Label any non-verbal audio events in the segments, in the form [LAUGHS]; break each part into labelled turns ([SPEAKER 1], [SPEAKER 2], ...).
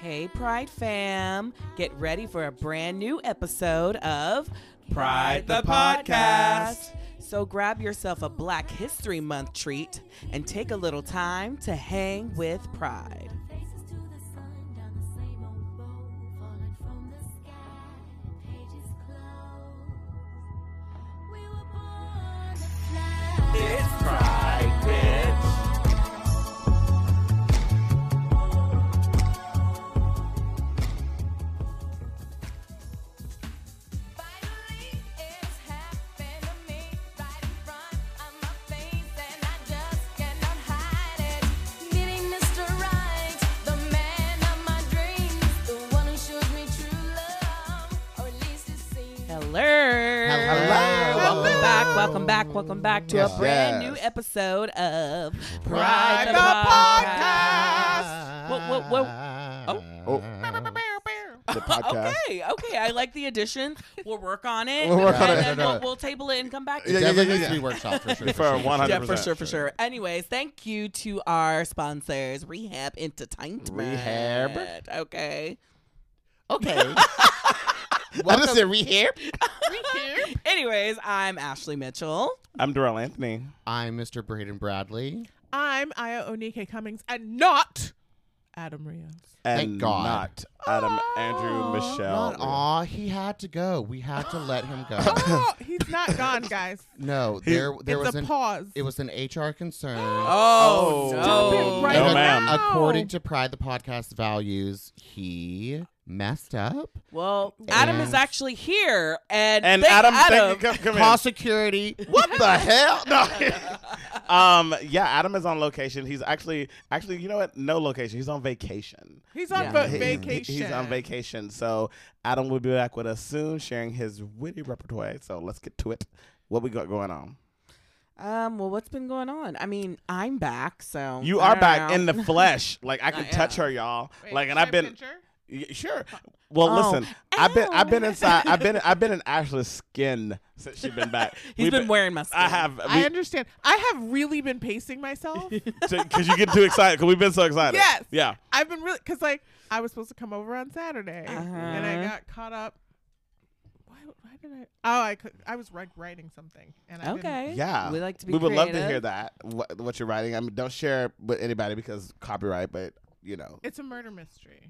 [SPEAKER 1] Hey, Pride fam. Get ready for a brand new episode of
[SPEAKER 2] Pride the Podcast.
[SPEAKER 1] So grab yourself a Black History Month treat and take a little time to hang with Pride.
[SPEAKER 3] Faces to the sun, down the same old road, falling from the sky. Pages closed. We were born to fly.
[SPEAKER 2] It's Pride, bitch.
[SPEAKER 3] Finally, it's happened to me right in front of my face, and I just cannot hide it. Meeting Mr. Right, the man of my dreams, the one who shows me true love, or at least it seems.
[SPEAKER 1] Hello. Welcome back. Welcome back. Welcome back to
[SPEAKER 2] Yes,
[SPEAKER 1] a brand
[SPEAKER 2] yes.
[SPEAKER 1] new episode of Pride,
[SPEAKER 2] Pride
[SPEAKER 1] the,
[SPEAKER 2] the
[SPEAKER 1] Podcast. Whoa, whoa, whoa.
[SPEAKER 2] Oh, the podcast.
[SPEAKER 1] Okay, okay. I like the addition. We'll work on it.
[SPEAKER 2] We'll work
[SPEAKER 1] and
[SPEAKER 2] on it.
[SPEAKER 1] Then
[SPEAKER 4] No, no,
[SPEAKER 1] we'll,
[SPEAKER 4] no.
[SPEAKER 1] we'll table it and come back to
[SPEAKER 2] Yeah,
[SPEAKER 1] it.
[SPEAKER 2] yeah, yeah,
[SPEAKER 4] Definitely needs
[SPEAKER 2] yeah.
[SPEAKER 4] to be workshop for sure.
[SPEAKER 2] For
[SPEAKER 4] sure, sure.
[SPEAKER 2] 100.
[SPEAKER 1] Yeah, for sure,
[SPEAKER 2] 100%,
[SPEAKER 1] for sure. Anyways, thank you to our sponsors, Rehab Entertainment.
[SPEAKER 2] Rehab.
[SPEAKER 1] Okay.
[SPEAKER 4] [LAUGHS] Okay. I just said we here.
[SPEAKER 1] Anyways, I'm Ashley Mitchell.
[SPEAKER 2] I'm Darrell Anthony.
[SPEAKER 4] I'm Mr. Braden Bradley.
[SPEAKER 5] I'm Aya Onike Cummings and not Adam Rios.
[SPEAKER 2] [LAUGHS] And
[SPEAKER 4] Thank God.
[SPEAKER 2] Not Adam, Andrew, Michelle.
[SPEAKER 4] Not aw, he had to go. We had to let him go.
[SPEAKER 5] Oh, he's not
[SPEAKER 2] [LAUGHS]
[SPEAKER 5] gone, guys.
[SPEAKER 4] No, there there
[SPEAKER 5] it's
[SPEAKER 4] was
[SPEAKER 5] a
[SPEAKER 4] an
[SPEAKER 5] pause.
[SPEAKER 4] it was an HR concern.
[SPEAKER 1] Oh,
[SPEAKER 2] Oh,
[SPEAKER 1] no.
[SPEAKER 2] stop
[SPEAKER 5] it right
[SPEAKER 4] And
[SPEAKER 2] No,
[SPEAKER 4] ac-
[SPEAKER 2] ma'am.
[SPEAKER 5] now.
[SPEAKER 4] According to Pride the Podcast values, he messed up.
[SPEAKER 1] Well, Adam is
[SPEAKER 4] And-
[SPEAKER 1] actually here. And,
[SPEAKER 2] And
[SPEAKER 1] thank
[SPEAKER 2] Adam,
[SPEAKER 1] Adam.
[SPEAKER 2] thank you. Come, come
[SPEAKER 4] Call
[SPEAKER 2] here.
[SPEAKER 4] security. What the [LAUGHS] hell? No.
[SPEAKER 2] [LAUGHS] Um, yeah, Adam is on location. He's actually, actually, you know what? No location. He's on vacation.
[SPEAKER 5] He's on
[SPEAKER 1] Yeah.
[SPEAKER 5] va-
[SPEAKER 2] He- he-
[SPEAKER 5] vacation.
[SPEAKER 2] He's on vacation. So Adam will be back with us soon, sharing his witty repertoire. So let's get to it. What we got going on?
[SPEAKER 1] Um, well, what's been going on? I mean, I'm back, so
[SPEAKER 2] You
[SPEAKER 1] I
[SPEAKER 2] are
[SPEAKER 1] don't
[SPEAKER 2] back
[SPEAKER 1] know.
[SPEAKER 2] in the flesh. Like I can
[SPEAKER 1] I
[SPEAKER 2] touch
[SPEAKER 1] am.
[SPEAKER 2] her, y'all.
[SPEAKER 5] Wait,
[SPEAKER 2] like, and
[SPEAKER 5] can
[SPEAKER 2] I've been.
[SPEAKER 5] picture?
[SPEAKER 2] Y- Sure. Well,
[SPEAKER 1] Oh.
[SPEAKER 2] listen. I've been I've been
[SPEAKER 1] Ow.
[SPEAKER 2] inside. I've been
[SPEAKER 1] [LAUGHS]
[SPEAKER 2] I've been in Ashley's skin since she's been back.
[SPEAKER 1] He's
[SPEAKER 2] We've
[SPEAKER 1] been, wearing my.
[SPEAKER 2] I
[SPEAKER 1] skin.
[SPEAKER 2] have
[SPEAKER 5] I understand. I have really been
[SPEAKER 2] [LAUGHS]
[SPEAKER 5] pacing myself.
[SPEAKER 2] because you get too excited because we've been so excited.
[SPEAKER 5] Yes.
[SPEAKER 2] Yeah.
[SPEAKER 5] I've been really because like I was supposed to come over on Saturday and I
[SPEAKER 1] Uh-huh.
[SPEAKER 5] got caught up. Why, why did I? Oh, I could, I was like writing something and I didn't-
[SPEAKER 1] Okay.
[SPEAKER 2] Yeah.
[SPEAKER 1] We like to be.
[SPEAKER 2] We would love to
[SPEAKER 1] creative.
[SPEAKER 2] hear that. What, what you're writing. I mean, don't share with anybody because copyright. But you know,
[SPEAKER 5] It's a murder mystery.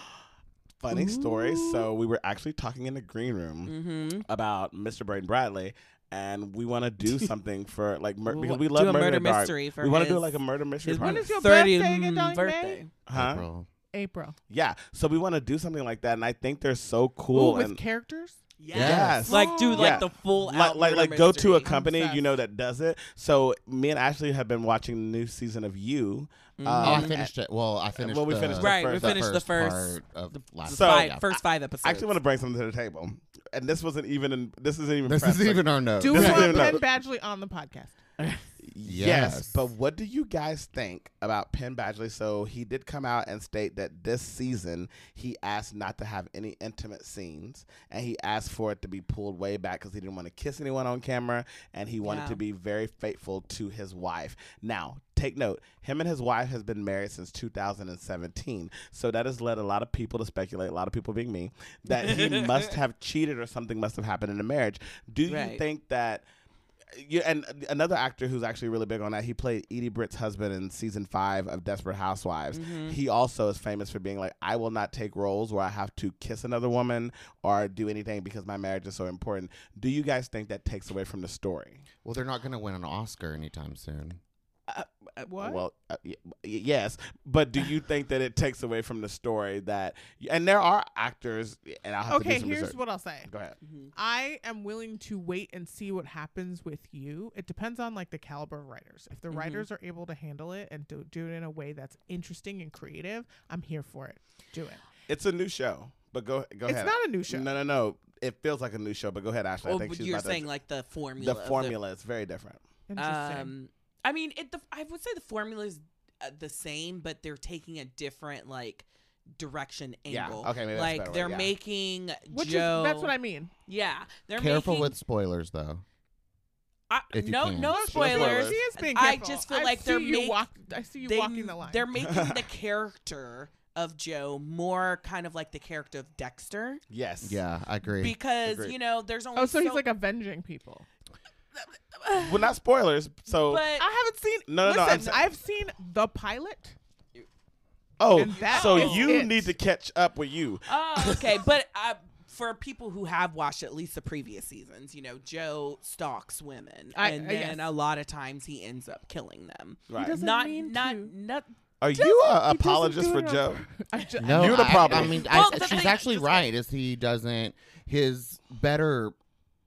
[SPEAKER 2] [GASPS] funny story.
[SPEAKER 1] Ooh.
[SPEAKER 2] So we were actually talking in the green room
[SPEAKER 1] Mm-hmm.
[SPEAKER 2] about Mr. Brain Bradley, and we want
[SPEAKER 1] [LAUGHS]
[SPEAKER 2] to do something for like mur- because we
[SPEAKER 1] Do
[SPEAKER 2] love
[SPEAKER 1] a
[SPEAKER 2] murder,
[SPEAKER 1] murder
[SPEAKER 2] in the dark.
[SPEAKER 1] mystery for
[SPEAKER 2] We want to do
[SPEAKER 1] his-
[SPEAKER 2] like a murder mystery.
[SPEAKER 1] His
[SPEAKER 2] party.
[SPEAKER 5] When is your birthday again,
[SPEAKER 1] 30th
[SPEAKER 5] Doink
[SPEAKER 1] birthday.
[SPEAKER 2] Huh?
[SPEAKER 4] April.
[SPEAKER 5] April.
[SPEAKER 2] Yeah. So we want to do something like that, and I think they're so
[SPEAKER 5] Ooh,
[SPEAKER 2] cool.
[SPEAKER 5] with
[SPEAKER 2] and
[SPEAKER 5] characters.
[SPEAKER 2] Yes.
[SPEAKER 1] Like do like
[SPEAKER 2] Yeah.
[SPEAKER 1] the full
[SPEAKER 2] like
[SPEAKER 5] uh,
[SPEAKER 1] out
[SPEAKER 2] like,
[SPEAKER 1] murder
[SPEAKER 2] like go to a
[SPEAKER 1] mystery.
[SPEAKER 2] company you
[SPEAKER 5] obsessed.
[SPEAKER 2] know that does it. So me and Ashley have been watching the new season of You.
[SPEAKER 1] Mhm.
[SPEAKER 5] Mm-hmm.
[SPEAKER 4] Oh, I
[SPEAKER 2] Um,
[SPEAKER 4] finished it. Well, I finished.
[SPEAKER 2] Well, we
[SPEAKER 4] the,
[SPEAKER 2] finished the
[SPEAKER 1] Right, we
[SPEAKER 2] first-
[SPEAKER 1] finished the first,
[SPEAKER 4] part of
[SPEAKER 1] the
[SPEAKER 4] last.
[SPEAKER 2] So-
[SPEAKER 1] five, first five episodes.
[SPEAKER 2] I actually want to bring something to the table, and this wasn't even in, this isn't even
[SPEAKER 4] This
[SPEAKER 2] press,
[SPEAKER 4] is
[SPEAKER 2] like-
[SPEAKER 4] even our note.
[SPEAKER 5] Do we
[SPEAKER 2] Uh, This is
[SPEAKER 5] want
[SPEAKER 2] even
[SPEAKER 5] Ben
[SPEAKER 2] up.
[SPEAKER 5] Badgley on
[SPEAKER 2] [LAUGHS]
[SPEAKER 5] the podcast? Uh,
[SPEAKER 2] yes.
[SPEAKER 4] Yes.
[SPEAKER 2] But what do you guys think about Penn Badgley? So he did come out and state that this season he asked not to have any intimate scenes, and he asked for it to be pulled way back because he didn't want to kiss anyone on camera, and he wanted
[SPEAKER 1] Yeah.
[SPEAKER 2] to be very faithful to his wife. Now. Take note, him and his wife has been married since 2017. So that has led a lot of people to speculate, a lot of people being me, that he must have cheated or something must have happened in the marriage. Do you
[SPEAKER 1] Right.
[SPEAKER 2] think that you and another actor who's actually really big on that. He played Edie Britt's husband in season five of Desperate Housewives.
[SPEAKER 5] Mm-hmm.
[SPEAKER 2] He also is famous for being like, I will not take roles where I have to kiss another woman or do anything because my marriage is so important. Do you guys think that takes away from the story?
[SPEAKER 4] Well, they're not going to win an Oscar anytime soon.
[SPEAKER 5] What?
[SPEAKER 2] Well, uh, y- y- yes, but do you think that it takes away from the story that? And there are actors, and I'll have to
[SPEAKER 5] okay,
[SPEAKER 2] do some
[SPEAKER 5] here's
[SPEAKER 2] research.
[SPEAKER 5] what I'll say.
[SPEAKER 2] Go ahead.
[SPEAKER 5] I am willing to wait and see what happens with you. It depends on like the caliber of writers. If the
[SPEAKER 1] Mm-hmm.
[SPEAKER 5] writers are able to handle it and do, do it in a way that's interesting and creative, I'm here for it. Do it.
[SPEAKER 2] It's a new show, but go go
[SPEAKER 5] It's
[SPEAKER 2] ahead.
[SPEAKER 5] not a new show.
[SPEAKER 2] No, no, no. It feels like a new show, but go ahead, Ashley. I
[SPEAKER 1] Well,
[SPEAKER 2] think she's
[SPEAKER 1] you're
[SPEAKER 2] about to-
[SPEAKER 1] saying like the formula.
[SPEAKER 2] the
[SPEAKER 1] of
[SPEAKER 2] formula is very different.
[SPEAKER 5] Interesting.
[SPEAKER 1] Um, I mean, it. The, I would say the formula is uh, the same, but they're taking a different like direction
[SPEAKER 2] Yeah,
[SPEAKER 1] angle.
[SPEAKER 2] okay, maybe that's a
[SPEAKER 1] like
[SPEAKER 2] better way,
[SPEAKER 1] they're
[SPEAKER 2] yeah.
[SPEAKER 1] making
[SPEAKER 5] Which
[SPEAKER 1] Joe.
[SPEAKER 5] is that's what I mean.
[SPEAKER 1] Yeah, they're
[SPEAKER 4] Careful
[SPEAKER 1] making,
[SPEAKER 4] with spoilers, though.
[SPEAKER 1] I,
[SPEAKER 4] if you
[SPEAKER 1] no,
[SPEAKER 4] can.
[SPEAKER 1] no
[SPEAKER 2] No
[SPEAKER 1] spoilers.
[SPEAKER 2] spoilers.
[SPEAKER 5] She is being
[SPEAKER 1] I
[SPEAKER 5] careful.
[SPEAKER 1] just feel
[SPEAKER 5] I
[SPEAKER 1] like
[SPEAKER 5] see
[SPEAKER 1] they're
[SPEAKER 5] you
[SPEAKER 1] make-
[SPEAKER 5] walk, I see you walking the line. [LAUGHS]
[SPEAKER 1] They're making the character of Joe more kind of like the character of Dexter
[SPEAKER 2] Yes.
[SPEAKER 4] Yeah, I agree.
[SPEAKER 1] because
[SPEAKER 2] Agreed.
[SPEAKER 1] you know there's only
[SPEAKER 5] Oh, so, he's like avenging people.
[SPEAKER 2] Well, not spoilers. So.
[SPEAKER 1] but
[SPEAKER 5] I haven't seen.
[SPEAKER 2] No, no, no, I'm
[SPEAKER 5] listen,
[SPEAKER 2] saying-
[SPEAKER 5] I've seen the pilot.
[SPEAKER 2] oh,
[SPEAKER 5] and that
[SPEAKER 2] so
[SPEAKER 5] is
[SPEAKER 2] you
[SPEAKER 5] it.
[SPEAKER 2] need to catch up with you.
[SPEAKER 1] Oh, okay. but uh, for people who have watched at least the previous seasons, you know, Joe stalks women,
[SPEAKER 5] I-
[SPEAKER 1] and
[SPEAKER 5] uh,
[SPEAKER 1] then
[SPEAKER 5] yes.
[SPEAKER 1] a lot of times he ends up killing them.
[SPEAKER 2] Right.
[SPEAKER 5] doesn't
[SPEAKER 1] Not,
[SPEAKER 5] mean
[SPEAKER 1] not,
[SPEAKER 5] to.
[SPEAKER 1] not.
[SPEAKER 2] Are you an
[SPEAKER 5] He doesn't
[SPEAKER 2] apologist
[SPEAKER 5] do
[SPEAKER 2] for
[SPEAKER 5] it on
[SPEAKER 2] Joe?
[SPEAKER 5] pur- [LAUGHS] I ju-
[SPEAKER 4] No,
[SPEAKER 2] You're the
[SPEAKER 4] I-
[SPEAKER 2] problem.
[SPEAKER 4] I, mean,
[SPEAKER 1] Well,
[SPEAKER 4] I,
[SPEAKER 1] the
[SPEAKER 4] she's
[SPEAKER 1] thing-
[SPEAKER 4] actually
[SPEAKER 1] just-
[SPEAKER 4] right. Is he doesn't his better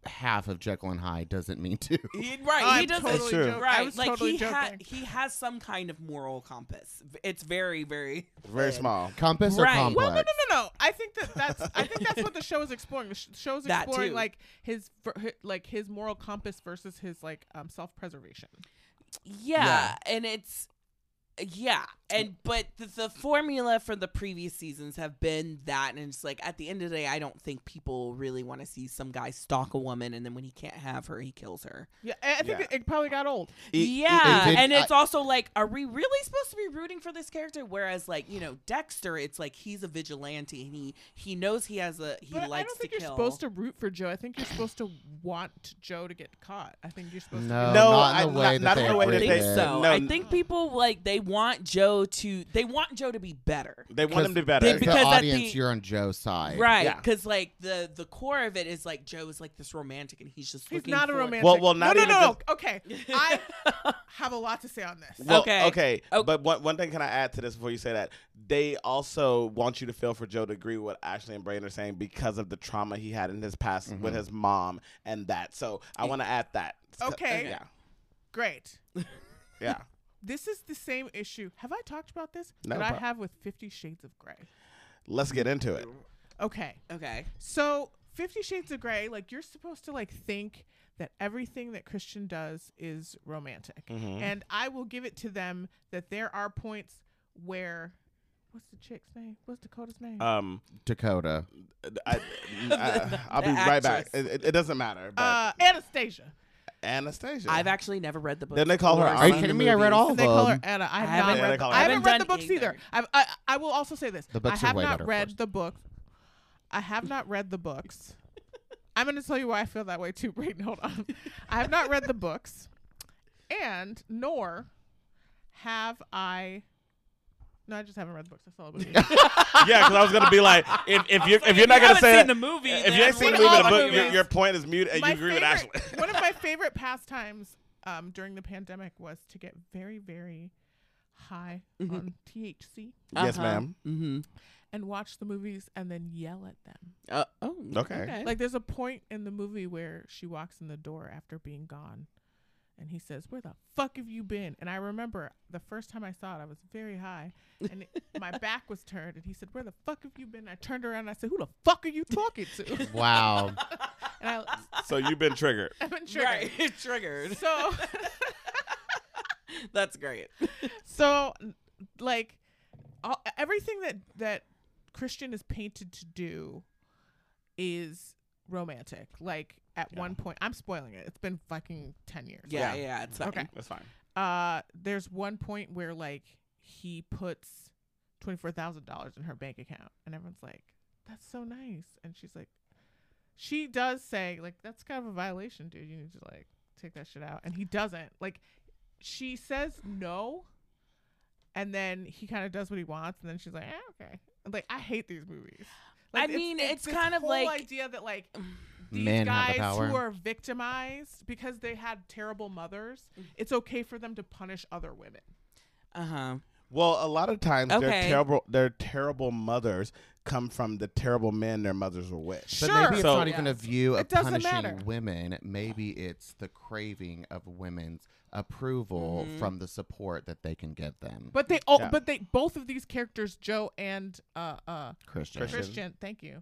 [SPEAKER 4] half of Jekyll and Hyde doesn't mean to.
[SPEAKER 1] He, right.
[SPEAKER 5] I'm
[SPEAKER 1] he doesn't.
[SPEAKER 5] totally
[SPEAKER 2] Sure.
[SPEAKER 5] joking.
[SPEAKER 1] Right.
[SPEAKER 5] I was
[SPEAKER 1] like
[SPEAKER 5] totally
[SPEAKER 1] he
[SPEAKER 5] joking.
[SPEAKER 1] ha- he has some kind of moral compass. It's very very
[SPEAKER 2] Very small.
[SPEAKER 4] Compass or
[SPEAKER 1] Right. Well,
[SPEAKER 4] complex?
[SPEAKER 5] well, no, no, no, no. I think that that's. I think that's what the show is exploring. The sh- show is
[SPEAKER 1] That
[SPEAKER 5] exploring
[SPEAKER 1] too.
[SPEAKER 5] like his, ver- hi- like his moral compass versus his like um self preservation.
[SPEAKER 1] yeah,
[SPEAKER 4] Yeah.
[SPEAKER 1] and it's yeah and but the, the formula for the previous seasons have been that and it's like at the end of the day i don't think people really want to see some guy stalk a woman and then when he can't have her he kills her
[SPEAKER 5] Yeah, I I think
[SPEAKER 2] Yeah.
[SPEAKER 5] It, it probably got old.
[SPEAKER 1] yeah,
[SPEAKER 4] it did-
[SPEAKER 1] and it's
[SPEAKER 4] I-
[SPEAKER 1] also like, are we really supposed to be rooting for this character? Whereas, like you know, Dexter, it's like he's a vigilante and he he knows he has a he
[SPEAKER 5] but I
[SPEAKER 1] likes
[SPEAKER 5] don't think
[SPEAKER 1] to
[SPEAKER 5] you're
[SPEAKER 1] kill.
[SPEAKER 5] supposed to root for Joe. I think you're supposed to want Joe to get caught. I think you're supposed
[SPEAKER 4] No,
[SPEAKER 5] to.
[SPEAKER 2] No,
[SPEAKER 4] not
[SPEAKER 2] I-
[SPEAKER 4] in the way
[SPEAKER 2] not- not
[SPEAKER 4] that
[SPEAKER 2] in
[SPEAKER 4] they
[SPEAKER 2] the way
[SPEAKER 1] I
[SPEAKER 2] that
[SPEAKER 4] written
[SPEAKER 1] think
[SPEAKER 4] it.
[SPEAKER 1] so.
[SPEAKER 2] No,
[SPEAKER 1] I
[SPEAKER 2] n-
[SPEAKER 1] think people like they want Joe to they want Joe to be better,
[SPEAKER 2] They want him to be better.
[SPEAKER 1] they-
[SPEAKER 4] As
[SPEAKER 1] because
[SPEAKER 4] the
[SPEAKER 1] at
[SPEAKER 4] audience,
[SPEAKER 1] the-
[SPEAKER 4] you're on Joe's side,
[SPEAKER 1] right?
[SPEAKER 2] Yeah.
[SPEAKER 1] Because like the the core of it is like Joe is like this romantic and he's just
[SPEAKER 5] He's
[SPEAKER 1] looking
[SPEAKER 5] not a
[SPEAKER 1] for-
[SPEAKER 5] romantic.
[SPEAKER 2] Well, well, not
[SPEAKER 5] no,
[SPEAKER 2] even
[SPEAKER 5] no, no, no. Okay, I have a lot to say on this.
[SPEAKER 2] Well,
[SPEAKER 1] Okay.
[SPEAKER 2] okay. Okay.
[SPEAKER 1] Oh.
[SPEAKER 2] But one, one thing can I add to this before you say that? They also want you to feel for Joe to agree with what Ashley and Brain are saying because of the trauma he had in his past with his mom and that. So I want to add that.
[SPEAKER 5] Okay.
[SPEAKER 2] Yeah.
[SPEAKER 5] Great.
[SPEAKER 2] Yeah.
[SPEAKER 5] This is the same issue. Have I talked about this?
[SPEAKER 2] No,
[SPEAKER 5] that I
[SPEAKER 2] prob-
[SPEAKER 5] have with Fifty Shades of Grey.
[SPEAKER 2] Let's get into it.
[SPEAKER 5] Okay.
[SPEAKER 1] Okay,
[SPEAKER 5] So Fifty Shades of Grey, like you're supposed to like think that everything that Christian does is romantic, and I will give it to them that there are points where, what's the chick's name? What's Dakota's name?
[SPEAKER 2] Um,
[SPEAKER 4] Dakota.
[SPEAKER 2] I, will be
[SPEAKER 1] The
[SPEAKER 2] right back.
[SPEAKER 1] actress.
[SPEAKER 2] It, it, it doesn't matter. But
[SPEAKER 5] Uh, Anastasia.
[SPEAKER 2] Anastasia.
[SPEAKER 1] I've actually never read the book.
[SPEAKER 2] Then they call her
[SPEAKER 1] Or
[SPEAKER 2] Anna.
[SPEAKER 1] seen
[SPEAKER 4] Are you
[SPEAKER 1] the
[SPEAKER 4] kidding me? I read
[SPEAKER 1] movies.
[SPEAKER 4] all of
[SPEAKER 5] they call her
[SPEAKER 4] them.
[SPEAKER 5] Anna. I
[SPEAKER 1] I
[SPEAKER 5] have
[SPEAKER 1] haven't
[SPEAKER 5] not
[SPEAKER 2] done-
[SPEAKER 5] read.
[SPEAKER 2] Yeah,
[SPEAKER 5] The,
[SPEAKER 2] they call her
[SPEAKER 5] I
[SPEAKER 2] Anna.
[SPEAKER 5] haven't read the
[SPEAKER 1] Haven't done
[SPEAKER 5] books either.
[SPEAKER 1] either.
[SPEAKER 5] I've, I I will also say this.
[SPEAKER 4] The books
[SPEAKER 5] I
[SPEAKER 4] are
[SPEAKER 5] have
[SPEAKER 4] way
[SPEAKER 5] not
[SPEAKER 4] better, of
[SPEAKER 5] read
[SPEAKER 4] course.
[SPEAKER 5] the book. I have not read the books. I'm going to tell you why I feel that way too. Wait, hold on. I have not read the books, and nor have I. No, I just haven't read the books. I saw [LAUGHS] the movie.
[SPEAKER 2] [LAUGHS] yeah, because I was gonna be like, if, if you if you're not gonna
[SPEAKER 1] haven't
[SPEAKER 2] say
[SPEAKER 1] seen
[SPEAKER 2] that,
[SPEAKER 1] the movie,
[SPEAKER 2] if
[SPEAKER 1] then
[SPEAKER 2] you ain't seen the
[SPEAKER 5] what
[SPEAKER 2] movie,
[SPEAKER 5] are
[SPEAKER 2] the
[SPEAKER 5] the
[SPEAKER 2] book, your,
[SPEAKER 5] movies?
[SPEAKER 2] your point is mute, and
[SPEAKER 5] My
[SPEAKER 2] you agree with Ashley.
[SPEAKER 5] favorite- [LAUGHS] one of my favorite pastimes um, during the pandemic was to get very, very high
[SPEAKER 4] Mm-hmm.
[SPEAKER 5] on THC
[SPEAKER 2] [LAUGHS] Yes, ma'am.
[SPEAKER 1] Mm-hmm.
[SPEAKER 5] and watch the movies and then yell at them.
[SPEAKER 1] Uh, oh,
[SPEAKER 2] Okay.
[SPEAKER 5] Like there's a point in the movie where she walks in the door after being gone and he says, "Where the fuck have you been?" And I remember the first time I saw it, I was very high and it, my back was turned and he said, "Where the fuck have you been?" I turned around and I said, "Who the fuck are you talking to?" [LAUGHS] and
[SPEAKER 4] Wow.
[SPEAKER 5] I [LAUGHS]
[SPEAKER 2] So you've been triggered.
[SPEAKER 5] I've been triggered.
[SPEAKER 1] Right, [LAUGHS] triggered.
[SPEAKER 5] So
[SPEAKER 1] That's great.
[SPEAKER 5] so like all, everything that that Christian is painted to do is romantic. Like at one point, I'm spoiling it. It's been fucking 10 years.
[SPEAKER 1] Yeah, yeah,
[SPEAKER 2] Yeah.
[SPEAKER 1] it's fine.
[SPEAKER 5] Okay.
[SPEAKER 2] That's fine.
[SPEAKER 5] uh there's one point where like he puts twenty four thousand dollars in her bank account and everyone's like that's so nice and she's like she does say like that's kind of a violation dude you need to like take that shit out and he doesn't like she says no and then he kind of does what he wants and then she's like eh, okay And, like i hate these movies
[SPEAKER 1] I mean, it's
[SPEAKER 5] this
[SPEAKER 1] kind of
[SPEAKER 5] whole
[SPEAKER 1] like-
[SPEAKER 5] idea that like these
[SPEAKER 4] Men have
[SPEAKER 5] guys
[SPEAKER 4] the
[SPEAKER 5] who
[SPEAKER 4] power.
[SPEAKER 5] are victimized because they had terrible mothers, it's okay for them to punish other women.
[SPEAKER 1] Uh huh.
[SPEAKER 2] Well, a lot of times their
[SPEAKER 1] Okay.
[SPEAKER 2] terrible their terrible mothers come from the terrible men their mothers were with.
[SPEAKER 4] But
[SPEAKER 5] Sure.
[SPEAKER 4] maybe it's
[SPEAKER 2] So-
[SPEAKER 4] not even a view of
[SPEAKER 5] It doesn't
[SPEAKER 4] punishing
[SPEAKER 5] matter.
[SPEAKER 4] women. Maybe it's the craving of women's approval from the support that they can give them.
[SPEAKER 5] But they all,
[SPEAKER 2] Yeah.
[SPEAKER 5] but they both of these characters, Joe and uh, uh,
[SPEAKER 4] Christian.
[SPEAKER 2] Christian.
[SPEAKER 5] Christian, thank you,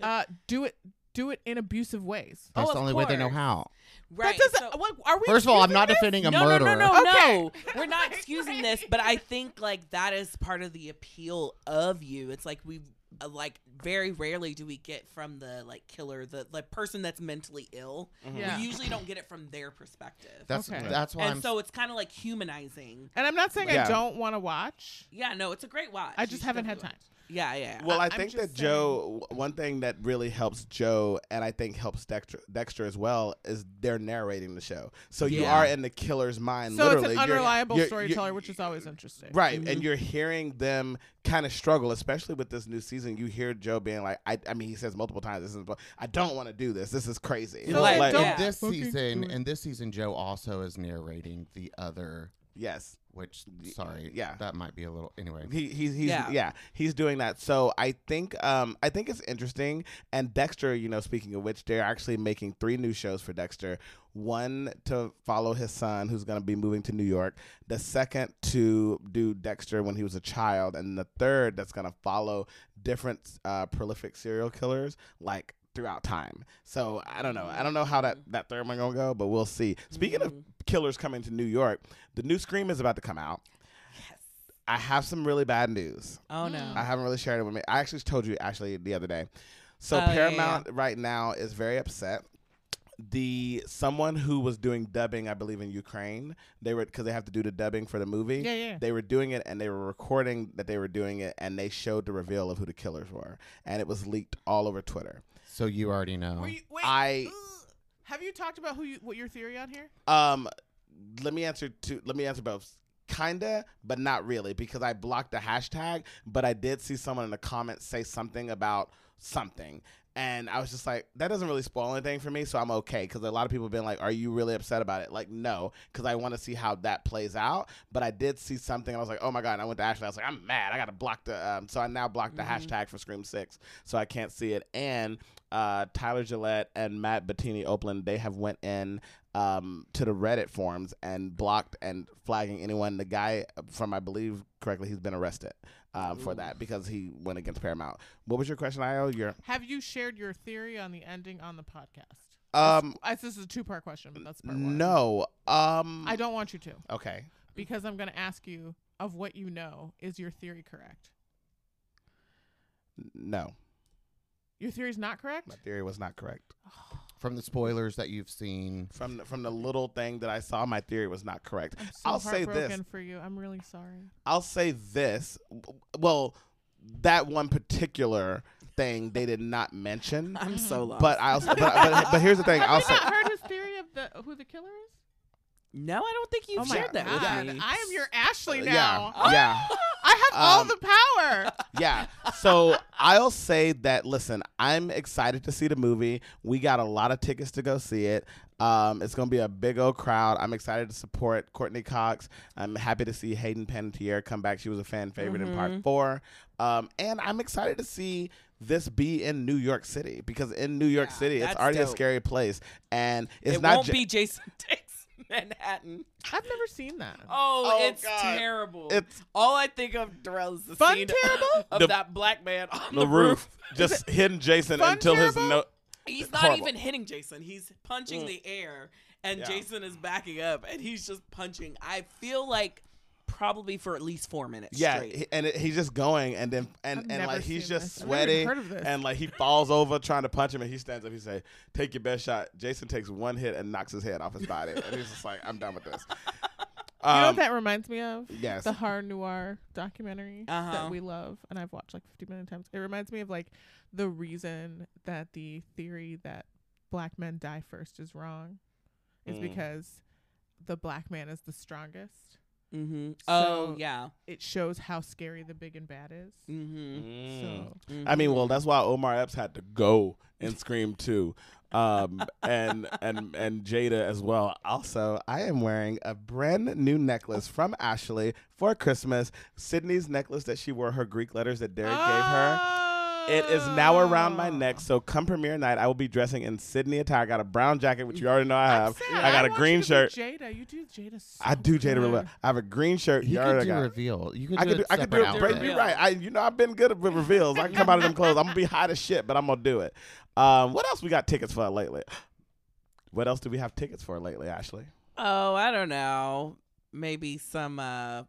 [SPEAKER 5] uh, do it do it in abusive ways.
[SPEAKER 4] That's
[SPEAKER 1] Oh,
[SPEAKER 4] the
[SPEAKER 1] of
[SPEAKER 4] only way they know
[SPEAKER 1] course.
[SPEAKER 4] how.
[SPEAKER 1] Right.
[SPEAKER 5] that
[SPEAKER 1] so-
[SPEAKER 5] doesn't. what, are we?
[SPEAKER 4] First of all, I'm
[SPEAKER 5] excusing
[SPEAKER 4] not
[SPEAKER 5] this?
[SPEAKER 4] defending a
[SPEAKER 1] no, no,
[SPEAKER 4] murderer.
[SPEAKER 1] no, no, no,
[SPEAKER 5] Okay.
[SPEAKER 1] We're not excusing this, but I think like that is part of the appeal of you. It's like we uh, like very rarely do we get from the like killer, the the person that's mentally ill.
[SPEAKER 5] Yeah.
[SPEAKER 1] We usually don't get it from their perspective.
[SPEAKER 4] That's
[SPEAKER 5] Okay.
[SPEAKER 4] that's why
[SPEAKER 1] and
[SPEAKER 4] I'm
[SPEAKER 1] so it's kind of like humanizing.
[SPEAKER 5] And I'm not saying
[SPEAKER 2] Yeah.
[SPEAKER 5] I don't want to watch.
[SPEAKER 1] Yeah, no, it's a great watch.
[SPEAKER 5] I
[SPEAKER 1] You
[SPEAKER 5] just
[SPEAKER 1] should
[SPEAKER 5] haven't had
[SPEAKER 1] definitely
[SPEAKER 5] time.
[SPEAKER 1] watch. Yeah, yeah.
[SPEAKER 2] Well,
[SPEAKER 5] I-
[SPEAKER 2] I,
[SPEAKER 5] I'm
[SPEAKER 2] think that
[SPEAKER 5] just
[SPEAKER 2] Joe, one thing that really helps Joe, and I think helps Dexter, Dexter as well, is they're narrating the show. So you
[SPEAKER 1] Yeah.
[SPEAKER 2] are in the killer's mind.
[SPEAKER 5] So
[SPEAKER 2] literally.
[SPEAKER 5] it's an
[SPEAKER 2] You're-
[SPEAKER 5] unreliable
[SPEAKER 2] you're- you're-
[SPEAKER 5] storyteller, which is Mm-hmm. always interesting.
[SPEAKER 2] Right, and you're hearing them kind of struggle, especially with this new season. You hear Joe being like, "I, I mean, he says multiple times, this is, I don't want to do this. This is crazy."
[SPEAKER 5] So
[SPEAKER 1] Like-
[SPEAKER 4] in
[SPEAKER 1] like- Yeah.
[SPEAKER 4] this
[SPEAKER 5] Fucking
[SPEAKER 4] season,
[SPEAKER 5] do it.
[SPEAKER 4] in this season, Joe also is narrating the other,
[SPEAKER 2] yes,
[SPEAKER 4] which
[SPEAKER 2] Y-
[SPEAKER 4] sorry,
[SPEAKER 2] yeah.
[SPEAKER 4] that might be a little anyway.
[SPEAKER 2] He, he's he's
[SPEAKER 1] Yeah.
[SPEAKER 2] yeah. he's doing that. So I think um I think it's interesting. And Dexter, you know, speaking of which, they're actually making three new shows for Dexter. One to follow his son, who's going to be moving to New York. The second to do Dexter when he was a child, and the third that's going to follow different uh, prolific serial killers like throughout time. So I don't know. I don't know how that that third one going to go, but we'll see. Speaking
[SPEAKER 1] Mm.
[SPEAKER 2] of killers coming to New York, the new Scream is about to come out. I have some really bad news.
[SPEAKER 1] Oh no.
[SPEAKER 5] Mm.
[SPEAKER 2] I haven't really shared it with me. I actually told you actually the other day. So
[SPEAKER 1] Oh, yeah, yeah,
[SPEAKER 2] Paramount right now is very upset. The someone who was doing dubbing, I believe in Ukraine, they were because they have to do the dubbing for the movie.
[SPEAKER 5] Yeah, yeah.
[SPEAKER 2] They were doing it and they were recording that they were doing it, and they showed the reveal of who the killers were, and it was leaked all over Twitter.
[SPEAKER 4] So you already know.
[SPEAKER 5] Were you, wait,
[SPEAKER 2] I-
[SPEAKER 5] ugh. have you talked about who you what your theory on here?
[SPEAKER 2] Um, let me answer to let me answer both. Kinda, but not really, because I blocked the hashtag. But I did see someone in the comments say something about something, and I was just like, that doesn't really spoil anything for me, so I'm okay. Because a lot of people have been like, "Are you really upset about it?" Like, no, because I want to see how that plays out. But I did see something, and I was like, "Oh my god!" And I went to Ashley. I was like, "I'm mad. I gotta block the." Um, so I now blocked the hashtag for Scream Six, so I can't see it. And uh, Tyler Gillette and Matt Bettini Oakland, they have went in um, to the Reddit forums and blocked and flagging anyone. The guy, from I believe correctly, he's been arrested um, for that because he went against Paramount. What was your question, Io? Your
[SPEAKER 5] Have you shared your theory on the ending on the podcast?
[SPEAKER 2] um,
[SPEAKER 5] I, this is a two part question, but that's part one.
[SPEAKER 2] no, um,
[SPEAKER 5] I don't want you to
[SPEAKER 2] Okay,
[SPEAKER 5] because I'm going to ask you of what you know. Is your theory correct?
[SPEAKER 2] no,
[SPEAKER 5] Your theory's not correct.
[SPEAKER 2] my theory was not correct.
[SPEAKER 4] From the spoilers that you've seen,
[SPEAKER 2] From the, from the little thing that I saw, my theory was not correct.
[SPEAKER 5] I'm so
[SPEAKER 2] I'll say
[SPEAKER 5] heartbroken
[SPEAKER 2] this:
[SPEAKER 5] for you. I'm really sorry.
[SPEAKER 2] I'll say this. W- Well, that one particular thing they did not
[SPEAKER 5] [LAUGHS]
[SPEAKER 2] mention.
[SPEAKER 1] I'm so lost.
[SPEAKER 2] But I'll. But, but, but here's the thing. I'll
[SPEAKER 5] Have you
[SPEAKER 2] say.
[SPEAKER 5] not heard his theory of the who the killer is?
[SPEAKER 1] no, I don't think you've
[SPEAKER 5] oh my
[SPEAKER 1] shared that
[SPEAKER 5] god!
[SPEAKER 1] with me.
[SPEAKER 5] I am your Ashley now.
[SPEAKER 2] Uh, Yeah,
[SPEAKER 5] [LAUGHS]
[SPEAKER 2] yeah,
[SPEAKER 5] I have all
[SPEAKER 2] Um,
[SPEAKER 5] the power.
[SPEAKER 2] yeah. So I'll say that. Listen, I'm excited to see the movie. We got a lot of tickets to go see it. Um, it's gonna be a big old crowd. I'm excited to support Courtney Cox. I'm happy to see Hayden Panettiere come back. She was a fan favorite in
[SPEAKER 1] Mm-hmm.
[SPEAKER 2] part four, um, and I'm excited to see this be in New York City because in New York
[SPEAKER 1] Yeah,
[SPEAKER 2] City, it's
[SPEAKER 1] that's
[SPEAKER 2] already
[SPEAKER 1] dope.
[SPEAKER 2] a scary place, and it's
[SPEAKER 1] it
[SPEAKER 2] not
[SPEAKER 1] won't
[SPEAKER 2] ju-
[SPEAKER 1] be Jason [LAUGHS] takes Manhattan.
[SPEAKER 5] I've never seen that.
[SPEAKER 1] Oh,
[SPEAKER 2] Oh,
[SPEAKER 1] it's
[SPEAKER 2] God.
[SPEAKER 1] terrible.
[SPEAKER 2] It's-
[SPEAKER 1] all I think of Darrell's the
[SPEAKER 5] Fun
[SPEAKER 1] scene
[SPEAKER 5] terrible?
[SPEAKER 1] [LAUGHS] of
[SPEAKER 2] The-
[SPEAKER 1] that black man on
[SPEAKER 2] the roof,
[SPEAKER 1] [LAUGHS]
[SPEAKER 2] just hidden Jason
[SPEAKER 5] Fun
[SPEAKER 2] until his
[SPEAKER 5] terrible?
[SPEAKER 2] no.
[SPEAKER 1] He's not
[SPEAKER 2] Horrible. Mm.
[SPEAKER 1] even hitting Jason. He's punching the air, and
[SPEAKER 2] Yeah.
[SPEAKER 1] Jason is backing up, and he's just punching. I feel like probably for at least four minutes
[SPEAKER 2] Yeah,
[SPEAKER 1] straight.
[SPEAKER 2] he, and it, he's just going, and then
[SPEAKER 5] I've
[SPEAKER 2] and, and
[SPEAKER 5] never
[SPEAKER 2] like he's
[SPEAKER 5] seen
[SPEAKER 2] just
[SPEAKER 5] this. I've never even
[SPEAKER 2] sweaty,
[SPEAKER 5] heard of this.
[SPEAKER 2] and like he falls over trying to punch him, and he stands up. He say, "Take your best shot." Jason takes one hit and knocks his head off his body, and he's just like, "I'm done with
[SPEAKER 5] [LAUGHS]
[SPEAKER 2] this." Um,
[SPEAKER 5] you know what that reminds me of?
[SPEAKER 2] yes.
[SPEAKER 5] The horror noir documentary
[SPEAKER 1] Uh-huh.
[SPEAKER 5] that we love and I've watched like 50 million times. It reminds me of like the reason that the theory that black men die first is wrong is
[SPEAKER 2] Mm.
[SPEAKER 5] because the black man is the strongest.
[SPEAKER 1] Mm-hmm.
[SPEAKER 5] So-
[SPEAKER 1] oh yeah.
[SPEAKER 5] It shows how scary the big and bad is.
[SPEAKER 1] Mm-hmm.
[SPEAKER 2] Mm.
[SPEAKER 5] So mm-hmm.
[SPEAKER 2] I mean, well, that's why Omar Epps had to go and scream too, um, and and and Jada as well. Also, I am wearing a brand new necklace from Ashley for Christmas. Sydney's necklace that she wore her Greek letters that Derek gave her.
[SPEAKER 1] Ah.
[SPEAKER 2] It is now around my neck, so come premiere night, I will be dressing in Sydney attire. I got a brown jacket, which you already know I
[SPEAKER 5] I'm
[SPEAKER 2] have.
[SPEAKER 5] sad.
[SPEAKER 2] I got a
[SPEAKER 5] want
[SPEAKER 2] green
[SPEAKER 5] you to
[SPEAKER 2] shirt.
[SPEAKER 5] Do Jada, you do Jada. So
[SPEAKER 2] I do Jada
[SPEAKER 5] good.
[SPEAKER 2] Reveal. I have a green shirt.
[SPEAKER 4] you
[SPEAKER 2] You
[SPEAKER 4] could
[SPEAKER 2] already
[SPEAKER 4] do
[SPEAKER 2] got.
[SPEAKER 4] reveal. You could
[SPEAKER 2] I
[SPEAKER 4] do
[SPEAKER 2] could do.
[SPEAKER 4] it
[SPEAKER 2] I could do
[SPEAKER 4] separate
[SPEAKER 2] it. Break,
[SPEAKER 4] outfit.
[SPEAKER 2] you're right. I, you know, I've been good with reveals. I can come out of them clothes. I'm gonna be hot as shit, but I'm gonna do it. Um, what else we got tickets for lately? What else do we have tickets for lately, Ashley?
[SPEAKER 1] Oh, I don't know. Maybe some uh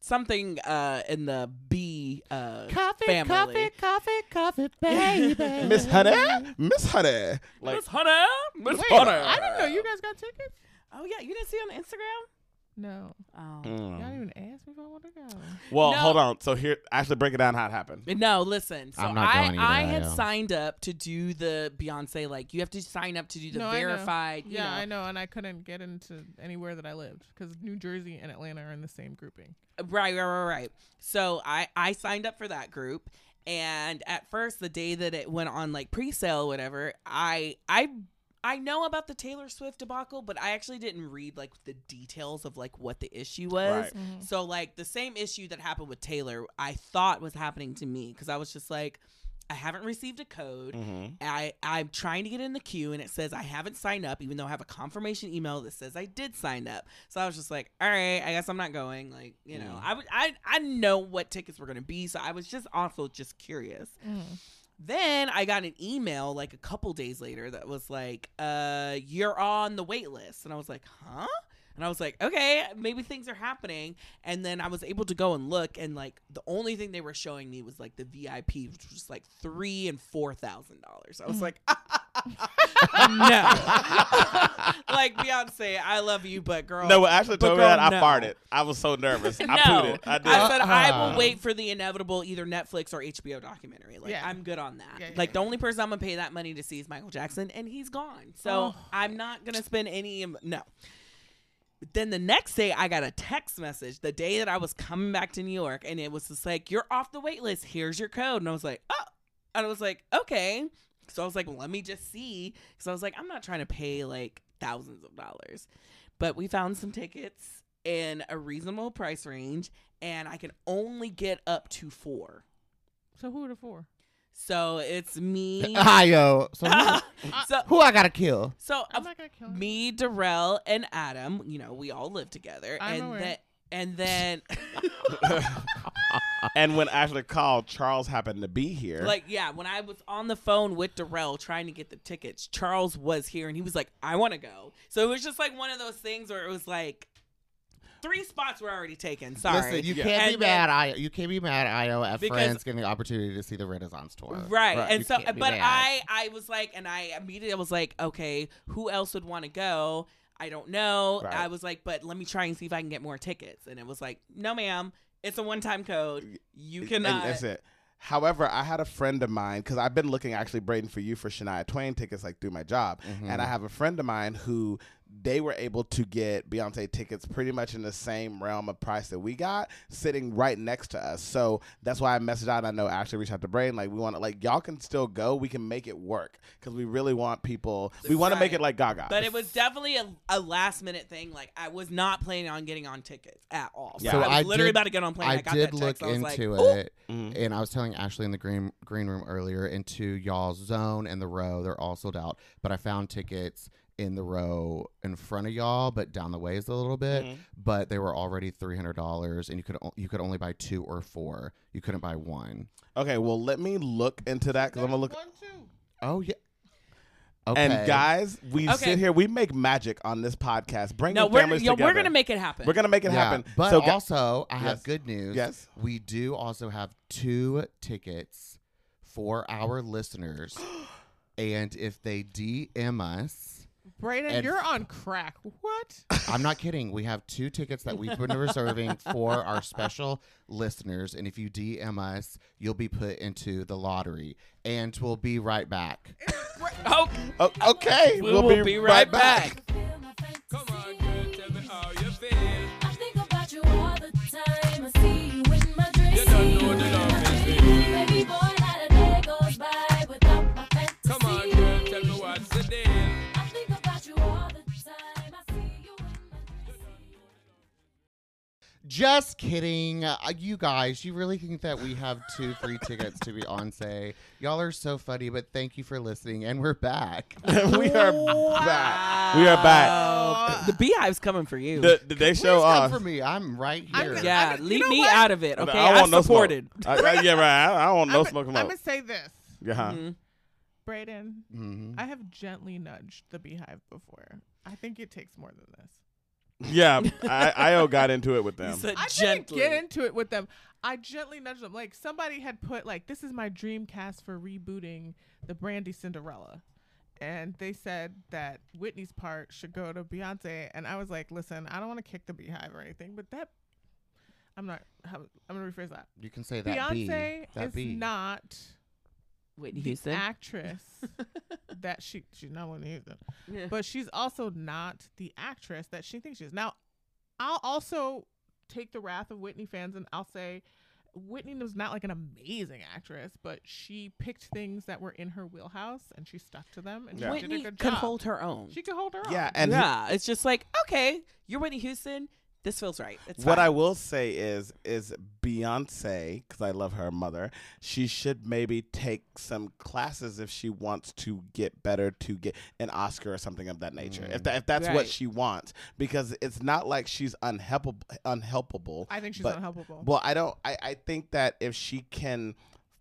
[SPEAKER 1] something uh in the B Cosby uh,
[SPEAKER 4] Coffee,
[SPEAKER 1] family.
[SPEAKER 4] coffee, coffee, coffee,
[SPEAKER 2] [LAUGHS]
[SPEAKER 4] baby.
[SPEAKER 2] Miss Honey, Miss Honey, like
[SPEAKER 1] Miss Hunter, Miss
[SPEAKER 5] Wait,
[SPEAKER 1] Hunter.
[SPEAKER 5] I didn't know you guys got tickets.
[SPEAKER 1] Oh yeah, you didn't see it on Instagram.
[SPEAKER 5] No,
[SPEAKER 1] Oh.
[SPEAKER 5] y'all didn't
[SPEAKER 2] mm.
[SPEAKER 5] even ask me if I want to go.
[SPEAKER 2] well,
[SPEAKER 1] No.
[SPEAKER 2] hold on. So here, actually, break it down how it happened.
[SPEAKER 1] No, listen. So
[SPEAKER 4] I'm not
[SPEAKER 1] I,
[SPEAKER 4] going either,
[SPEAKER 1] I
[SPEAKER 4] I
[SPEAKER 1] had
[SPEAKER 4] know.
[SPEAKER 1] signed up to do the Beyonce. Like you have to sign up to do the
[SPEAKER 5] No, I know.
[SPEAKER 1] verified. you
[SPEAKER 5] yeah,
[SPEAKER 1] know.
[SPEAKER 5] I know, and I couldn't get into anywhere that I lived because New Jersey and Atlanta are in the same grouping.
[SPEAKER 1] Right, right, right, right. So I I signed up for that group, and at first, the day that it went on like pre-sale, whatever, I I I know about the Taylor Swift debacle, but I actually didn't read like the details of like what the issue was.
[SPEAKER 2] Right.
[SPEAKER 1] So like the same issue that happened with Taylor, I thought was happening to me because I was just like, I haven't received a code.
[SPEAKER 2] Mm-hmm.
[SPEAKER 1] I, I'm trying to get in the queue and it says I haven't signed up, even though I have a confirmation email that says I did sign up. So I was just like, all right, I guess I'm not going. Like, you know,
[SPEAKER 2] Mm.
[SPEAKER 1] I would I I didn't know what tickets were gonna be. So I was just also just curious. Then I got an email like a couple days later that was like, uh, you're on the wait list. And I was like, huh? And I was like, okay, maybe things are happening. And then I was able to go and look, and like the only thing they were showing me was like the VIP, which was like three and four thousand dollars. I was like, [LAUGHS]
[SPEAKER 2] [LAUGHS]
[SPEAKER 1] no, like Beyonce, I love you, but girl,
[SPEAKER 2] No, what actually
[SPEAKER 1] but
[SPEAKER 2] told me that
[SPEAKER 1] girl,
[SPEAKER 2] I
[SPEAKER 1] no.
[SPEAKER 2] farted. I was so nervous. I pooed it. I did.
[SPEAKER 1] I said I
[SPEAKER 4] Uh-uh.
[SPEAKER 5] Uh-huh.
[SPEAKER 1] will wait for the inevitable, either Netflix or HBO documentary. Like
[SPEAKER 5] Yeah.
[SPEAKER 1] I'm good on that.
[SPEAKER 5] Yeah, yeah,
[SPEAKER 1] like
[SPEAKER 5] yeah.
[SPEAKER 1] the only person I'm gonna pay that money to see is Michael Jackson, and he's gone. So I'm not gonna spend any. em- No. But Then the next day, I got a text message the day that I was coming back to New York, and it was just like, "You're off the wait list. Here's your code." And I was like, "Oh," and I was like, "Okay." So I was like, "Let me just see," because I was like, "I'm not trying to pay like thousands of dollars." but we found some tickets in a reasonable price range and I can only get up to four.
[SPEAKER 5] So who are the four?
[SPEAKER 1] So it's me.
[SPEAKER 4] Ohio. So who,
[SPEAKER 1] [LAUGHS] so
[SPEAKER 4] who I gotta kill?
[SPEAKER 1] so uh,
[SPEAKER 5] I'm
[SPEAKER 1] of
[SPEAKER 5] not gonna kill him.
[SPEAKER 1] me, Darrell, and Adam, you know, we all live together.
[SPEAKER 5] I'm
[SPEAKER 1] and
[SPEAKER 5] aware.
[SPEAKER 1] then and
[SPEAKER 4] [LAUGHS]
[SPEAKER 1] then
[SPEAKER 2] and when Ashley called, Charles happened to be here.
[SPEAKER 1] like yeah, when I was on the phone with Darrell trying to get the tickets, Charles was here and he was like, I wanna go. So it was just like one of those things where it was like three spots were already taken. Sorry.
[SPEAKER 4] Listen, you
[SPEAKER 2] Yeah.
[SPEAKER 4] can't be
[SPEAKER 1] And then-
[SPEAKER 4] mad. I you can't be mad. at Io at
[SPEAKER 1] Because-
[SPEAKER 4] friends getting the opportunity to see the Renaissance tour.
[SPEAKER 1] [LAUGHS] Right. And
[SPEAKER 4] You
[SPEAKER 1] so,
[SPEAKER 4] can't be
[SPEAKER 1] but
[SPEAKER 4] mad.
[SPEAKER 1] I, I was like, and I immediately was like, okay, who else would want to go? I don't know.
[SPEAKER 2] Right.
[SPEAKER 1] I was like, but let me try and see if I can get more tickets. And it was like, no, ma'am, it's a one-time code. You
[SPEAKER 2] And
[SPEAKER 1] cannot.
[SPEAKER 2] that's it. However, I had a friend of mine because I've been looking actually, Braden, for you for Shania Twain tickets like through my job, and I
[SPEAKER 1] Mm-hmm.
[SPEAKER 2] have a friend of mine who they were able to get Beyonce tickets pretty much in the same realm of price that we got, sitting right next to us. So that's why I messaged out. I know Ashley reached out to Braden, like we want to, like y'all can still go. We can make it work because we really want people. We want to make it
[SPEAKER 1] Right.
[SPEAKER 2] like Gaga.
[SPEAKER 1] But it was definitely a, a last minute thing. Like I was not planning on getting on tickets at all.
[SPEAKER 2] Yeah.
[SPEAKER 1] So
[SPEAKER 2] So
[SPEAKER 1] I was
[SPEAKER 4] I
[SPEAKER 1] literally
[SPEAKER 4] did-
[SPEAKER 1] about to get on a plane. I,
[SPEAKER 4] I,
[SPEAKER 1] got
[SPEAKER 4] did
[SPEAKER 1] that
[SPEAKER 4] look
[SPEAKER 1] text. I was like,
[SPEAKER 4] into
[SPEAKER 1] "Ooh."
[SPEAKER 4] it,
[SPEAKER 2] Mhm.
[SPEAKER 4] and I was telling Ashley in the green green room earlier into y'all's zone and the row. They're all sold out, but I found tickets in the row in front of y'all, but down the ways a little bit.
[SPEAKER 1] Mm-hmm.
[SPEAKER 2] Mhm.
[SPEAKER 4] But they were already three hundred dollars, and you could o- you could only buy two or four. You couldn't buy one.
[SPEAKER 2] okay. Well, let me look into that because I'm gonna look.
[SPEAKER 5] One, two.
[SPEAKER 4] Oh yeah. Okay.
[SPEAKER 2] And guys, we
[SPEAKER 1] Okay.
[SPEAKER 2] sit here. We make magic on this podcast. Bring
[SPEAKER 1] No,
[SPEAKER 2] your
[SPEAKER 1] we're
[SPEAKER 2] families
[SPEAKER 1] yo,
[SPEAKER 2] together.
[SPEAKER 1] we're gonna make it happen.
[SPEAKER 2] We're gonna make it
[SPEAKER 4] Yeah,
[SPEAKER 2] happen.
[SPEAKER 4] But
[SPEAKER 2] so, gu-
[SPEAKER 4] also, I have
[SPEAKER 2] Yes.
[SPEAKER 4] good news.
[SPEAKER 2] Yes.
[SPEAKER 4] we do also have two tickets for
[SPEAKER 2] [GASPS]
[SPEAKER 4] our listeners, and if they DM us,
[SPEAKER 5] Brayden,
[SPEAKER 4] And-
[SPEAKER 5] you're on crack. What?
[SPEAKER 4] I'm not kidding. We have two tickets that we've been
[SPEAKER 2] [LAUGHS]
[SPEAKER 4] reserving for our special listeners, and if you DM us, you'll be put into the lottery, and we'll be right back.
[SPEAKER 1] Oh,
[SPEAKER 2] O- okay,
[SPEAKER 1] we
[SPEAKER 2] we'll,
[SPEAKER 1] will be, right back.
[SPEAKER 3] Come on, girl, tell me how you feel. I think about you all the time. I see you in my dreams. You don't know the love is real. Baby boy, not a day goes by without my fantasy. Come on, girl, tell me what's the deal. I think about you all the time. I see you in my dreams.
[SPEAKER 4] Just kidding. Uh, you guys, you really think that we have two free tickets to Beyonce? Y'all are so funny, but thank you for listening, and
[SPEAKER 2] [LAUGHS]
[SPEAKER 4] we're back.
[SPEAKER 2] we are back. We are back.
[SPEAKER 1] Oh, the beehive's coming for you.
[SPEAKER 2] The, the, they show
[SPEAKER 4] Please come
[SPEAKER 2] off.
[SPEAKER 4] for me. I'm right
[SPEAKER 5] I'm
[SPEAKER 4] here.
[SPEAKER 5] gonna-
[SPEAKER 1] yeah,
[SPEAKER 5] you
[SPEAKER 1] leave
[SPEAKER 5] know
[SPEAKER 1] me
[SPEAKER 5] what?
[SPEAKER 1] out of it.
[SPEAKER 2] I
[SPEAKER 1] Okay,
[SPEAKER 2] I
[SPEAKER 1] I,
[SPEAKER 2] want no smoke.
[SPEAKER 1] supported.
[SPEAKER 2] I, I- yeah, right. I, I want no
[SPEAKER 5] I'm-
[SPEAKER 2] smoke.
[SPEAKER 5] I'm
[SPEAKER 2] from up.
[SPEAKER 5] gonna say this,
[SPEAKER 2] Uh, Yeah, huh?
[SPEAKER 1] Mhm.
[SPEAKER 5] Brayden.
[SPEAKER 4] Mhm.
[SPEAKER 1] Mm-hmm.
[SPEAKER 5] I have gently nudged the beehive before. I think it takes more than this.
[SPEAKER 2] Yeah, I, I oh got
[SPEAKER 1] [LAUGHS]
[SPEAKER 2] into it with them.
[SPEAKER 1] He said
[SPEAKER 5] I
[SPEAKER 1] gently.
[SPEAKER 5] didn't get into it with them. I gently nudged them. Like somebody had put like this is my dream cast for rebooting the Brandy Cinderella. And they said that Whitney's part should go to Beyonce and I was like, "Listen, I don't want to kick the beehive or anything, but that I'm not how, I'm going to rephrase that.
[SPEAKER 4] You can say that B.
[SPEAKER 5] Beyonce
[SPEAKER 4] That
[SPEAKER 5] is
[SPEAKER 4] B.
[SPEAKER 5] not
[SPEAKER 1] Whitney Houston.
[SPEAKER 5] the actress that she she's not Whitney Houston.
[SPEAKER 1] Yeah.
[SPEAKER 5] but she's also not the actress that she thinks she is. Now, I'll also take the wrath of Whitney fans and I'll say Whitney was not like an amazing actress, but she picked things that were in her wheelhouse and she stuck to them and
[SPEAKER 2] Yeah.
[SPEAKER 5] she did
[SPEAKER 1] Whitney
[SPEAKER 5] a good
[SPEAKER 1] could
[SPEAKER 5] job.
[SPEAKER 1] hold her own.
[SPEAKER 5] she could hold her own.
[SPEAKER 2] yeah, and he-
[SPEAKER 1] yeah, it's just like okay, you're Whitney Houston. This feels right. It's
[SPEAKER 2] what
[SPEAKER 1] fine.
[SPEAKER 2] I will say is is Beyonce because I love her mother. She should maybe take some classes if she wants to get better to get an Oscar or something of that nature. If, that if that's what
[SPEAKER 1] Right.
[SPEAKER 2] she wants, because it's not like she's unhelpable. Unhelpable.
[SPEAKER 5] I think she's
[SPEAKER 2] but-
[SPEAKER 5] unhelpable.
[SPEAKER 2] Well, I don't. I, I think that if she can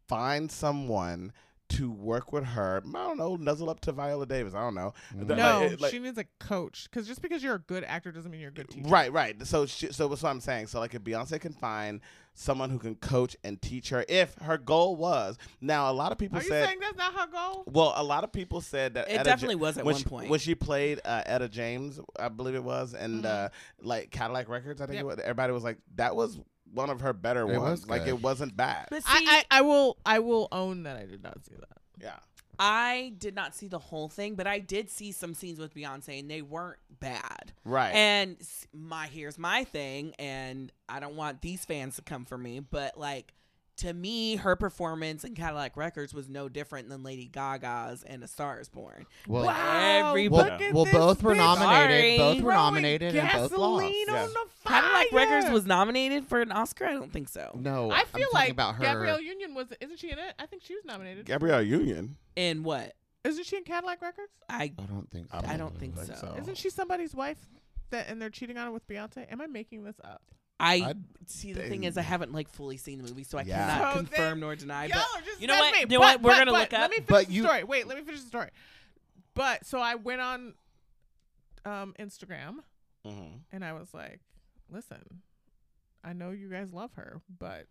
[SPEAKER 2] find someone to work with her, I don't know, nuzzle up to Viola Davis. I don't know. Th-
[SPEAKER 5] no,
[SPEAKER 2] like- like-
[SPEAKER 5] she needs a coach because just because you're a good actor doesn't mean you're a good teacher.
[SPEAKER 2] Right, right. So, she, so that's what I'm saying. So, like, if Beyonce can find someone who can coach and teach her, if her goal was now, a lot of people
[SPEAKER 5] Are you
[SPEAKER 2] said,
[SPEAKER 5] saying that's not her goal?
[SPEAKER 2] well, a lot of people said that
[SPEAKER 1] It
[SPEAKER 2] Etta
[SPEAKER 1] definitely was at
[SPEAKER 2] when
[SPEAKER 1] one
[SPEAKER 2] she,
[SPEAKER 1] point.
[SPEAKER 2] when she played uh, Etta James, I believe it was, and
[SPEAKER 5] Mhm.
[SPEAKER 1] Mm-hmm.
[SPEAKER 2] uh, like Cadillac Records. I think
[SPEAKER 5] Yep.
[SPEAKER 2] it was, everybody was like, that was one of her better
[SPEAKER 4] It
[SPEAKER 2] ones.
[SPEAKER 4] was
[SPEAKER 2] like,
[SPEAKER 4] good.
[SPEAKER 2] it wasn't bad.
[SPEAKER 1] But see,
[SPEAKER 5] I, I, I will I will own that I did not see that.
[SPEAKER 2] yeah.
[SPEAKER 1] I did not see the whole thing, but I did see some scenes with Beyonce, and they weren't bad.
[SPEAKER 2] Right.
[SPEAKER 1] And s- my here's my thing, and I don't want these fans to come for me, but like to me, her performance in Cadillac Records was no different than Lady Gaga's and A Star Is Born.
[SPEAKER 4] Well,
[SPEAKER 1] Everybody-
[SPEAKER 4] well,
[SPEAKER 5] look at
[SPEAKER 4] well,
[SPEAKER 5] this
[SPEAKER 4] both were
[SPEAKER 5] bitch.
[SPEAKER 1] Sorry.
[SPEAKER 4] nominated. Both were
[SPEAKER 5] Throwing
[SPEAKER 4] nominated and both lost.
[SPEAKER 5] gasoline
[SPEAKER 2] Yeah.
[SPEAKER 5] on the
[SPEAKER 1] Cadillac
[SPEAKER 5] fire.
[SPEAKER 1] Records was nominated for an Oscar. I don't think so.
[SPEAKER 4] No,
[SPEAKER 5] I
[SPEAKER 4] I'm
[SPEAKER 5] feel
[SPEAKER 4] talking
[SPEAKER 5] like
[SPEAKER 4] about her.
[SPEAKER 5] Gabrielle Union was isn't she in it? I think she was nominated.
[SPEAKER 2] Gabrielle Union.
[SPEAKER 1] In what?
[SPEAKER 5] isn't she in Cadillac Records?
[SPEAKER 1] I
[SPEAKER 4] I don't think. So.
[SPEAKER 1] I don't think so.
[SPEAKER 4] Oh.
[SPEAKER 5] Isn't she somebody's wife that and they're cheating on her with Beyonce? Am I making this up?
[SPEAKER 1] I
[SPEAKER 2] I'd-
[SPEAKER 1] see. The thing is, I haven't like fully seen the movie, so I
[SPEAKER 2] Yeah.
[SPEAKER 1] cannot
[SPEAKER 5] So
[SPEAKER 1] confirm
[SPEAKER 5] then-
[SPEAKER 1] nor deny.
[SPEAKER 5] Y'all
[SPEAKER 1] But
[SPEAKER 5] are just
[SPEAKER 1] you know
[SPEAKER 5] messing
[SPEAKER 1] what?
[SPEAKER 5] me.
[SPEAKER 1] You know
[SPEAKER 5] But-
[SPEAKER 1] what? We're
[SPEAKER 5] but-
[SPEAKER 1] gonna
[SPEAKER 5] but
[SPEAKER 1] look
[SPEAKER 5] Let
[SPEAKER 1] up.
[SPEAKER 5] me finish
[SPEAKER 4] But
[SPEAKER 5] the
[SPEAKER 4] you-
[SPEAKER 5] story. Wait, let me finish the story. But so I went on um Instagram
[SPEAKER 2] Mm-hmm.
[SPEAKER 5] and I was like, listen, I know you guys love her, but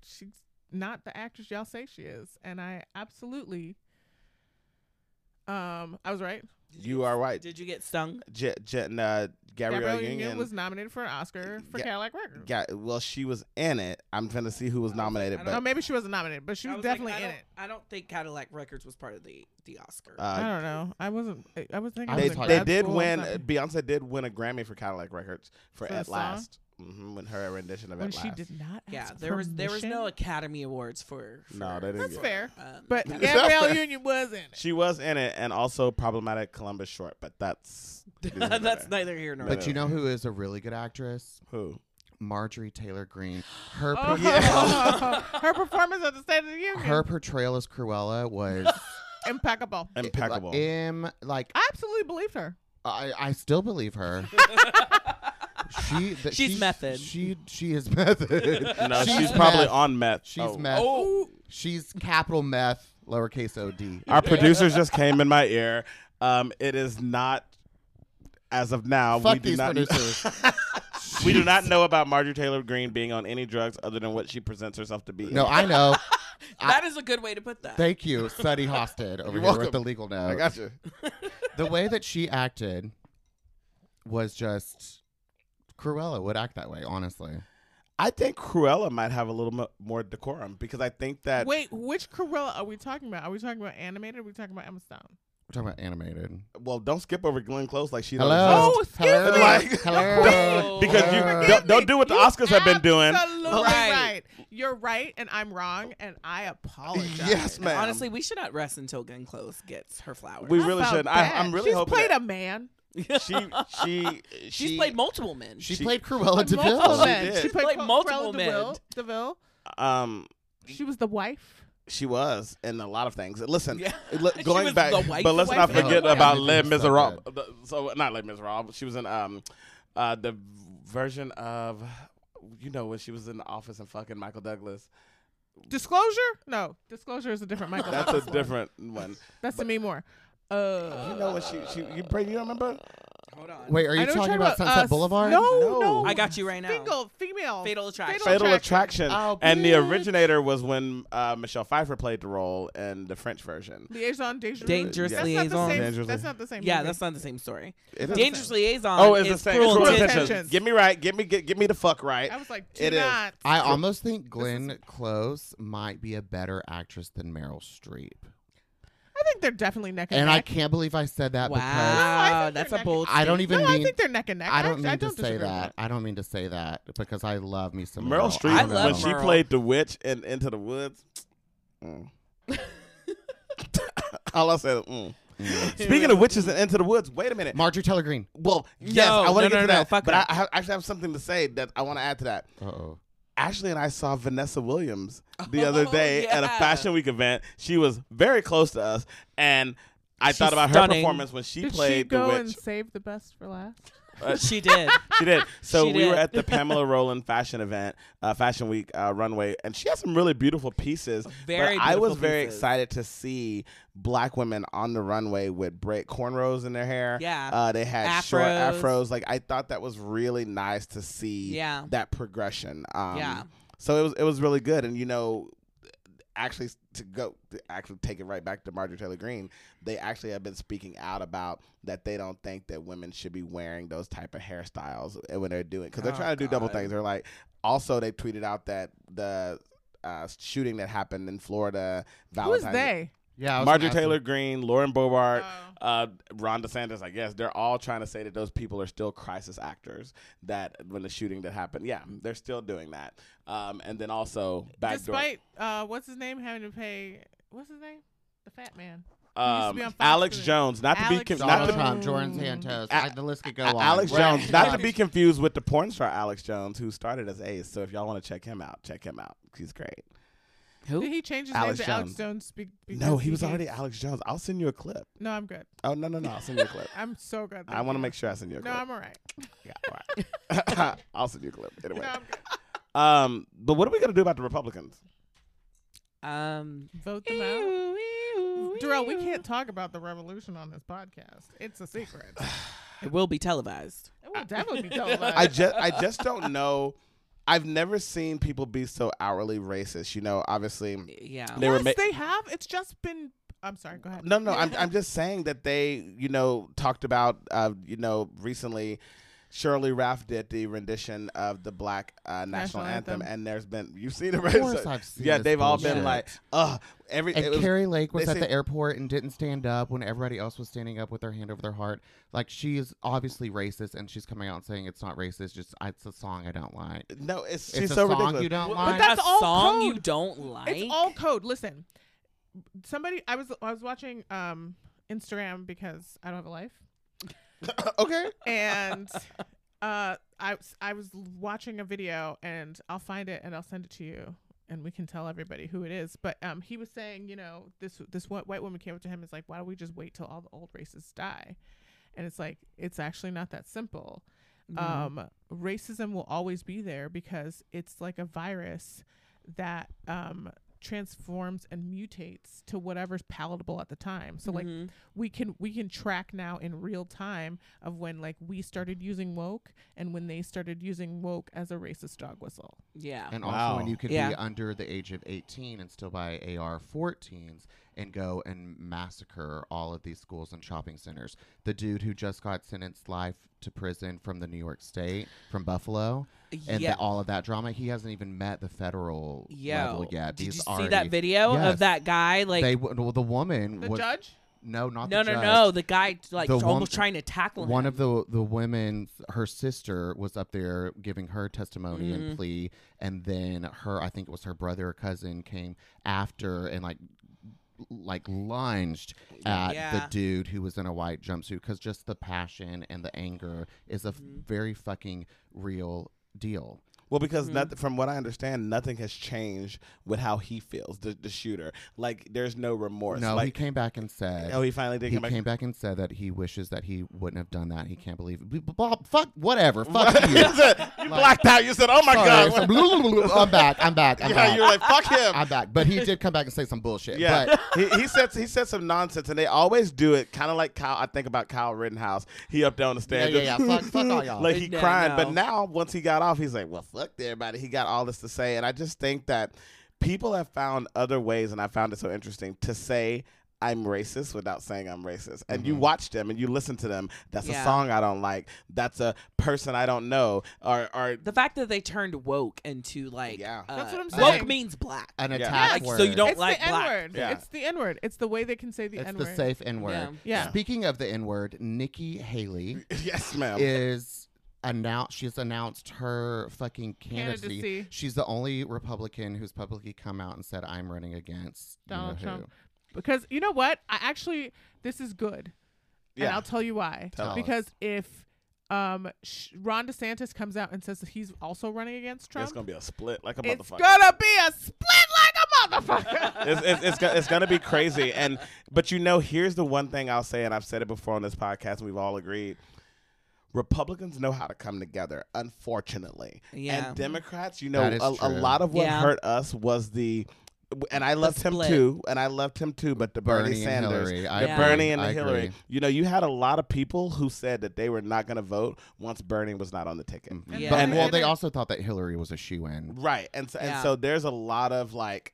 [SPEAKER 5] she's not the actress y'all say she is. And I absolutely um I was right.
[SPEAKER 2] You are right.
[SPEAKER 1] Did you get stung?
[SPEAKER 2] J- J- uh, Gabrielle,
[SPEAKER 5] Gabrielle
[SPEAKER 2] Union,
[SPEAKER 5] Union, was nominated for an Oscar for
[SPEAKER 2] Ga-
[SPEAKER 5] Cadillac Records.
[SPEAKER 2] Yeah, well, she was in it. I'm finna see who was nominated,
[SPEAKER 1] I
[SPEAKER 5] oh,
[SPEAKER 2] but
[SPEAKER 5] maybe she wasn't nominated, but she
[SPEAKER 1] I
[SPEAKER 5] was,
[SPEAKER 1] was like,
[SPEAKER 5] definitely
[SPEAKER 1] I
[SPEAKER 5] in
[SPEAKER 1] don't-
[SPEAKER 5] it.
[SPEAKER 1] I don't think Cadillac Records was part of the the Oscar.
[SPEAKER 5] I
[SPEAKER 2] uh,
[SPEAKER 5] don't know. I wasn't. I- I was thinking. I
[SPEAKER 4] was
[SPEAKER 2] they
[SPEAKER 5] was in
[SPEAKER 4] talking-
[SPEAKER 2] they
[SPEAKER 5] grad
[SPEAKER 2] did
[SPEAKER 5] school. I'm
[SPEAKER 2] win.
[SPEAKER 5] sorry.
[SPEAKER 2] Beyonce did win a Grammy for Cadillac Records for,
[SPEAKER 5] For the
[SPEAKER 2] At
[SPEAKER 5] song?
[SPEAKER 2] Last, hmm when her rendition of
[SPEAKER 5] when
[SPEAKER 2] At
[SPEAKER 5] she
[SPEAKER 2] Last.
[SPEAKER 5] did not. Ask
[SPEAKER 1] yeah, there was there was
[SPEAKER 5] permission.
[SPEAKER 1] no [LAUGHS] Academy Awards for. for
[SPEAKER 2] No, they didn't
[SPEAKER 5] That's
[SPEAKER 2] get it.
[SPEAKER 5] fair.
[SPEAKER 1] Um, [LAUGHS]
[SPEAKER 5] But
[SPEAKER 2] That's
[SPEAKER 5] Gabrielle
[SPEAKER 2] fair.
[SPEAKER 5] Union was in it.
[SPEAKER 2] She was in it, and also problematic Columbus Short, but that's neither
[SPEAKER 1] that's
[SPEAKER 2] there.
[SPEAKER 1] neither here nor
[SPEAKER 2] No,
[SPEAKER 1] there.
[SPEAKER 2] no,
[SPEAKER 4] But you
[SPEAKER 2] no.
[SPEAKER 4] know who is a really good actress?
[SPEAKER 2] who.
[SPEAKER 4] Marjorie Taylor Greene. Her
[SPEAKER 5] Oh, [LAUGHS]
[SPEAKER 4] portrayal,
[SPEAKER 5] her performance at the State of the Union
[SPEAKER 4] her portrayal as Cruella was
[SPEAKER 5] impeccable.
[SPEAKER 4] Eh,
[SPEAKER 2] Impeccable.
[SPEAKER 4] Im, like
[SPEAKER 5] I absolutely believed her.
[SPEAKER 4] I, I still believe her. she th-
[SPEAKER 1] She's
[SPEAKER 4] she-
[SPEAKER 1] method.
[SPEAKER 4] She she is method.
[SPEAKER 2] [LAUGHS] no, she's, probably
[SPEAKER 4] meth.
[SPEAKER 2] on meth.
[SPEAKER 4] She's
[SPEAKER 2] Oh.
[SPEAKER 4] meth.
[SPEAKER 1] Oh,
[SPEAKER 4] She's capital meth, lowercase o d.
[SPEAKER 5] [LAUGHS]
[SPEAKER 2] Our producers just came in my ear. Um, it is not as of now. we
[SPEAKER 4] Fuck
[SPEAKER 2] do
[SPEAKER 4] these
[SPEAKER 2] not [LAUGHS]
[SPEAKER 4] producers.
[SPEAKER 2] we do not know about Marjorie Taylor Greene being on any drugs other than what she presents herself to be.
[SPEAKER 4] no, I know.
[SPEAKER 1] that is a good way to put that.
[SPEAKER 4] Thank you, Sunny Hosted, over
[SPEAKER 2] You're
[SPEAKER 4] here
[SPEAKER 2] welcome.
[SPEAKER 4] with the legal note.
[SPEAKER 2] you.
[SPEAKER 4] the way that she acted was just Cruella would act that way, honestly.
[SPEAKER 2] I think Cruella might have a little mo- more decorum because I think that
[SPEAKER 5] Wait, which Cruella are we talking about? Are we talking about animated? Or are we talking about Emma Stone?
[SPEAKER 4] We're talking about animated.
[SPEAKER 2] well, don't skip over Glenn Close like she does.
[SPEAKER 4] Hello.
[SPEAKER 1] [LAUGHS]
[SPEAKER 5] Oh, excuse
[SPEAKER 4] Hello.
[SPEAKER 5] me.
[SPEAKER 2] Like-
[SPEAKER 5] [LAUGHS]
[SPEAKER 4] Hello.
[SPEAKER 2] [LAUGHS] because you
[SPEAKER 4] Hello.
[SPEAKER 2] don't, don't do what the
[SPEAKER 5] You
[SPEAKER 2] Oscars have been doing.
[SPEAKER 5] Absolutely
[SPEAKER 1] Right.
[SPEAKER 5] right. You're right, and I'm wrong, and I apologize.
[SPEAKER 2] Yes, ma'am.
[SPEAKER 1] Honestly, we should not rest until Glenn Close gets her flowers. [LAUGHS]
[SPEAKER 2] um, We
[SPEAKER 5] I
[SPEAKER 2] really
[SPEAKER 5] felt
[SPEAKER 2] should. I,
[SPEAKER 5] bad.
[SPEAKER 2] I'm really
[SPEAKER 5] She's
[SPEAKER 2] hoping
[SPEAKER 5] played
[SPEAKER 2] that
[SPEAKER 5] a man.
[SPEAKER 2] she she she
[SPEAKER 1] She's played multiple men.
[SPEAKER 4] She,
[SPEAKER 2] She-
[SPEAKER 4] played Cruella
[SPEAKER 5] multiple
[SPEAKER 4] Oh, Deville.
[SPEAKER 5] men.
[SPEAKER 2] She
[SPEAKER 5] She,
[SPEAKER 2] did.
[SPEAKER 5] played,
[SPEAKER 1] Played
[SPEAKER 5] Cruella
[SPEAKER 1] multiple
[SPEAKER 5] Deville,
[SPEAKER 1] men.
[SPEAKER 5] Deville.
[SPEAKER 2] um
[SPEAKER 5] She was the wife.
[SPEAKER 2] she was in a lot of things. Listen,
[SPEAKER 1] Yeah. [LAUGHS]
[SPEAKER 2] look,
[SPEAKER 1] She
[SPEAKER 2] going
[SPEAKER 1] was
[SPEAKER 2] back,
[SPEAKER 1] the wife-
[SPEAKER 2] but let's
[SPEAKER 1] wife
[SPEAKER 2] not
[SPEAKER 1] of the
[SPEAKER 2] forget
[SPEAKER 1] wife.
[SPEAKER 2] about
[SPEAKER 4] Yeah,
[SPEAKER 2] Les
[SPEAKER 4] that's so
[SPEAKER 2] Miserables. The- So not Les Miserables. She was in um uh the version of you know when she was in the office and fucking Michael Douglas.
[SPEAKER 5] Disclosure? No, disclosure is a different Michael.
[SPEAKER 2] That's a
[SPEAKER 5] Douglas one.
[SPEAKER 2] different one.
[SPEAKER 5] That's to me more.
[SPEAKER 2] You
[SPEAKER 5] Uh,
[SPEAKER 2] know what she she you Brady, you don't remember?
[SPEAKER 1] Hold on.
[SPEAKER 4] Wait, are you
[SPEAKER 5] I know
[SPEAKER 4] talking
[SPEAKER 5] you're
[SPEAKER 4] about Sunset
[SPEAKER 5] us.
[SPEAKER 4] Boulevard?
[SPEAKER 5] No,
[SPEAKER 2] No.
[SPEAKER 5] no,
[SPEAKER 1] I got you right now.
[SPEAKER 5] Single, female,
[SPEAKER 1] Fatal Attraction.
[SPEAKER 2] Fatal Attraction.
[SPEAKER 4] Oh,
[SPEAKER 2] and the
[SPEAKER 4] bitch.
[SPEAKER 2] originator was when uh, Michelle Pfeiffer played the role in the French version.
[SPEAKER 5] Liaison, dangerous,
[SPEAKER 1] Dangerous
[SPEAKER 5] that's
[SPEAKER 1] Liaison.
[SPEAKER 5] Not the same,
[SPEAKER 2] Dangerous
[SPEAKER 5] That's
[SPEAKER 2] Li-
[SPEAKER 5] not the same.
[SPEAKER 1] Yeah,
[SPEAKER 5] movie.
[SPEAKER 1] that's not the same story.
[SPEAKER 2] It is-
[SPEAKER 1] Dangerous Liaison
[SPEAKER 2] Oh, it's
[SPEAKER 1] is
[SPEAKER 2] the same.
[SPEAKER 1] cruel,
[SPEAKER 2] Cruel
[SPEAKER 1] intentions.
[SPEAKER 5] Intentions.
[SPEAKER 2] Get me right. Get me. Get, get me the fuck right.
[SPEAKER 5] I was like, do
[SPEAKER 2] It is.
[SPEAKER 5] not.
[SPEAKER 4] I almost think Glenn Close might be a better actress than Meryl Streep.
[SPEAKER 5] I think they're definitely neck and,
[SPEAKER 4] And I
[SPEAKER 5] neck.
[SPEAKER 4] can't believe I
[SPEAKER 2] Oh,
[SPEAKER 4] said that because
[SPEAKER 5] I
[SPEAKER 1] Wow,
[SPEAKER 5] think
[SPEAKER 1] that's
[SPEAKER 5] they're
[SPEAKER 1] a bold.
[SPEAKER 4] I don't even
[SPEAKER 5] no,
[SPEAKER 4] mean
[SPEAKER 5] I think they're neck and neck.
[SPEAKER 4] I don't mean
[SPEAKER 5] I,
[SPEAKER 4] to
[SPEAKER 5] don't
[SPEAKER 4] say
[SPEAKER 5] disagree with
[SPEAKER 4] that. I don't mean to say that because I love me some
[SPEAKER 2] Meryl Streep
[SPEAKER 4] I
[SPEAKER 1] don't love
[SPEAKER 2] when
[SPEAKER 4] know.
[SPEAKER 2] she
[SPEAKER 1] Meryl.
[SPEAKER 2] played the witch in Into the Woods. [LAUGHS] Mm. All I said. Mm. Speaking of witches and Into the Woods, wait a minute.
[SPEAKER 4] Marjorie Taylor Green.
[SPEAKER 2] Well, yes,
[SPEAKER 1] No,
[SPEAKER 2] I want
[SPEAKER 1] no,
[SPEAKER 2] to get
[SPEAKER 1] no,
[SPEAKER 2] to
[SPEAKER 1] no,
[SPEAKER 2] that,
[SPEAKER 1] fuck
[SPEAKER 2] but I,
[SPEAKER 1] no.
[SPEAKER 2] I have- actually have something to say that I want to add to that.
[SPEAKER 4] Uh oh.
[SPEAKER 2] Ashley and I saw Vanessa Williams the other
[SPEAKER 1] Oh,
[SPEAKER 2] day at a
[SPEAKER 1] yeah.
[SPEAKER 2] Fashion Week event. She was very close to us, and I
[SPEAKER 1] She's
[SPEAKER 2] thought about her
[SPEAKER 1] stunning.
[SPEAKER 2] performance when she
[SPEAKER 5] Did
[SPEAKER 2] played
[SPEAKER 5] she go
[SPEAKER 2] the witch.
[SPEAKER 5] and save the best for last?
[SPEAKER 1] She
[SPEAKER 2] [LAUGHS]
[SPEAKER 1] did.
[SPEAKER 2] She did. So
[SPEAKER 1] She
[SPEAKER 2] we were
[SPEAKER 1] did. [LAUGHS]
[SPEAKER 2] at the Pamela Roland fashion event, uh, Fashion Week uh, runway, and she has some really beautiful pieces.
[SPEAKER 1] Very
[SPEAKER 2] but I was
[SPEAKER 1] beautiful
[SPEAKER 2] very
[SPEAKER 1] pieces.
[SPEAKER 2] excited to see black women on the runway with braid cornrows in their hair.
[SPEAKER 1] Yeah.
[SPEAKER 2] Uh, they had short
[SPEAKER 1] Afros.
[SPEAKER 2] afros. Like I thought that was really nice to see.
[SPEAKER 1] Yeah.
[SPEAKER 2] That progression. Um,
[SPEAKER 1] Yeah.
[SPEAKER 2] So it was it was really good, and you know. Actually, to go to actually take it right back to Marjorie Taylor Greene, they actually have been speaking out about that they don't think that women should be wearing those type of hairstyles when they're doing because they're
[SPEAKER 1] Oh,
[SPEAKER 2] trying to do double
[SPEAKER 1] God.
[SPEAKER 2] things. They're like, also they tweeted out that the uh, shooting that happened in Florida,
[SPEAKER 5] Who is
[SPEAKER 2] Valentine's,
[SPEAKER 5] they?
[SPEAKER 4] Yeah. I was
[SPEAKER 2] Marjorie
[SPEAKER 4] asking-
[SPEAKER 2] Taylor Greene, Lauren Bobart,
[SPEAKER 5] Oh.
[SPEAKER 2] uh, Ron DeSantis, I guess they're all trying to say that those people are still crisis actors. That when the shooting that happened, yeah, they're still doing that. Um, and then also backdoor.
[SPEAKER 5] Despite uh, what's his name having to pay. What's his name? The fat man. used to
[SPEAKER 2] um,
[SPEAKER 5] be on Fox
[SPEAKER 2] Alex
[SPEAKER 5] News.
[SPEAKER 2] Jones, not to be
[SPEAKER 5] Alex
[SPEAKER 2] con- not
[SPEAKER 4] Donald
[SPEAKER 2] to
[SPEAKER 5] Mm.
[SPEAKER 4] Trump, Jordan Santos. I, the list could go
[SPEAKER 2] A-
[SPEAKER 4] on.
[SPEAKER 2] Alex
[SPEAKER 4] Right.
[SPEAKER 2] Jones, not to be confused with the porn star Alex Jones, who started as Ace. So if y'all want to check him out, check him out. He's great.
[SPEAKER 5] Did
[SPEAKER 1] Who?
[SPEAKER 5] he change his
[SPEAKER 2] Alex
[SPEAKER 5] name to Alex
[SPEAKER 2] Jones.
[SPEAKER 5] Jones? be-
[SPEAKER 2] no,
[SPEAKER 5] because
[SPEAKER 2] he was
[SPEAKER 5] hates-
[SPEAKER 2] already Alex Jones. I'll send you a clip.
[SPEAKER 5] No, I'm good.
[SPEAKER 2] Oh no, no, no! I'll send you a
[SPEAKER 5] [LAUGHS]
[SPEAKER 2] clip.
[SPEAKER 5] I'm so good.
[SPEAKER 2] I want to make sure I send you a
[SPEAKER 5] No,
[SPEAKER 2] clip.
[SPEAKER 5] I'm all right.
[SPEAKER 2] Yeah, all right. [LAUGHS] I'll send you a clip
[SPEAKER 5] No,
[SPEAKER 2] anyway.
[SPEAKER 5] I'm good.
[SPEAKER 2] Um, but what are we gonna do about the Republicans?
[SPEAKER 1] Um.
[SPEAKER 5] Vote them out. Darrell, we can't talk about the revolution on this podcast. It's a secret.
[SPEAKER 1] It will be televised.
[SPEAKER 5] It will definitely be televised.
[SPEAKER 2] I just, I just don't know. I've never seen people be so outwardly racist. You know, obviously.
[SPEAKER 1] Yeah.
[SPEAKER 2] They were
[SPEAKER 5] yes,
[SPEAKER 2] ma-
[SPEAKER 5] they have. It's just been. I'm sorry. Go ahead.
[SPEAKER 2] No, no, I'm, I'm just saying that they, you know, talked about, uh, you know, recently Shirley Raff did the rendition of the Black uh, national,
[SPEAKER 5] National
[SPEAKER 2] anthem,
[SPEAKER 5] anthem.
[SPEAKER 2] and there's been, you've seen it, right?
[SPEAKER 4] Of course I've seen
[SPEAKER 2] yeah,
[SPEAKER 4] this
[SPEAKER 2] they've all been
[SPEAKER 4] bullshit.
[SPEAKER 2] like, ugh, every, it
[SPEAKER 4] And
[SPEAKER 2] was,
[SPEAKER 4] Carrie Lake was
[SPEAKER 2] they
[SPEAKER 4] at
[SPEAKER 2] say-
[SPEAKER 4] the airport and didn't stand up when everybody else was standing up with their hand over their heart. Like she is obviously racist, and she's coming out and saying it's not racist. Just it's a song I don't like.
[SPEAKER 2] no, it's,
[SPEAKER 4] It's
[SPEAKER 2] she's
[SPEAKER 4] a
[SPEAKER 2] so
[SPEAKER 4] song
[SPEAKER 2] ridiculous.
[SPEAKER 4] you don't
[SPEAKER 1] But
[SPEAKER 4] like.
[SPEAKER 5] that's
[SPEAKER 1] a
[SPEAKER 5] all
[SPEAKER 1] song
[SPEAKER 5] code.
[SPEAKER 1] you don't like.
[SPEAKER 5] It's all code. Listen, somebody. I was. I was watching um Instagram because I don't have a life,
[SPEAKER 2] [LAUGHS] okay. [LAUGHS]
[SPEAKER 5] and uh, I was- I was watching a video, and I'll find it and I'll send it to you. And we can tell everybody who it is, but um, he was saying, you know, this this one white woman came up to him and is like, why don't we just wait till all the old racists die? And it's like, it's actually not that simple. um, racism will always be there because it's like a virus that um, transforms and mutates to whatever's palatable at the time. So like
[SPEAKER 1] Mhm.
[SPEAKER 5] we can we can track now in real time of when like we started using woke and when they started using woke as a racist dog whistle.
[SPEAKER 1] yeah.
[SPEAKER 4] And
[SPEAKER 2] Wow.
[SPEAKER 4] also when you could
[SPEAKER 1] Yeah.
[SPEAKER 4] be under the age of 18 and still buy AR-14s and go and massacre all of these schools and shopping centers. The dude who just got sentenced life to prison from the New York State, from Buffalo, and
[SPEAKER 1] Yeah.
[SPEAKER 4] the, all of that drama, he hasn't even met the federal
[SPEAKER 1] Yeah.
[SPEAKER 4] level yet.
[SPEAKER 1] Did
[SPEAKER 4] He's
[SPEAKER 1] you see
[SPEAKER 4] already-
[SPEAKER 1] that video
[SPEAKER 4] Yes.
[SPEAKER 1] of that guy? Like,
[SPEAKER 4] they w- well, the woman
[SPEAKER 5] The
[SPEAKER 4] was
[SPEAKER 5] judge?
[SPEAKER 4] no, not
[SPEAKER 1] no, no,
[SPEAKER 4] the judge.
[SPEAKER 1] no. The guy like
[SPEAKER 4] The
[SPEAKER 1] almost
[SPEAKER 4] wom-
[SPEAKER 1] trying to tackle
[SPEAKER 4] one
[SPEAKER 1] him.
[SPEAKER 4] of the the women her sister was up there giving her testimony and plea and then her i think it was her brother or cousin came after and like like lunged at the
[SPEAKER 1] Yeah.
[SPEAKER 4] dude who was in a white jumpsuit because just the passion and the anger is a f- very fucking real deal
[SPEAKER 2] Well, because
[SPEAKER 4] Mm-hmm.
[SPEAKER 2] noth- from what I understand, nothing has changed with how he feels, the, the shooter. Like, there's no remorse.
[SPEAKER 4] No, he
[SPEAKER 2] like,
[SPEAKER 4] came back and said.
[SPEAKER 2] oh, he finally did
[SPEAKER 4] he
[SPEAKER 2] come back. [LAUGHS]
[SPEAKER 4] came back and said that he wishes that he wouldn't have done that. He can't believe. it. B- b- Bob, fuck
[SPEAKER 2] [LAUGHS]
[SPEAKER 4] whatever. Fuck you.
[SPEAKER 2] you
[SPEAKER 4] Like-
[SPEAKER 2] blacked out. You said, "Oh my
[SPEAKER 4] Sorry,
[SPEAKER 2] god."
[SPEAKER 4] some blue- blue- blue- [LAUGHS] I'm back. I'm back.
[SPEAKER 2] [LAUGHS]
[SPEAKER 4] I'm
[SPEAKER 2] yeah,
[SPEAKER 4] back.
[SPEAKER 2] you're like, "Fuck
[SPEAKER 4] [LAUGHS]
[SPEAKER 2] him."
[SPEAKER 4] I'm back. But he did come back and say some bullshit.
[SPEAKER 2] Yeah,
[SPEAKER 4] But
[SPEAKER 2] he, he said he said some nonsense, and they always do it kind of like Kyle. I think about Kyle Rittenhouse. He up there on the stand,
[SPEAKER 4] Yeah, yeah,
[SPEAKER 2] just
[SPEAKER 4] yeah. Fuck- fuck
[SPEAKER 2] [LAUGHS]
[SPEAKER 4] all y'all.
[SPEAKER 2] like he
[SPEAKER 1] No,
[SPEAKER 2] crying. But
[SPEAKER 1] no.
[SPEAKER 2] now once he got off, he's like, well, fuck everybody. He got all this to say, and I just think that people have found other ways, and I found it so interesting to say. I'm racist without saying I'm racist. And
[SPEAKER 4] Mm-hmm.
[SPEAKER 2] you watch them and you listen to them. That's a
[SPEAKER 1] Yeah.
[SPEAKER 2] song I don't like. That's a person I don't know. Or, or
[SPEAKER 1] The fact that they turned woke into like
[SPEAKER 2] Yeah.
[SPEAKER 5] That's
[SPEAKER 1] uh,
[SPEAKER 5] what I'm
[SPEAKER 1] Woke
[SPEAKER 5] saying.
[SPEAKER 1] means black.
[SPEAKER 4] an
[SPEAKER 2] Yeah.
[SPEAKER 4] attack.
[SPEAKER 1] Like,
[SPEAKER 4] word.
[SPEAKER 1] so you don't
[SPEAKER 5] it's
[SPEAKER 1] like
[SPEAKER 5] the N
[SPEAKER 1] black.
[SPEAKER 5] word.
[SPEAKER 2] Yeah.
[SPEAKER 5] It's the N word. It's the way they can say the
[SPEAKER 4] It's
[SPEAKER 5] N
[SPEAKER 4] the
[SPEAKER 5] word.
[SPEAKER 4] safe N word.
[SPEAKER 1] Yeah.
[SPEAKER 5] Yeah.
[SPEAKER 4] Speaking of the N word, Nikki Haley
[SPEAKER 2] [LAUGHS] yes, ma'am.
[SPEAKER 4] is announced. She's announced her fucking candidacy.
[SPEAKER 5] Candidacy.
[SPEAKER 4] She's the only Republican who's publicly come out and said, "I'm running against you know
[SPEAKER 5] Donald
[SPEAKER 4] who."
[SPEAKER 5] Trump. Because you know what? I actually this is good. And
[SPEAKER 2] Yeah.
[SPEAKER 5] I'll tell you why.
[SPEAKER 4] Tell us.
[SPEAKER 5] because if um sh- Ron DeSantis comes out and says that he's also running against Trump,
[SPEAKER 2] it's gonna be a split like a
[SPEAKER 5] it's
[SPEAKER 2] motherfucker.
[SPEAKER 5] gonna be a split like a
[SPEAKER 2] [LAUGHS]
[SPEAKER 5] motherfucker.
[SPEAKER 2] it's, it's, it's, go- it's gonna be crazy. And but you know, here's the one thing I'll say, and I've said it before on this podcast, and we've all agreed. Republicans know how to come together, unfortunately.
[SPEAKER 1] Yeah.
[SPEAKER 2] And Democrats, you know,
[SPEAKER 4] That is
[SPEAKER 2] a, a
[SPEAKER 4] true.
[SPEAKER 2] lot of what
[SPEAKER 1] Yeah.
[SPEAKER 2] hurt us was the, and I loved him
[SPEAKER 1] split.
[SPEAKER 2] too, and I loved him too, but the Bernie,
[SPEAKER 4] Bernie and
[SPEAKER 2] Sanders,
[SPEAKER 4] Hillary. I
[SPEAKER 2] the
[SPEAKER 1] Yeah.
[SPEAKER 4] agree.
[SPEAKER 2] Bernie and the
[SPEAKER 4] I
[SPEAKER 2] Hillary.
[SPEAKER 4] agree.
[SPEAKER 2] You know, you had a lot of people who said that they were not going to vote once Bernie was not on the ticket.
[SPEAKER 4] Mm-hmm. But
[SPEAKER 1] Yeah.
[SPEAKER 2] And-
[SPEAKER 4] well,
[SPEAKER 2] and-
[SPEAKER 4] they also thought that Hillary was a shoe in.
[SPEAKER 2] Right. And so, and
[SPEAKER 1] Yeah.
[SPEAKER 2] so there's a lot of like,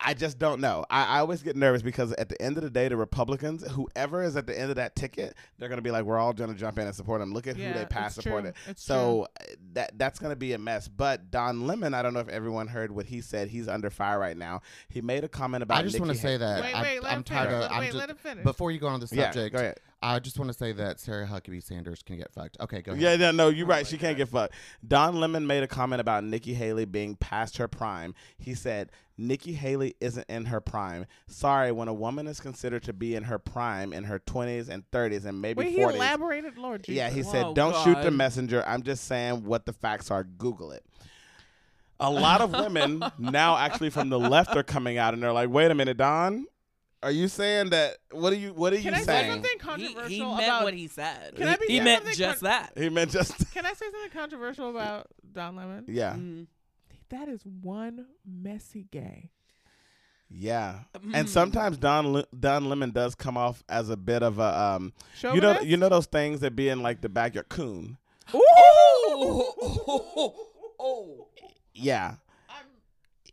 [SPEAKER 2] I just don't know. I, I always get nervous because at the end of the day, the Republicans, whoever is at the end of that ticket, they're going to be like, we're all going to jump in and support them. Look at who
[SPEAKER 5] Yeah,
[SPEAKER 2] they passed
[SPEAKER 5] it's
[SPEAKER 2] support
[SPEAKER 5] true.
[SPEAKER 2] it.
[SPEAKER 5] It's
[SPEAKER 2] so uh, that that's going to be a mess. But Don Lemon, I don't know if everyone heard what he said. He's under fire right now. He made a comment about
[SPEAKER 4] I just
[SPEAKER 2] Nikki
[SPEAKER 4] want to say
[SPEAKER 2] Haley.
[SPEAKER 4] that
[SPEAKER 5] Wait,
[SPEAKER 4] I'm,
[SPEAKER 5] wait, let
[SPEAKER 4] I'm
[SPEAKER 5] him
[SPEAKER 4] tired
[SPEAKER 5] finish.
[SPEAKER 4] of. I'm
[SPEAKER 5] Wait,
[SPEAKER 4] just,
[SPEAKER 5] let him finish.
[SPEAKER 4] Before you go on the
[SPEAKER 2] Yeah,
[SPEAKER 4] subject,
[SPEAKER 2] go ahead.
[SPEAKER 4] I just want to say that Sarah Huckabee Sanders can get fucked. Okay, go ahead.
[SPEAKER 2] Yeah, yeah, no, you're right. She can't get fucked. Don Lemon made a comment about Nikki Haley being past her prime. He said, Nikki Haley isn't in her prime. Sorry, when a woman is considered to be in her prime in her 20s and 30s and maybe
[SPEAKER 5] Wait, he
[SPEAKER 2] 40s.
[SPEAKER 5] elaborated, Lord Jesus.
[SPEAKER 2] yeah, he
[SPEAKER 1] Oh,
[SPEAKER 2] said, don't shoot the
[SPEAKER 1] God.
[SPEAKER 2] messenger. I'm just saying what the facts are. Google it. A lot of women now, actually from the left, are coming out and they're like, wait a minute, Don. Are you saying that? What are you? What are
[SPEAKER 5] Can
[SPEAKER 2] you
[SPEAKER 5] I say
[SPEAKER 2] saying?
[SPEAKER 5] something
[SPEAKER 1] He,
[SPEAKER 5] controversial
[SPEAKER 1] he meant
[SPEAKER 5] about?
[SPEAKER 1] what he said.
[SPEAKER 5] Can I be
[SPEAKER 1] he
[SPEAKER 5] saying
[SPEAKER 1] meant
[SPEAKER 5] something
[SPEAKER 1] just
[SPEAKER 5] con-
[SPEAKER 1] that.
[SPEAKER 2] He meant just.
[SPEAKER 5] can I say something controversial about Don Lemon?
[SPEAKER 2] [LAUGHS] Yeah.
[SPEAKER 1] Mhm.
[SPEAKER 5] That is one messy gay.
[SPEAKER 2] Yeah, and sometimes Don Le- Don Lemon does come off as a bit of a um,
[SPEAKER 5] Show
[SPEAKER 2] you know, you know those things that be in like the backyard coon.
[SPEAKER 1] [LAUGHS] Oh, oh.
[SPEAKER 2] Yeah,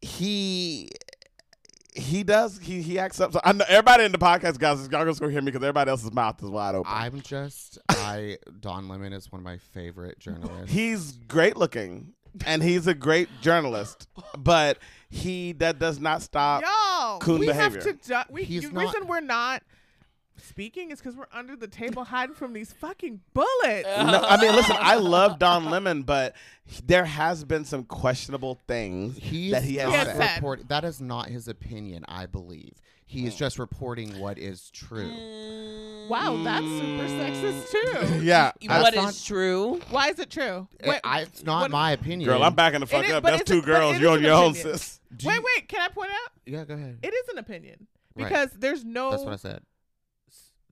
[SPEAKER 2] he he does he he acts up. So I know everybody in the podcast guys, y'all gonna go hear me because everybody else's mouth is wide open.
[SPEAKER 4] I'm just. I Don Lemon is one of my favorite journalists.
[SPEAKER 2] he's great looking, and he's a great journalist, but he that does not stop.
[SPEAKER 5] Y'all,
[SPEAKER 2] coon
[SPEAKER 5] we
[SPEAKER 2] behavior.
[SPEAKER 5] have to. Ju- we,
[SPEAKER 4] Uh, He's
[SPEAKER 5] the
[SPEAKER 4] not-
[SPEAKER 5] reason we're not speaking is because we're under the table hiding from these fucking bullets.
[SPEAKER 1] Uh,
[SPEAKER 2] No, I mean, listen, I love Don Lemon, but there has been some questionable things
[SPEAKER 4] He's
[SPEAKER 2] that he has
[SPEAKER 5] Yes,
[SPEAKER 4] not
[SPEAKER 2] said.
[SPEAKER 5] sir.
[SPEAKER 4] report- That is not his opinion. I believe he
[SPEAKER 2] Oh.
[SPEAKER 4] is just reporting what is true.
[SPEAKER 5] Uh, wow, that's super sexist
[SPEAKER 4] [LAUGHS]
[SPEAKER 5] [COUGHS] too.
[SPEAKER 2] Yeah, I-
[SPEAKER 1] Mm. What is
[SPEAKER 4] not-
[SPEAKER 1] true?
[SPEAKER 5] Why is it true?
[SPEAKER 4] It-
[SPEAKER 5] Wait,
[SPEAKER 4] Uh, I- it's not
[SPEAKER 5] what-
[SPEAKER 4] my opinion.
[SPEAKER 2] Girl, I'm backing the fuck
[SPEAKER 5] is-
[SPEAKER 2] up.
[SPEAKER 5] but
[SPEAKER 2] That's
[SPEAKER 5] it's a-
[SPEAKER 2] two
[SPEAKER 5] but
[SPEAKER 2] girls.
[SPEAKER 5] it
[SPEAKER 2] You're
[SPEAKER 5] is
[SPEAKER 2] on
[SPEAKER 5] an
[SPEAKER 2] your own,
[SPEAKER 5] opinion.
[SPEAKER 2] sis.
[SPEAKER 4] Do
[SPEAKER 5] wait,
[SPEAKER 4] you-
[SPEAKER 5] wait. Can I point out?
[SPEAKER 4] Yeah, go ahead.
[SPEAKER 5] It is an opinion
[SPEAKER 4] Right.
[SPEAKER 5] because there's no.
[SPEAKER 4] That's what I said.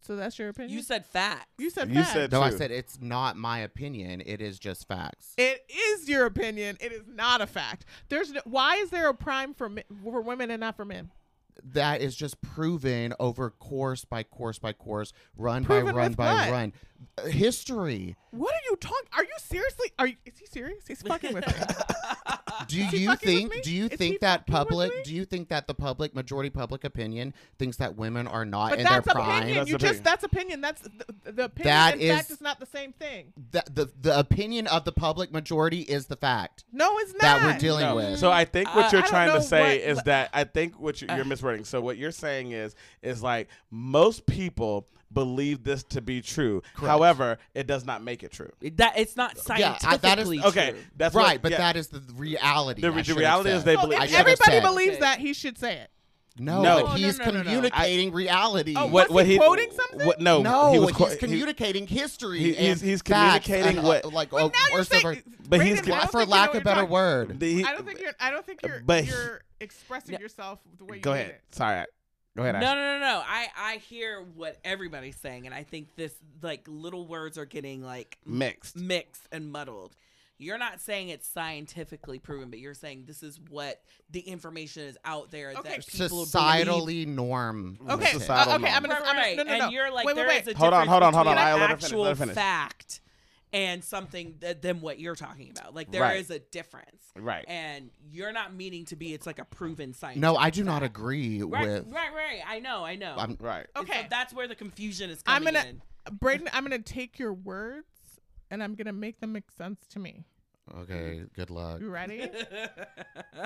[SPEAKER 5] So that's your opinion.
[SPEAKER 1] You said fact.
[SPEAKER 5] You said.
[SPEAKER 2] You
[SPEAKER 5] fact.
[SPEAKER 2] said-
[SPEAKER 4] No, I
[SPEAKER 2] True.
[SPEAKER 4] said it's not my opinion. It is just facts.
[SPEAKER 5] It is your opinion. It is not a fact. There's no, why is there a prime for men, for women and not for men?
[SPEAKER 4] that is just proven over course by course by course, run by
[SPEAKER 5] Proven
[SPEAKER 4] run
[SPEAKER 5] with
[SPEAKER 4] by
[SPEAKER 5] what?
[SPEAKER 4] run. Uh, History.
[SPEAKER 5] What are you talking? Are you seriously? Are you, is he serious? He's fucking
[SPEAKER 1] [LAUGHS]
[SPEAKER 5] with me.
[SPEAKER 4] Do
[SPEAKER 5] he
[SPEAKER 4] you
[SPEAKER 5] fucking with
[SPEAKER 4] think?
[SPEAKER 5] me?
[SPEAKER 4] Do you
[SPEAKER 5] Is he
[SPEAKER 4] think that
[SPEAKER 5] fucking with
[SPEAKER 4] public?
[SPEAKER 5] me?
[SPEAKER 4] Do you think that the public majority public opinion thinks that women are not
[SPEAKER 5] But
[SPEAKER 4] in their
[SPEAKER 5] that's
[SPEAKER 4] prime?
[SPEAKER 5] opinion.
[SPEAKER 2] That's
[SPEAKER 5] you
[SPEAKER 2] opinion.
[SPEAKER 5] just that's opinion. That's the, the opinion.
[SPEAKER 4] That
[SPEAKER 5] in
[SPEAKER 4] is-
[SPEAKER 5] fact is not the same thing.
[SPEAKER 4] The, the the opinion of the public majority is the fact
[SPEAKER 5] No, it's not.
[SPEAKER 4] that we're dealing
[SPEAKER 2] No.
[SPEAKER 4] with.
[SPEAKER 2] So I think what
[SPEAKER 1] I-
[SPEAKER 2] you're
[SPEAKER 5] I don't
[SPEAKER 2] trying to
[SPEAKER 5] know
[SPEAKER 2] say
[SPEAKER 5] what- Uh.
[SPEAKER 2] is that I think what you, you're miswording. So what you're saying is is like most people believe this to be true. However, it does not make it true.
[SPEAKER 1] That it's not
[SPEAKER 4] Yeah, I- that is-
[SPEAKER 1] scientifically
[SPEAKER 2] Okay,
[SPEAKER 1] true.
[SPEAKER 2] that's
[SPEAKER 4] right,
[SPEAKER 2] what-
[SPEAKER 4] but
[SPEAKER 2] yeah.
[SPEAKER 4] that is the reality.
[SPEAKER 2] The
[SPEAKER 4] I
[SPEAKER 2] re- the
[SPEAKER 4] should have
[SPEAKER 2] reality is
[SPEAKER 4] said.
[SPEAKER 2] they
[SPEAKER 5] So
[SPEAKER 2] believe-
[SPEAKER 4] I
[SPEAKER 5] if
[SPEAKER 4] should have
[SPEAKER 5] everybody
[SPEAKER 4] said.
[SPEAKER 5] believes
[SPEAKER 1] Okay.
[SPEAKER 5] that, he should say it.
[SPEAKER 4] No,
[SPEAKER 2] No.
[SPEAKER 4] but
[SPEAKER 5] No, no,
[SPEAKER 4] he's
[SPEAKER 5] no, no, no.
[SPEAKER 4] communicating reality.
[SPEAKER 5] Oh,
[SPEAKER 2] what,
[SPEAKER 5] was he
[SPEAKER 2] what he
[SPEAKER 5] quoting something?
[SPEAKER 2] What, no,
[SPEAKER 4] No,
[SPEAKER 2] he was
[SPEAKER 4] he's
[SPEAKER 2] quoting.
[SPEAKER 4] communicating history.
[SPEAKER 2] he- he's-
[SPEAKER 4] and
[SPEAKER 2] he's
[SPEAKER 4] facts
[SPEAKER 2] communicating
[SPEAKER 4] and, uh,
[SPEAKER 2] what-
[SPEAKER 4] like,
[SPEAKER 5] But
[SPEAKER 4] uh,
[SPEAKER 5] now you're
[SPEAKER 4] worse of
[SPEAKER 5] saying,
[SPEAKER 2] But he's-
[SPEAKER 5] Brandon, I don't
[SPEAKER 4] for
[SPEAKER 5] think you
[SPEAKER 4] lack
[SPEAKER 5] know
[SPEAKER 4] of
[SPEAKER 5] what
[SPEAKER 4] a better
[SPEAKER 5] you're talking-
[SPEAKER 4] word.
[SPEAKER 5] I don't think you're. I don't think you're.
[SPEAKER 2] but he-
[SPEAKER 5] you're expressing yourself the way you
[SPEAKER 2] go
[SPEAKER 5] did
[SPEAKER 2] ahead.
[SPEAKER 5] it.
[SPEAKER 2] Sorry, go ahead.
[SPEAKER 1] No,
[SPEAKER 2] Ashley.
[SPEAKER 1] no, no, no. I I hear what everybody's saying, and I think this like little words are getting like
[SPEAKER 2] Mixed.
[SPEAKER 1] mixed and muddled. You're not saying it's scientifically proven, but you're saying this is what the information is out there
[SPEAKER 5] Okay.
[SPEAKER 1] that people believe.
[SPEAKER 4] Societally norm.
[SPEAKER 2] The
[SPEAKER 5] Okay, uh,
[SPEAKER 2] societal
[SPEAKER 5] okay, I'm
[SPEAKER 2] norm.
[SPEAKER 5] gonna-
[SPEAKER 1] Right, right.
[SPEAKER 5] no, no,
[SPEAKER 1] and
[SPEAKER 5] no.
[SPEAKER 1] you're like,
[SPEAKER 5] Wait, wait,
[SPEAKER 1] there
[SPEAKER 5] wait.
[SPEAKER 1] is a
[SPEAKER 2] Hold on,
[SPEAKER 1] difference
[SPEAKER 2] hold on, hold
[SPEAKER 1] between
[SPEAKER 2] on. I'll
[SPEAKER 1] an
[SPEAKER 2] let her finish,
[SPEAKER 1] actual
[SPEAKER 2] let her finish.
[SPEAKER 1] fact and something that, than what you're talking about. Like there is
[SPEAKER 2] Right.
[SPEAKER 1] a difference,
[SPEAKER 2] Right.
[SPEAKER 1] and you're not meaning to be. It's like a proven science.
[SPEAKER 4] No, I do not agree
[SPEAKER 1] Right,
[SPEAKER 4] with.
[SPEAKER 1] right, right. I know, I know.
[SPEAKER 4] I'm-
[SPEAKER 2] Right.
[SPEAKER 1] And so
[SPEAKER 5] Okay.
[SPEAKER 1] that's where the confusion is
[SPEAKER 5] I'm
[SPEAKER 1] coming
[SPEAKER 5] gonna-
[SPEAKER 1] in.
[SPEAKER 5] Braden, I'm gonna take your words and I'm gonna make them make sense to me.
[SPEAKER 4] Okay, good luck.
[SPEAKER 2] [LAUGHS]
[SPEAKER 5] You ready?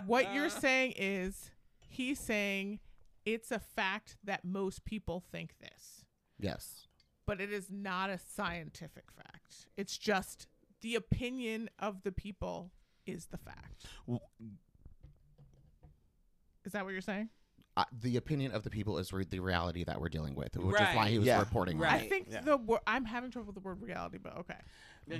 [SPEAKER 5] what
[SPEAKER 2] Uh-huh.
[SPEAKER 5] you're saying is he's saying it's a fact that most people think this,
[SPEAKER 4] Yes.
[SPEAKER 5] but it is not a scientific fact. It's just the opinion of the people is the fact.
[SPEAKER 2] W-
[SPEAKER 5] Is that what you're saying?
[SPEAKER 4] Uh, the opinion of the people is re- the reality that we're dealing with, which is why
[SPEAKER 1] Right.
[SPEAKER 4] he was
[SPEAKER 2] Yeah.
[SPEAKER 4] reporting. on.
[SPEAKER 5] I
[SPEAKER 1] Right.
[SPEAKER 5] think
[SPEAKER 2] Yeah.
[SPEAKER 5] the word I'm having trouble with the word reality, but okay.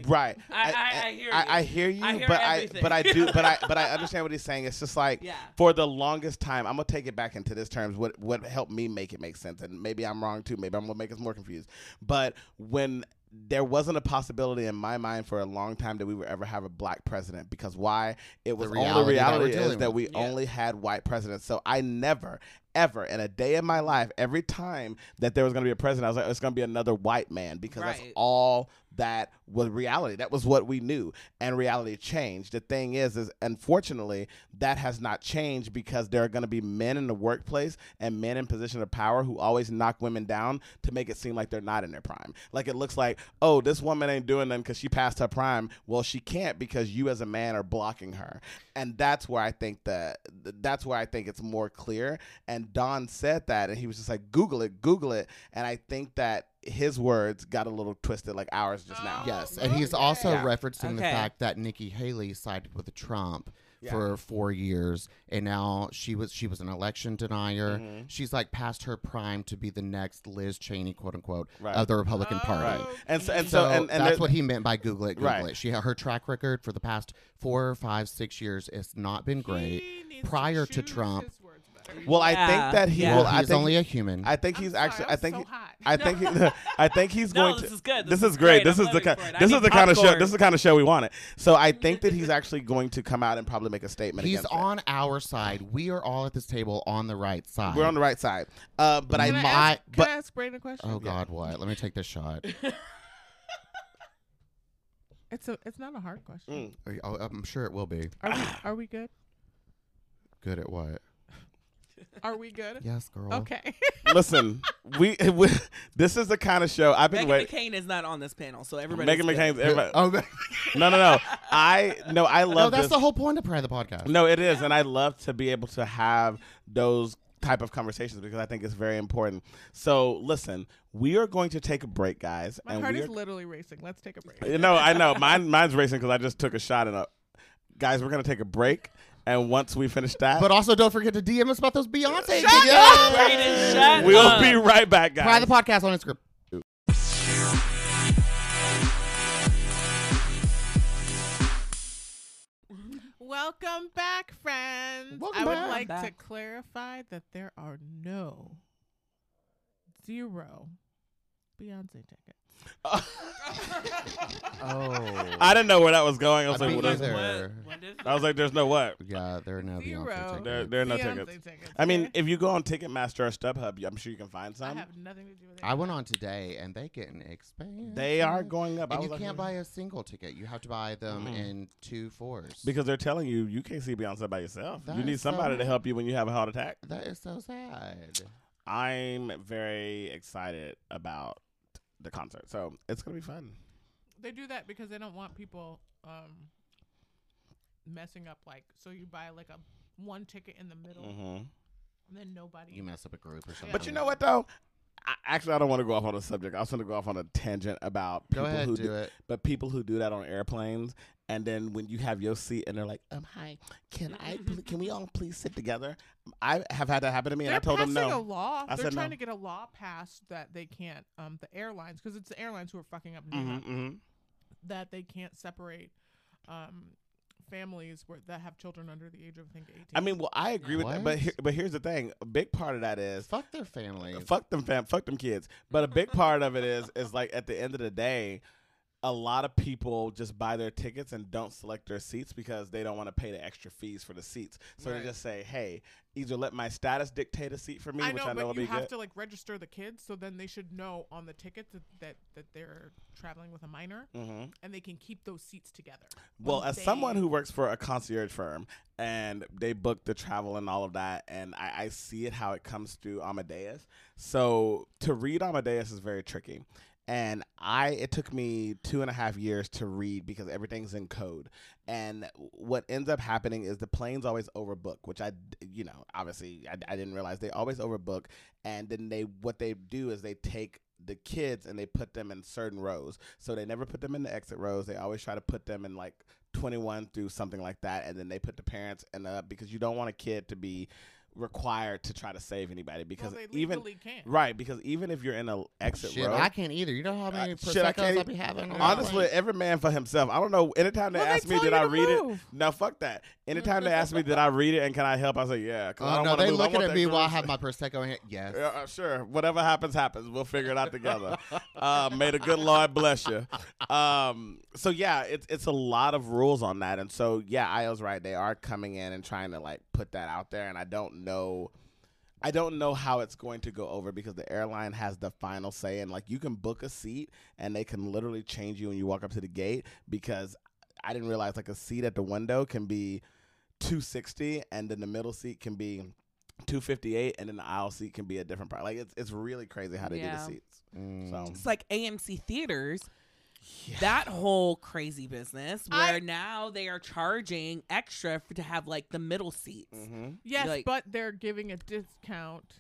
[SPEAKER 2] Right.
[SPEAKER 1] I- I- I hear
[SPEAKER 2] I,
[SPEAKER 1] you.
[SPEAKER 2] I hear you,
[SPEAKER 1] I hear
[SPEAKER 2] but I but I
[SPEAKER 1] everything.
[SPEAKER 2] do but I but I
[SPEAKER 1] [LAUGHS]
[SPEAKER 2] understand what he's saying. It's just like
[SPEAKER 1] Yeah.
[SPEAKER 2] for the longest time, I'm gonna take it back into this terms. What what helped me make it make sense, and maybe I'm wrong too. Maybe I'm gonna make us more confused. But when there wasn't a possibility in my mind for a long time that we would ever have a black president because why it was
[SPEAKER 4] reality that
[SPEAKER 2] only reality
[SPEAKER 4] we're
[SPEAKER 2] is
[SPEAKER 4] dealing
[SPEAKER 2] that we
[SPEAKER 1] with. Yeah.
[SPEAKER 2] only had white presidents so i never ever in a day of my life every time that there was going to be a president i was like "Oh, it's going to be another white man because that's
[SPEAKER 1] Right.
[SPEAKER 2] all that was reality. That was what we knew, and reality changed. The thing is, is unfortunately that has not changed because there are going to be men in the workplace and men in position of power who always knock women down to make it seem like they're not in their prime. Like it looks like, oh, this woman ain't doing nothing because she passed her prime. Well, she can't because you as a man are blocking her, and that's where I think that that's where I think it's more clear. And Don said that, and he was just like, Google it, Google it, and I think that his words got a little twisted like ours just
[SPEAKER 1] Oh
[SPEAKER 2] now.
[SPEAKER 4] Yes, and he's also
[SPEAKER 2] Okay.
[SPEAKER 4] referencing the
[SPEAKER 1] Okay.
[SPEAKER 4] fact that Nikki Haley sided with Trump
[SPEAKER 2] Yeah.
[SPEAKER 4] for four years, and now she was she was an election denier.
[SPEAKER 2] Mhm.
[SPEAKER 4] She's like past her prime to be the next Liz Cheney, quote unquote,
[SPEAKER 2] Right. Oh.
[SPEAKER 4] of the
[SPEAKER 5] Oh,
[SPEAKER 4] Republican Party.
[SPEAKER 2] Right. And so and
[SPEAKER 4] So,
[SPEAKER 2] so, and, and
[SPEAKER 4] that's
[SPEAKER 2] there-
[SPEAKER 4] what he meant by Google it, Google
[SPEAKER 2] Right.
[SPEAKER 4] it. She her track record for the past four, five, six years has not been great.
[SPEAKER 5] He needs
[SPEAKER 4] Prior to
[SPEAKER 5] choose
[SPEAKER 4] Trump-
[SPEAKER 5] his words better.
[SPEAKER 2] well, I
[SPEAKER 1] Yeah.
[SPEAKER 2] think that he
[SPEAKER 1] Yeah.
[SPEAKER 2] will.
[SPEAKER 4] Well,
[SPEAKER 2] I
[SPEAKER 4] he's
[SPEAKER 2] think
[SPEAKER 4] only a human.
[SPEAKER 2] I think
[SPEAKER 5] I'm
[SPEAKER 2] he's
[SPEAKER 5] sorry,
[SPEAKER 2] actually.
[SPEAKER 5] I'm
[SPEAKER 2] I think.
[SPEAKER 5] so
[SPEAKER 2] he-
[SPEAKER 5] hot.
[SPEAKER 2] I think. He,
[SPEAKER 1] [LAUGHS]
[SPEAKER 2] I think he's
[SPEAKER 1] No,
[SPEAKER 2] going to.
[SPEAKER 1] this is good.
[SPEAKER 2] This,
[SPEAKER 1] This
[SPEAKER 2] is
[SPEAKER 1] is
[SPEAKER 2] great.
[SPEAKER 1] great.
[SPEAKER 2] This
[SPEAKER 1] I'm
[SPEAKER 2] is the
[SPEAKER 1] living
[SPEAKER 2] kind.
[SPEAKER 1] for it. I
[SPEAKER 2] This is
[SPEAKER 1] need
[SPEAKER 2] the kind of show.
[SPEAKER 1] popcorn.
[SPEAKER 2] This is the kind of show we wanted.
[SPEAKER 1] [LAUGHS]
[SPEAKER 2] So I think that he's actually going to come out and probably make a statement.
[SPEAKER 4] He's
[SPEAKER 2] against it.
[SPEAKER 4] on our side. We are all at this table on the right side.
[SPEAKER 2] We're on the right side. Uh, but I.
[SPEAKER 5] Can I
[SPEAKER 4] my-
[SPEAKER 5] ask, can
[SPEAKER 2] but-
[SPEAKER 5] I ask Brayden a question?
[SPEAKER 4] Oh God, what? Let me take this
[SPEAKER 5] [LAUGHS]
[SPEAKER 4] shot.
[SPEAKER 5] It's a it's not a hard question.
[SPEAKER 2] Mm. Ah.
[SPEAKER 4] Are you- oh, I'm sure it will be
[SPEAKER 5] Are we are we good?
[SPEAKER 4] good at what?
[SPEAKER 5] Are
[SPEAKER 2] [LAUGHS]
[SPEAKER 5] we good?
[SPEAKER 4] Yes, girl.
[SPEAKER 5] Okay. [LAUGHS]
[SPEAKER 2] Listen, we, [LAUGHS] we. This is the kind of show I've been
[SPEAKER 1] Megan
[SPEAKER 2] waiting.
[SPEAKER 1] McCain is not on this panel, so everybody.
[SPEAKER 2] Megan McCain's. everybody-
[SPEAKER 4] Oh, [LAUGHS] no,
[SPEAKER 2] No, no, no. I no. I love.
[SPEAKER 4] that's
[SPEAKER 2] this.
[SPEAKER 4] the whole point of Pride the Podcast.
[SPEAKER 2] No, it is, and I love to be able to have those type of conversations because I think it's very important. So, listen, we are going to take a break, guys,
[SPEAKER 5] My
[SPEAKER 2] and
[SPEAKER 5] heart
[SPEAKER 2] we
[SPEAKER 5] is
[SPEAKER 2] are,
[SPEAKER 5] literally racing. Let's take a break.
[SPEAKER 2] you know, I know mine, mine's racing because I just took a shot and a. Guys, we're gonna take a break, and once we finish that,
[SPEAKER 4] But also, don't forget to DM us about those Beyonce.
[SPEAKER 5] Shut
[SPEAKER 4] videos. [LAUGHS]
[SPEAKER 1] Brayden, shut
[SPEAKER 2] we'll
[SPEAKER 1] up.
[SPEAKER 2] be right back, guys.
[SPEAKER 4] Pride the Podcast on Instagram.
[SPEAKER 5] Welcome back, friends.
[SPEAKER 4] Welcome
[SPEAKER 5] I would
[SPEAKER 4] back.
[SPEAKER 5] like to
[SPEAKER 1] Back.
[SPEAKER 5] clarify that there are no zero Beyonce tickets.
[SPEAKER 4] Oh,
[SPEAKER 2] [LAUGHS] I didn't know where that was going. I was
[SPEAKER 4] I
[SPEAKER 2] like,
[SPEAKER 4] mean,
[SPEAKER 2] what is
[SPEAKER 4] either.
[SPEAKER 2] it?
[SPEAKER 4] There.
[SPEAKER 1] What? What is
[SPEAKER 2] I was like, there's no what.
[SPEAKER 4] yeah, there are no
[SPEAKER 5] Zero.
[SPEAKER 4] Beyonce tickets.
[SPEAKER 2] There, there are no
[SPEAKER 5] Beyonce
[SPEAKER 2] tickets. I mean, if you go on Ticketmaster or StubHub, I'm sure you can find
[SPEAKER 5] I
[SPEAKER 2] some.
[SPEAKER 5] have nothing to do with it.
[SPEAKER 4] I went on today, and they getting expensive.
[SPEAKER 2] They are going up. I
[SPEAKER 4] And
[SPEAKER 2] was
[SPEAKER 4] you
[SPEAKER 2] like,
[SPEAKER 4] can't
[SPEAKER 2] what-
[SPEAKER 4] buy a single ticket. You have to buy them in two fours.
[SPEAKER 2] Because they're telling you you can't see Beyonce by yourself.
[SPEAKER 4] That
[SPEAKER 2] you need
[SPEAKER 4] is so
[SPEAKER 2] somebody to
[SPEAKER 4] nice.
[SPEAKER 2] help you when you have a heart attack.
[SPEAKER 4] that is so sad.
[SPEAKER 2] I'm very excited about the concert, so it's gonna be fun.
[SPEAKER 5] they do that because they don't want people um messing up. Like, so you buy like a one ticket in the middle,
[SPEAKER 2] Mm-hmm.
[SPEAKER 5] and then nobody.
[SPEAKER 4] You mess up a group or something.
[SPEAKER 2] But you know what though? I, actually, I don't want to go off on a subject. I was going to go off on a tangent about
[SPEAKER 4] Go
[SPEAKER 2] people
[SPEAKER 4] ahead,
[SPEAKER 2] who
[SPEAKER 4] do it.
[SPEAKER 2] but people who do that on airplanes and then when you have your seat and they're like, um, hi, can
[SPEAKER 4] [LAUGHS]
[SPEAKER 2] I, pl- can we all please sit together? I have had that happen to me,
[SPEAKER 5] They're
[SPEAKER 2] and I told them
[SPEAKER 5] passing
[SPEAKER 2] no.
[SPEAKER 5] a law.
[SPEAKER 2] I
[SPEAKER 5] They're
[SPEAKER 2] said
[SPEAKER 5] trying
[SPEAKER 2] no.
[SPEAKER 5] to get a law passed that they can't. Um, the airlines, because it's the airlines who are fucking up, and doing
[SPEAKER 2] hmm
[SPEAKER 5] that, that they can't separate, um, families where, that have children under the age of I think eighteen.
[SPEAKER 2] I mean, well, I agree with that, but
[SPEAKER 4] What?
[SPEAKER 2] here, but here's the thing: a big part of that is
[SPEAKER 4] Fuck their families.
[SPEAKER 2] fuck them fam fuck them kids but a big part of it is is like at the end of the day a lot of people just buy their tickets and don't select their seats because they don't want to pay the extra fees for the seats so
[SPEAKER 4] Right.
[SPEAKER 2] they just say hey either let my status dictate a seat for me
[SPEAKER 5] I
[SPEAKER 2] which
[SPEAKER 5] know,
[SPEAKER 2] i know will
[SPEAKER 5] but you
[SPEAKER 2] be
[SPEAKER 5] have
[SPEAKER 2] good
[SPEAKER 5] to like register the kids, so then they should know on the ticket that that, that they're traveling with a minor,
[SPEAKER 2] hmm
[SPEAKER 5] and they can keep those seats together.
[SPEAKER 2] Well,
[SPEAKER 5] when
[SPEAKER 2] as someone
[SPEAKER 5] they-
[SPEAKER 2] who works for a concierge firm and they book the travel and all of that, and I, I see it how it comes through Amadeus. So to read Amadeus is very tricky. And I, it took me two and a half years to read because everything's in code. And what ends up happening is the planes always overbook, which I, d- you know, obviously I, I didn't realize they always overbook. And then they, what they do is they take the kids and they put them in certain rows. So they never put them in the exit rows. They always try to put them in like 21 through something like that and then they put the parents in uh because you don't want a kid to be required to try to save anybody because
[SPEAKER 5] well, they
[SPEAKER 2] even
[SPEAKER 5] legally can't.
[SPEAKER 2] right because even if you're in a exit
[SPEAKER 4] Shit,
[SPEAKER 2] row
[SPEAKER 4] I can't either. You know how many
[SPEAKER 2] Uh,
[SPEAKER 4] prosecco's
[SPEAKER 2] shit, I can't
[SPEAKER 4] I'll
[SPEAKER 2] e-
[SPEAKER 4] be having. on that
[SPEAKER 2] honestly
[SPEAKER 4] plane?
[SPEAKER 2] every man for himself i don't know anytime they
[SPEAKER 5] Well, they
[SPEAKER 2] ask me
[SPEAKER 5] tell
[SPEAKER 2] did
[SPEAKER 5] you
[SPEAKER 2] i
[SPEAKER 5] to
[SPEAKER 2] read it
[SPEAKER 5] move.
[SPEAKER 2] no fuck that anytime they
[SPEAKER 5] [LAUGHS]
[SPEAKER 2] ask me did i read it and can i help i say yeah 'cause
[SPEAKER 4] Oh,
[SPEAKER 2] i don't
[SPEAKER 4] no,
[SPEAKER 2] want to
[SPEAKER 4] they
[SPEAKER 2] move. I
[SPEAKER 4] looking
[SPEAKER 2] want
[SPEAKER 4] at
[SPEAKER 2] that
[SPEAKER 4] me while I
[SPEAKER 2] girl-
[SPEAKER 4] have my prosecco in. hand. Yes.
[SPEAKER 2] yeah, uh, sure. Whatever happens, happens. We'll figure it out together. uh, may the good Lord bless you. Um, so yeah, it's it's a lot of rules on that, and so yeah, I was right. They are coming in and trying to like put that out there, and I don't know. I don't know how it's going to go over because the airline has the final say, and like you can book a seat, and they can literally change you when you walk up to the gate because I didn't realize like a seat at the window can be 260, and then the middle seat can be 258 and then the aisle seat can be a different part. Like it's it's really crazy how they do
[SPEAKER 1] Yeah.
[SPEAKER 2] the seats.
[SPEAKER 4] Mm.
[SPEAKER 2] So
[SPEAKER 1] It's like AMC theaters. That whole crazy business where
[SPEAKER 5] I-
[SPEAKER 1] now they are charging extra for, to have like the middle seats.
[SPEAKER 2] Mhm.
[SPEAKER 5] Yes,
[SPEAKER 1] Like-
[SPEAKER 5] but they're giving a discount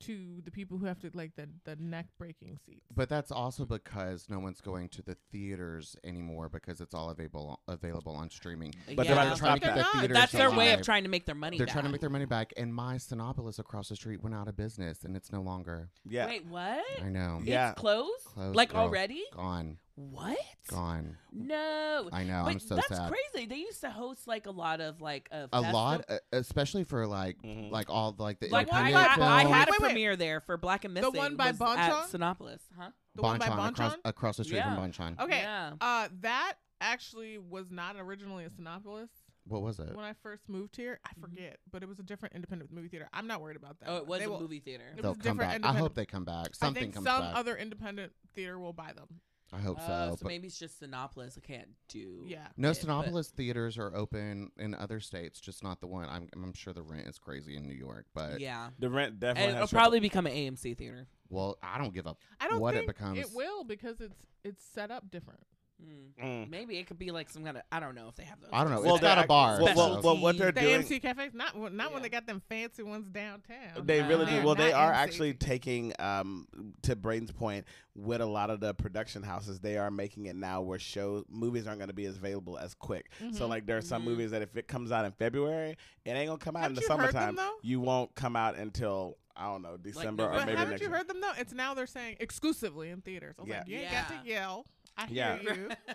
[SPEAKER 5] to the people who have to like the the neck breaking seats.
[SPEAKER 4] But that's also because no one's going to the theaters anymore because it's all available available on streaming.
[SPEAKER 1] But they're not
[SPEAKER 4] trying to
[SPEAKER 5] They're
[SPEAKER 4] keep
[SPEAKER 5] not.
[SPEAKER 4] the theaters
[SPEAKER 1] That's their way of
[SPEAKER 4] alive.
[SPEAKER 1] trying to make their money.
[SPEAKER 4] They're
[SPEAKER 1] back.
[SPEAKER 4] trying to make their money back, and my Sinopolis across the street went out of business, and it's no longer.
[SPEAKER 2] Yeah.
[SPEAKER 1] Wait, what?
[SPEAKER 4] I know.
[SPEAKER 2] Yeah.
[SPEAKER 1] It's closed?
[SPEAKER 4] Closed,
[SPEAKER 1] like
[SPEAKER 4] girl.
[SPEAKER 1] already?
[SPEAKER 4] Gone.
[SPEAKER 1] What?
[SPEAKER 4] Gone.
[SPEAKER 1] No.
[SPEAKER 4] I know.
[SPEAKER 1] but
[SPEAKER 4] I'm so
[SPEAKER 1] that's
[SPEAKER 4] sad.
[SPEAKER 1] crazy. They used to host like a lot of like a,
[SPEAKER 4] A
[SPEAKER 1] festi-
[SPEAKER 4] lot, uh, especially for like
[SPEAKER 2] Mhm.
[SPEAKER 4] like all like the
[SPEAKER 1] Like I,
[SPEAKER 4] independent
[SPEAKER 1] I, I
[SPEAKER 4] films.
[SPEAKER 1] had a
[SPEAKER 5] Wait, wait.
[SPEAKER 1] premiere there for Black and
[SPEAKER 5] The
[SPEAKER 1] Missing.
[SPEAKER 5] one by
[SPEAKER 1] was at
[SPEAKER 5] Bonchon?
[SPEAKER 1] Sinopolis, huh?
[SPEAKER 5] The one by
[SPEAKER 4] Bonchon, across,
[SPEAKER 5] Bonchon?
[SPEAKER 4] across the street
[SPEAKER 1] Yeah.
[SPEAKER 4] from Bonchon.
[SPEAKER 5] Okay.
[SPEAKER 1] Yeah.
[SPEAKER 5] Uh, that actually was not originally a Sinopolis.
[SPEAKER 4] What was it?
[SPEAKER 5] When I first moved here,
[SPEAKER 4] mm-hmm.
[SPEAKER 5] I forget, but it was a different independent movie theater. I'm not worried about that.
[SPEAKER 1] Oh,
[SPEAKER 5] one.
[SPEAKER 1] it was
[SPEAKER 5] They
[SPEAKER 1] a
[SPEAKER 5] will-
[SPEAKER 1] movie theater.
[SPEAKER 5] It
[SPEAKER 4] They'll
[SPEAKER 5] was a
[SPEAKER 4] come
[SPEAKER 5] different
[SPEAKER 4] back. I
[SPEAKER 5] independent-
[SPEAKER 4] hope they come back. Something
[SPEAKER 5] I think
[SPEAKER 4] comes
[SPEAKER 5] some
[SPEAKER 4] back.
[SPEAKER 5] other independent theater will buy them.
[SPEAKER 4] I hope
[SPEAKER 1] Uh,
[SPEAKER 4] so.
[SPEAKER 1] so
[SPEAKER 4] but-
[SPEAKER 1] maybe it's just Sinopolis. I can't do.
[SPEAKER 5] Yeah.
[SPEAKER 4] No,
[SPEAKER 1] it, but-
[SPEAKER 4] Sinopolis theaters are open in other states, just not the one. I'm, I'm sure the rent is crazy in New York, but
[SPEAKER 1] Yeah.
[SPEAKER 2] The rent
[SPEAKER 1] And
[SPEAKER 2] definitely
[SPEAKER 1] it'll
[SPEAKER 2] has
[SPEAKER 1] probably become an AMC theater.
[SPEAKER 4] well, I don't
[SPEAKER 5] [LAUGHS]
[SPEAKER 4] give up.
[SPEAKER 5] I don't
[SPEAKER 4] What it
[SPEAKER 5] think
[SPEAKER 4] becomes.
[SPEAKER 5] will because it's it's set up different.
[SPEAKER 1] Mm.
[SPEAKER 2] Mm.
[SPEAKER 1] Maybe it could be like some kind of. I don't know if they have those.
[SPEAKER 4] I don't know.
[SPEAKER 1] things.
[SPEAKER 4] Well,
[SPEAKER 1] It's
[SPEAKER 4] they're
[SPEAKER 1] got
[SPEAKER 4] at a bar,
[SPEAKER 2] Well, well,
[SPEAKER 1] so-
[SPEAKER 2] well, what they're
[SPEAKER 5] The
[SPEAKER 2] doing,
[SPEAKER 5] AMC cafes, not when- not when
[SPEAKER 1] Yeah.
[SPEAKER 5] they got them fancy ones downtown.
[SPEAKER 2] they really
[SPEAKER 1] They're
[SPEAKER 2] do. Well, they
[SPEAKER 5] Oh, not
[SPEAKER 2] are
[SPEAKER 5] AMC.
[SPEAKER 2] actually taking, um, to Brain's point, with a lot of the production houses, they are making it now where shows, movies aren't going to be as available as quick. So,
[SPEAKER 5] Mhm.
[SPEAKER 2] like, there are some
[SPEAKER 1] Mhm.
[SPEAKER 2] movies that if it comes out in February, it ain't going to come out in
[SPEAKER 5] Haven't
[SPEAKER 2] the
[SPEAKER 5] you heard them,
[SPEAKER 2] summertime.
[SPEAKER 5] though?
[SPEAKER 2] you won't come out until, I don't know, December or
[SPEAKER 1] November.
[SPEAKER 5] But
[SPEAKER 2] maybe
[SPEAKER 5] haven't
[SPEAKER 2] next
[SPEAKER 5] you
[SPEAKER 2] year.
[SPEAKER 5] heard them though? It's now they're saying exclusively in theaters. I was like,
[SPEAKER 2] Yeah.
[SPEAKER 5] you ain't got
[SPEAKER 1] Yeah.
[SPEAKER 5] to yell. I hear
[SPEAKER 2] Yeah.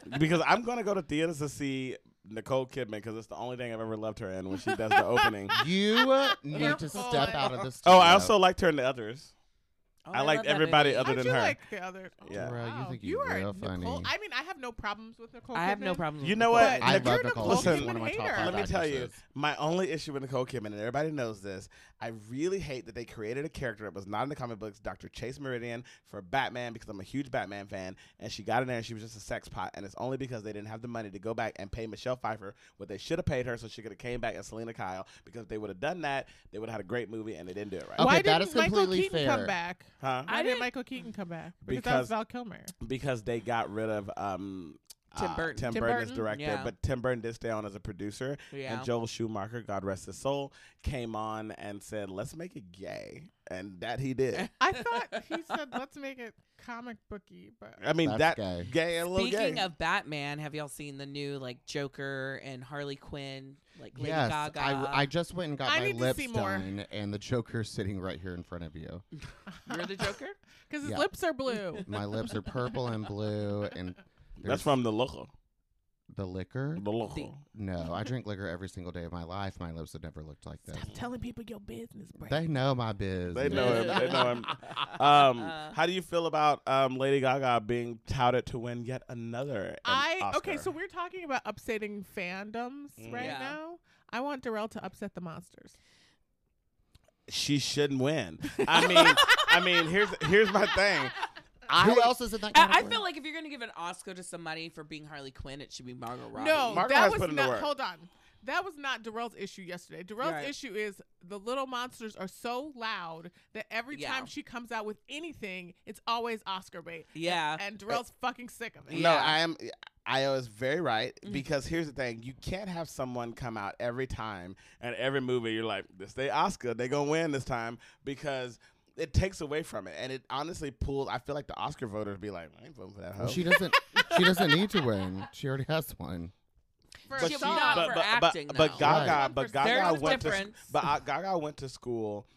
[SPEAKER 2] [LAUGHS]
[SPEAKER 5] you.
[SPEAKER 2] because I'm gonna go to theaters to see Nicole Kidman because it's the only thing I've ever loved her in when she does the opening.
[SPEAKER 4] You need to
[SPEAKER 5] Careful.
[SPEAKER 4] step out of this.
[SPEAKER 2] Oh, I also liked her in the others.
[SPEAKER 1] Oh,
[SPEAKER 2] I
[SPEAKER 1] love
[SPEAKER 2] liked
[SPEAKER 1] that
[SPEAKER 2] everybody
[SPEAKER 1] movie.
[SPEAKER 2] other
[SPEAKER 5] I
[SPEAKER 2] than
[SPEAKER 5] do
[SPEAKER 2] her.
[SPEAKER 5] like the other. Oh,
[SPEAKER 2] Yeah.
[SPEAKER 4] Bro, you
[SPEAKER 5] wow.
[SPEAKER 4] think
[SPEAKER 5] you
[SPEAKER 4] you're
[SPEAKER 5] are
[SPEAKER 4] real
[SPEAKER 5] Nicole.
[SPEAKER 4] funny.
[SPEAKER 5] I mean, I have no problems with Nicole.
[SPEAKER 1] I have no
[SPEAKER 5] Kidman.
[SPEAKER 1] problem.
[SPEAKER 2] You know
[SPEAKER 5] Nicole
[SPEAKER 2] what?
[SPEAKER 5] Kidman.
[SPEAKER 4] I
[SPEAKER 5] You're
[SPEAKER 4] love
[SPEAKER 5] a
[SPEAKER 4] Nicole.
[SPEAKER 5] Nicole
[SPEAKER 4] She's
[SPEAKER 2] Kidman
[SPEAKER 4] one of my top
[SPEAKER 5] hater.
[SPEAKER 4] five
[SPEAKER 2] Let me tell you,
[SPEAKER 4] actresses.
[SPEAKER 2] my only issue with Nicole Kidman, and everybody knows this, I really hate that they created a character that was not in the comic books, Dr. Chase Meridian, for Batman, because I'm a huge Batman fan, and she got in there and she was just a sex pot, and it's only because they didn't have the money to go back and pay Michelle Pfeiffer what they should have paid her so she could have came back as Selena Kyle, because if they would have done that, they would have had a great movie, and they didn't do it right.
[SPEAKER 4] Okay,
[SPEAKER 5] Why
[SPEAKER 4] that
[SPEAKER 5] didn't
[SPEAKER 4] is
[SPEAKER 5] Michael
[SPEAKER 4] completely
[SPEAKER 5] Keaton
[SPEAKER 4] fair.
[SPEAKER 5] come back?
[SPEAKER 2] Huh?
[SPEAKER 5] Why
[SPEAKER 1] I
[SPEAKER 5] didn't
[SPEAKER 1] didn't-
[SPEAKER 5] Michael Keaton come back? Because, that
[SPEAKER 1] [LAUGHS]
[SPEAKER 2] Because-
[SPEAKER 5] was Val Kilmer.
[SPEAKER 2] because they got rid of um
[SPEAKER 1] Tim
[SPEAKER 4] Ah,
[SPEAKER 2] uh,
[SPEAKER 1] Burton.
[SPEAKER 2] Tim,
[SPEAKER 5] Tim
[SPEAKER 2] Burton, as
[SPEAKER 5] Burton?
[SPEAKER 2] director,
[SPEAKER 1] Yeah.
[SPEAKER 2] but Tim Burton did stay on as a producer,
[SPEAKER 1] Yeah.
[SPEAKER 2] and Joel Schumacher, God rest his soul, came on and said, "Let's make it gay," and that he did.
[SPEAKER 5] I thought he said, "Let's make it comic booky,
[SPEAKER 2] [LAUGHS]
[SPEAKER 5] but
[SPEAKER 2] I mean, that
[SPEAKER 4] That's gay.
[SPEAKER 2] gay, and a little
[SPEAKER 1] Speaking
[SPEAKER 2] gay.
[SPEAKER 1] of Batman, have y'all seen the new like Joker and Harley Quinn, like Lady
[SPEAKER 4] yes,
[SPEAKER 1] Gaga?
[SPEAKER 4] I, I just went and got
[SPEAKER 5] I
[SPEAKER 4] my
[SPEAKER 5] need to
[SPEAKER 4] lips
[SPEAKER 5] see more.
[SPEAKER 4] done, and the Joker's sitting right here in front of you.
[SPEAKER 1] You're the
[SPEAKER 5] [LAUGHS]
[SPEAKER 1] Joker.
[SPEAKER 5] because his
[SPEAKER 4] Yeah.
[SPEAKER 5] lips
[SPEAKER 4] [LAUGHS]
[SPEAKER 5] are blue.
[SPEAKER 4] My lips are purple and blue, and
[SPEAKER 2] That's
[SPEAKER 4] there's
[SPEAKER 2] from the local.
[SPEAKER 4] the liquor.
[SPEAKER 2] The local.
[SPEAKER 1] The-
[SPEAKER 4] No,
[SPEAKER 5] [LAUGHS]
[SPEAKER 4] I drink liquor every single day of my life. My lips have never looked like this.
[SPEAKER 5] telling people your business, bro.
[SPEAKER 4] They know my biz.
[SPEAKER 2] They know him. They know him.
[SPEAKER 1] [LAUGHS]
[SPEAKER 2] [LAUGHS] Um,
[SPEAKER 1] Uh, Uh-huh.
[SPEAKER 2] how do you feel about um, Lady Gaga being touted to win yet another? an
[SPEAKER 5] I okay,
[SPEAKER 2] Oscar? Mm.
[SPEAKER 5] so we're talking about upsetting fandoms right
[SPEAKER 1] Yeah.
[SPEAKER 5] now. I want Darrell to upset the monsters.
[SPEAKER 2] she shouldn't win. I mean, I mean, here's here's my thing.
[SPEAKER 4] Who else is in that
[SPEAKER 1] I, I
[SPEAKER 4] category?
[SPEAKER 1] feel like if you're gonna give an Oscar to somebody for being Harley Quinn, it should be Margot Robbie.
[SPEAKER 5] No,
[SPEAKER 2] Margot
[SPEAKER 5] that
[SPEAKER 2] has
[SPEAKER 5] was
[SPEAKER 2] put in the
[SPEAKER 5] not.
[SPEAKER 2] work.
[SPEAKER 5] Hold on, that was not Darrell's issue yesterday. Darrell's
[SPEAKER 1] Right.
[SPEAKER 5] issue is the little monsters are so loud that every
[SPEAKER 1] Yeah.
[SPEAKER 5] time she comes out with anything, it's always Oscar bait.
[SPEAKER 1] Yeah.
[SPEAKER 5] and, and Darrell's fucking sick of it.
[SPEAKER 2] No,
[SPEAKER 1] Yeah.
[SPEAKER 2] I am. I was very right because here's the thing: you can't have someone come out every time and every movie. You're like, this they Oscar, they gonna win this time because it takes away from it, and it honestly pulls. I feel like the Oscar voters be like, I ain't voting for that hoe.
[SPEAKER 4] Well, she doesn't. she doesn't need to win. She already has one.
[SPEAKER 5] For
[SPEAKER 1] But
[SPEAKER 5] a
[SPEAKER 1] she-
[SPEAKER 5] song.
[SPEAKER 1] not
[SPEAKER 2] but,
[SPEAKER 1] for
[SPEAKER 2] but,
[SPEAKER 1] acting,
[SPEAKER 2] but,
[SPEAKER 1] though.
[SPEAKER 2] but Gaga,
[SPEAKER 5] Right.
[SPEAKER 2] but
[SPEAKER 5] There's
[SPEAKER 2] Gaga
[SPEAKER 1] a
[SPEAKER 2] went
[SPEAKER 1] difference.
[SPEAKER 2] to, but uh, Gaga went to school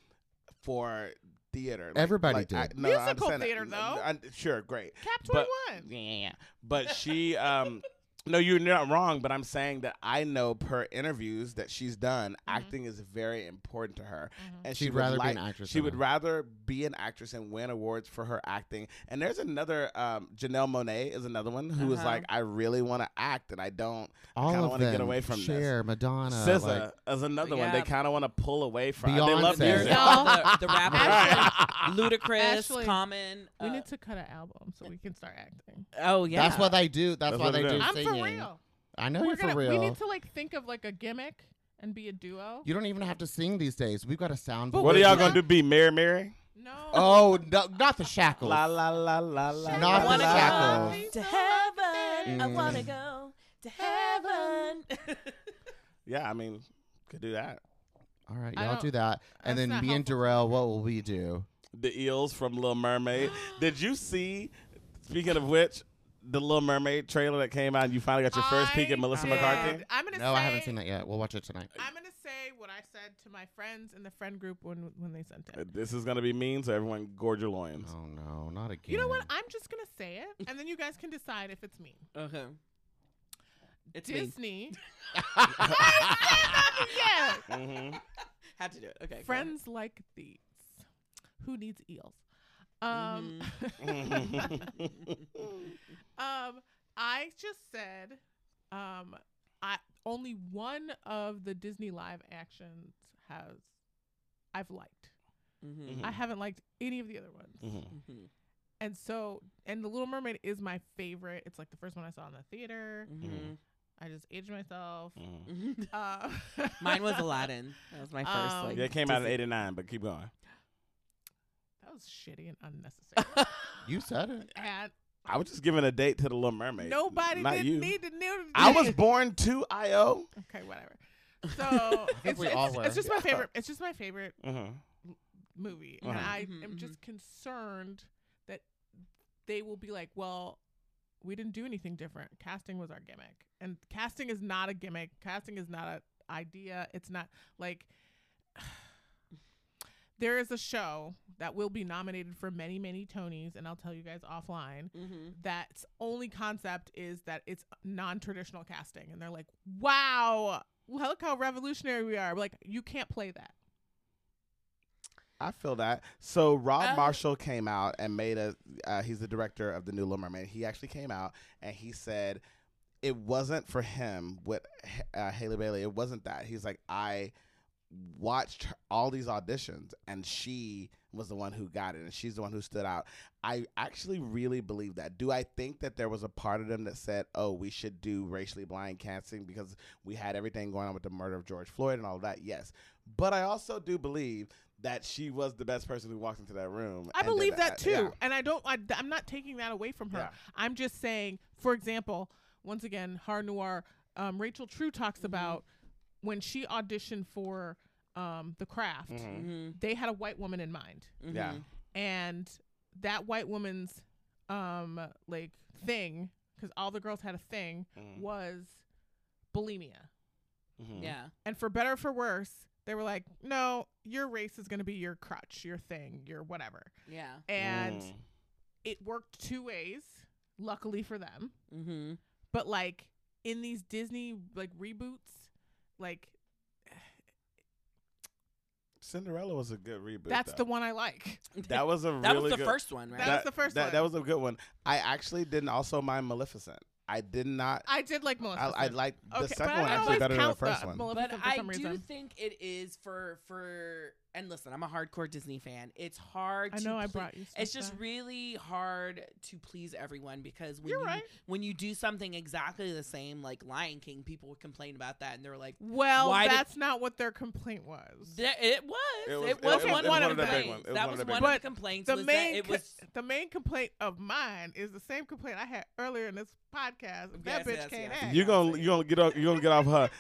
[SPEAKER 2] for theater. Like-
[SPEAKER 4] Everybody
[SPEAKER 2] like,
[SPEAKER 4] did.
[SPEAKER 2] I- no, I
[SPEAKER 5] Musical
[SPEAKER 2] understand that.
[SPEAKER 5] theater, though.
[SPEAKER 2] I- sure, great.
[SPEAKER 5] Cap
[SPEAKER 2] But-
[SPEAKER 5] twenty one.
[SPEAKER 2] Yeah, yeah, yeah. But she, um, [LAUGHS] no, you're not wrong. But I'm saying that I know per interviews that she's done,
[SPEAKER 1] Mm-hmm.
[SPEAKER 2] acting is very important to her,
[SPEAKER 5] Mm-hmm.
[SPEAKER 2] and
[SPEAKER 4] She'd
[SPEAKER 2] would
[SPEAKER 4] rather be
[SPEAKER 2] like-
[SPEAKER 4] an actress
[SPEAKER 2] [LAUGHS] She
[SPEAKER 4] than
[SPEAKER 2] would
[SPEAKER 4] a-
[SPEAKER 2] rather be an actress and win awards for her acting. And there's another um, Janelle Monet is another one who was
[SPEAKER 1] Uh-huh.
[SPEAKER 2] like, I really want to act, and I don't. I
[SPEAKER 4] All
[SPEAKER 2] kind of
[SPEAKER 4] of
[SPEAKER 2] want to get
[SPEAKER 4] them.
[SPEAKER 2] away from
[SPEAKER 4] Cher, Madonna,
[SPEAKER 2] this. SZA
[SPEAKER 4] like,
[SPEAKER 2] is another one they
[SPEAKER 1] Yeah.
[SPEAKER 2] kind of want to pull away from. They
[SPEAKER 4] Beyonce.
[SPEAKER 2] love music.
[SPEAKER 4] Yeah.
[SPEAKER 2] [LAUGHS]
[SPEAKER 1] the, the rapper,
[SPEAKER 2] Ashley.
[SPEAKER 1] Ludacris,
[SPEAKER 5] Ashley.
[SPEAKER 1] Common.
[SPEAKER 5] We
[SPEAKER 1] uh,
[SPEAKER 5] need to cut an album so we can start acting.
[SPEAKER 1] oh yeah,
[SPEAKER 4] That's what they do. That's,
[SPEAKER 2] That's
[SPEAKER 4] why
[SPEAKER 2] what
[SPEAKER 4] they
[SPEAKER 2] it
[SPEAKER 4] do
[SPEAKER 2] is.
[SPEAKER 5] I'm
[SPEAKER 4] singing.
[SPEAKER 5] for real.
[SPEAKER 4] I know
[SPEAKER 5] We're
[SPEAKER 4] you're
[SPEAKER 5] gonna.
[SPEAKER 4] for real.
[SPEAKER 5] We need to like think of like a gimmick and be a duo.
[SPEAKER 4] you don't even have to sing these days. We've got a soundboard.
[SPEAKER 5] But
[SPEAKER 2] What are
[SPEAKER 5] we
[SPEAKER 2] y'all
[SPEAKER 5] can-
[SPEAKER 2] gonna do? Be Mary Mary?
[SPEAKER 5] no.
[SPEAKER 4] Oh, no, not the shackles.
[SPEAKER 2] La la la la la.
[SPEAKER 4] Not
[SPEAKER 2] la,
[SPEAKER 4] the
[SPEAKER 1] wanna
[SPEAKER 2] la.
[SPEAKER 4] shackles.
[SPEAKER 1] go to heaven. I
[SPEAKER 4] Mm.
[SPEAKER 1] wanna go to heaven.
[SPEAKER 2] Yeah, I mean, could do that.
[SPEAKER 4] All right,
[SPEAKER 5] I
[SPEAKER 4] y'all
[SPEAKER 5] don't-
[SPEAKER 4] do that, and
[SPEAKER 5] that's
[SPEAKER 4] then
[SPEAKER 5] not
[SPEAKER 4] me and
[SPEAKER 5] helpful.
[SPEAKER 4] Darrell, what will we do?
[SPEAKER 2] the eels from Little Mermaid. Did you see? Speaking of which, the Little Mermaid trailer that came out. and You finally got your first peek at
[SPEAKER 5] I
[SPEAKER 2] Melissa
[SPEAKER 5] did.
[SPEAKER 2] McCarthy.
[SPEAKER 5] I'm gonna
[SPEAKER 4] No,
[SPEAKER 5] say
[SPEAKER 4] I haven't seen that yet. We'll watch it tonight.
[SPEAKER 5] I'm gonna say what I said to my friends in the friend group when when they sent it.
[SPEAKER 2] This is gonna be mean, so everyone gorge your loins.
[SPEAKER 4] Oh no, not again.
[SPEAKER 5] You know what? I'm just gonna say it, and then you guys can decide if it's mean.
[SPEAKER 1] okay. It's me.
[SPEAKER 5] Disney. yeah.
[SPEAKER 2] Mm-hmm.
[SPEAKER 1] Had to do it. Okay. go
[SPEAKER 5] Friends like these. Who needs eels? Um.
[SPEAKER 2] Mm-hmm.
[SPEAKER 5] [LAUGHS]
[SPEAKER 2] [LAUGHS]
[SPEAKER 5] um. I just said. Um. I only one of the Disney live actions has I've liked.
[SPEAKER 1] ahead. Mhm.
[SPEAKER 5] I haven't liked any of the other ones.
[SPEAKER 2] Mm-hmm.
[SPEAKER 1] Mhm.
[SPEAKER 5] And so, and The Little Mermaid is my favorite. It's like the first one I saw in the
[SPEAKER 4] Mm.
[SPEAKER 5] theater.
[SPEAKER 1] Mhm.
[SPEAKER 5] I just aged myself.
[SPEAKER 2] Mm-hmm.
[SPEAKER 1] Mhm.
[SPEAKER 4] Mm.
[SPEAKER 5] [LAUGHS] Uh,
[SPEAKER 1] [LAUGHS] Mine was Aladdin. That was my first.
[SPEAKER 5] Um,
[SPEAKER 1] like,
[SPEAKER 2] Yeah, it came out in
[SPEAKER 1] Disney-
[SPEAKER 2] '89, but keep going.
[SPEAKER 5] That was shitty and unnecessary.
[SPEAKER 4] [LAUGHS]
[SPEAKER 5] [LAUGHS]
[SPEAKER 4] You said it.
[SPEAKER 5] and
[SPEAKER 2] I was just giving a date to the Little Mermaid.
[SPEAKER 5] nobody
[SPEAKER 2] not
[SPEAKER 5] didn't
[SPEAKER 2] you.
[SPEAKER 5] need to know.
[SPEAKER 2] I was born to Io.
[SPEAKER 5] [LAUGHS] okay, whatever.
[SPEAKER 4] [LAUGHS]
[SPEAKER 5] So it's,
[SPEAKER 4] we
[SPEAKER 5] it's,
[SPEAKER 4] all
[SPEAKER 5] just-
[SPEAKER 4] were.
[SPEAKER 5] it's just
[SPEAKER 2] [LAUGHS]
[SPEAKER 5] my
[SPEAKER 2] Yeah.
[SPEAKER 5] favorite. It's just my favorite
[SPEAKER 2] Uh-huh.
[SPEAKER 5] movie, and
[SPEAKER 2] Uh-huh.
[SPEAKER 5] I
[SPEAKER 1] Mhm,
[SPEAKER 5] am
[SPEAKER 1] mhm.
[SPEAKER 5] just concerned that they will be like, well. We didn't do anything different. Casting was our gimmick. And casting is not a gimmick. Casting is not a idea. It's not like [SIGHS] there is a show that will be nominated for many, many Tonys, and I'll tell you guys offline.
[SPEAKER 1] Mhm.
[SPEAKER 5] that's only concept is that it's non-traditional casting and they're like wow look how revolutionary we are We're like you can't play that
[SPEAKER 2] I feel that. So Rob
[SPEAKER 5] Oh.
[SPEAKER 1] Uh,
[SPEAKER 2] Marshall came out and made a. Uh, he's the director of the New Little Mermaid. He actually came out and he said it wasn't for him with H- uh, Haley Bailey. It wasn't that. He's like I watched her- all these auditions and she was the one who got it and she's the one who stood out. I actually really believe that. Do I think that there was a part of them that said, "Oh, we should do racially blind casting because we had everything going on with the murder of George Floyd and all that?" Yes. But I also do believe that she was the best person who walked into that room.
[SPEAKER 5] i
[SPEAKER 2] and
[SPEAKER 5] believe
[SPEAKER 2] did
[SPEAKER 5] that too
[SPEAKER 2] Yeah.
[SPEAKER 5] and i don't I, i'm not taking that away from her
[SPEAKER 2] Yeah.
[SPEAKER 5] i'm just saying for example once again har noir um, rachel true talks
[SPEAKER 2] Mm-hmm.
[SPEAKER 5] about when she auditioned for um, the craft
[SPEAKER 2] Mhm.
[SPEAKER 1] Mhm. Mm-hmm.
[SPEAKER 5] they had a white woman in mind
[SPEAKER 2] Yeah.
[SPEAKER 1] Mhm.
[SPEAKER 5] and that white woman's um like thing because all the girls had a thing
[SPEAKER 2] Mhm.
[SPEAKER 5] was bulimia
[SPEAKER 2] Mhm.
[SPEAKER 1] Yeah.
[SPEAKER 5] and for better or for worse they were like no your race is going to be your crutch your thing your whatever
[SPEAKER 1] Yeah.
[SPEAKER 5] and
[SPEAKER 2] Mm.
[SPEAKER 5] it worked two ways luckily for them
[SPEAKER 1] Mm-hmm.
[SPEAKER 5] but like in these disney like reboots like
[SPEAKER 2] Cinderella was a good reboot.
[SPEAKER 5] that's
[SPEAKER 2] though.
[SPEAKER 5] the one [LAUGHS] i like
[SPEAKER 2] That was a
[SPEAKER 1] That
[SPEAKER 2] really
[SPEAKER 1] was the
[SPEAKER 2] good,
[SPEAKER 1] first one, right?
[SPEAKER 5] That was the first
[SPEAKER 2] that,
[SPEAKER 5] one.
[SPEAKER 2] That was a good one. I actually didn't also mind Maleficent. I did not.
[SPEAKER 5] i did like
[SPEAKER 2] I,
[SPEAKER 5] melissa
[SPEAKER 2] I liked the
[SPEAKER 5] Okay, but I
[SPEAKER 2] second one
[SPEAKER 5] don't
[SPEAKER 2] actually
[SPEAKER 5] always
[SPEAKER 2] better than the
[SPEAKER 5] count
[SPEAKER 2] first one.
[SPEAKER 5] Maleficent
[SPEAKER 1] but
[SPEAKER 5] for
[SPEAKER 1] I
[SPEAKER 5] some reason.
[SPEAKER 1] do think it is for for and listen, I'm a hardcore Disney fan. It's hard.
[SPEAKER 5] I
[SPEAKER 1] to
[SPEAKER 5] know I
[SPEAKER 1] ple-
[SPEAKER 5] brought you.
[SPEAKER 1] It's
[SPEAKER 5] stuff
[SPEAKER 1] just
[SPEAKER 5] back.
[SPEAKER 1] really hard to please everyone because when
[SPEAKER 5] You're
[SPEAKER 1] you
[SPEAKER 5] right.
[SPEAKER 1] when you do something exactly the same, like Lion King, people would complain about that, and they're like,
[SPEAKER 5] well,
[SPEAKER 1] Why did-
[SPEAKER 5] that's not what their complaint was.
[SPEAKER 1] "Th- "It was,
[SPEAKER 2] It
[SPEAKER 1] it
[SPEAKER 2] was-
[SPEAKER 1] was,
[SPEAKER 2] it was-
[SPEAKER 5] it
[SPEAKER 1] one,
[SPEAKER 5] was one
[SPEAKER 1] of
[SPEAKER 5] of
[SPEAKER 1] the
[SPEAKER 5] the big
[SPEAKER 1] complaints.
[SPEAKER 2] ones. It was
[SPEAKER 1] That
[SPEAKER 2] one of
[SPEAKER 1] was
[SPEAKER 2] the big
[SPEAKER 1] one of
[SPEAKER 5] ones.
[SPEAKER 1] the complaints.
[SPEAKER 5] the
[SPEAKER 1] was
[SPEAKER 5] main
[SPEAKER 1] that it
[SPEAKER 5] co-
[SPEAKER 1] was
[SPEAKER 5] the main complaint of mine is the same complaint I had earlier in this podcast.
[SPEAKER 1] Yes,
[SPEAKER 5] That bitch
[SPEAKER 1] yes,
[SPEAKER 5] can't
[SPEAKER 1] yes.
[SPEAKER 5] act.
[SPEAKER 2] You gonna you gonna get off you gonna get off
[SPEAKER 5] [LAUGHS]
[SPEAKER 2] her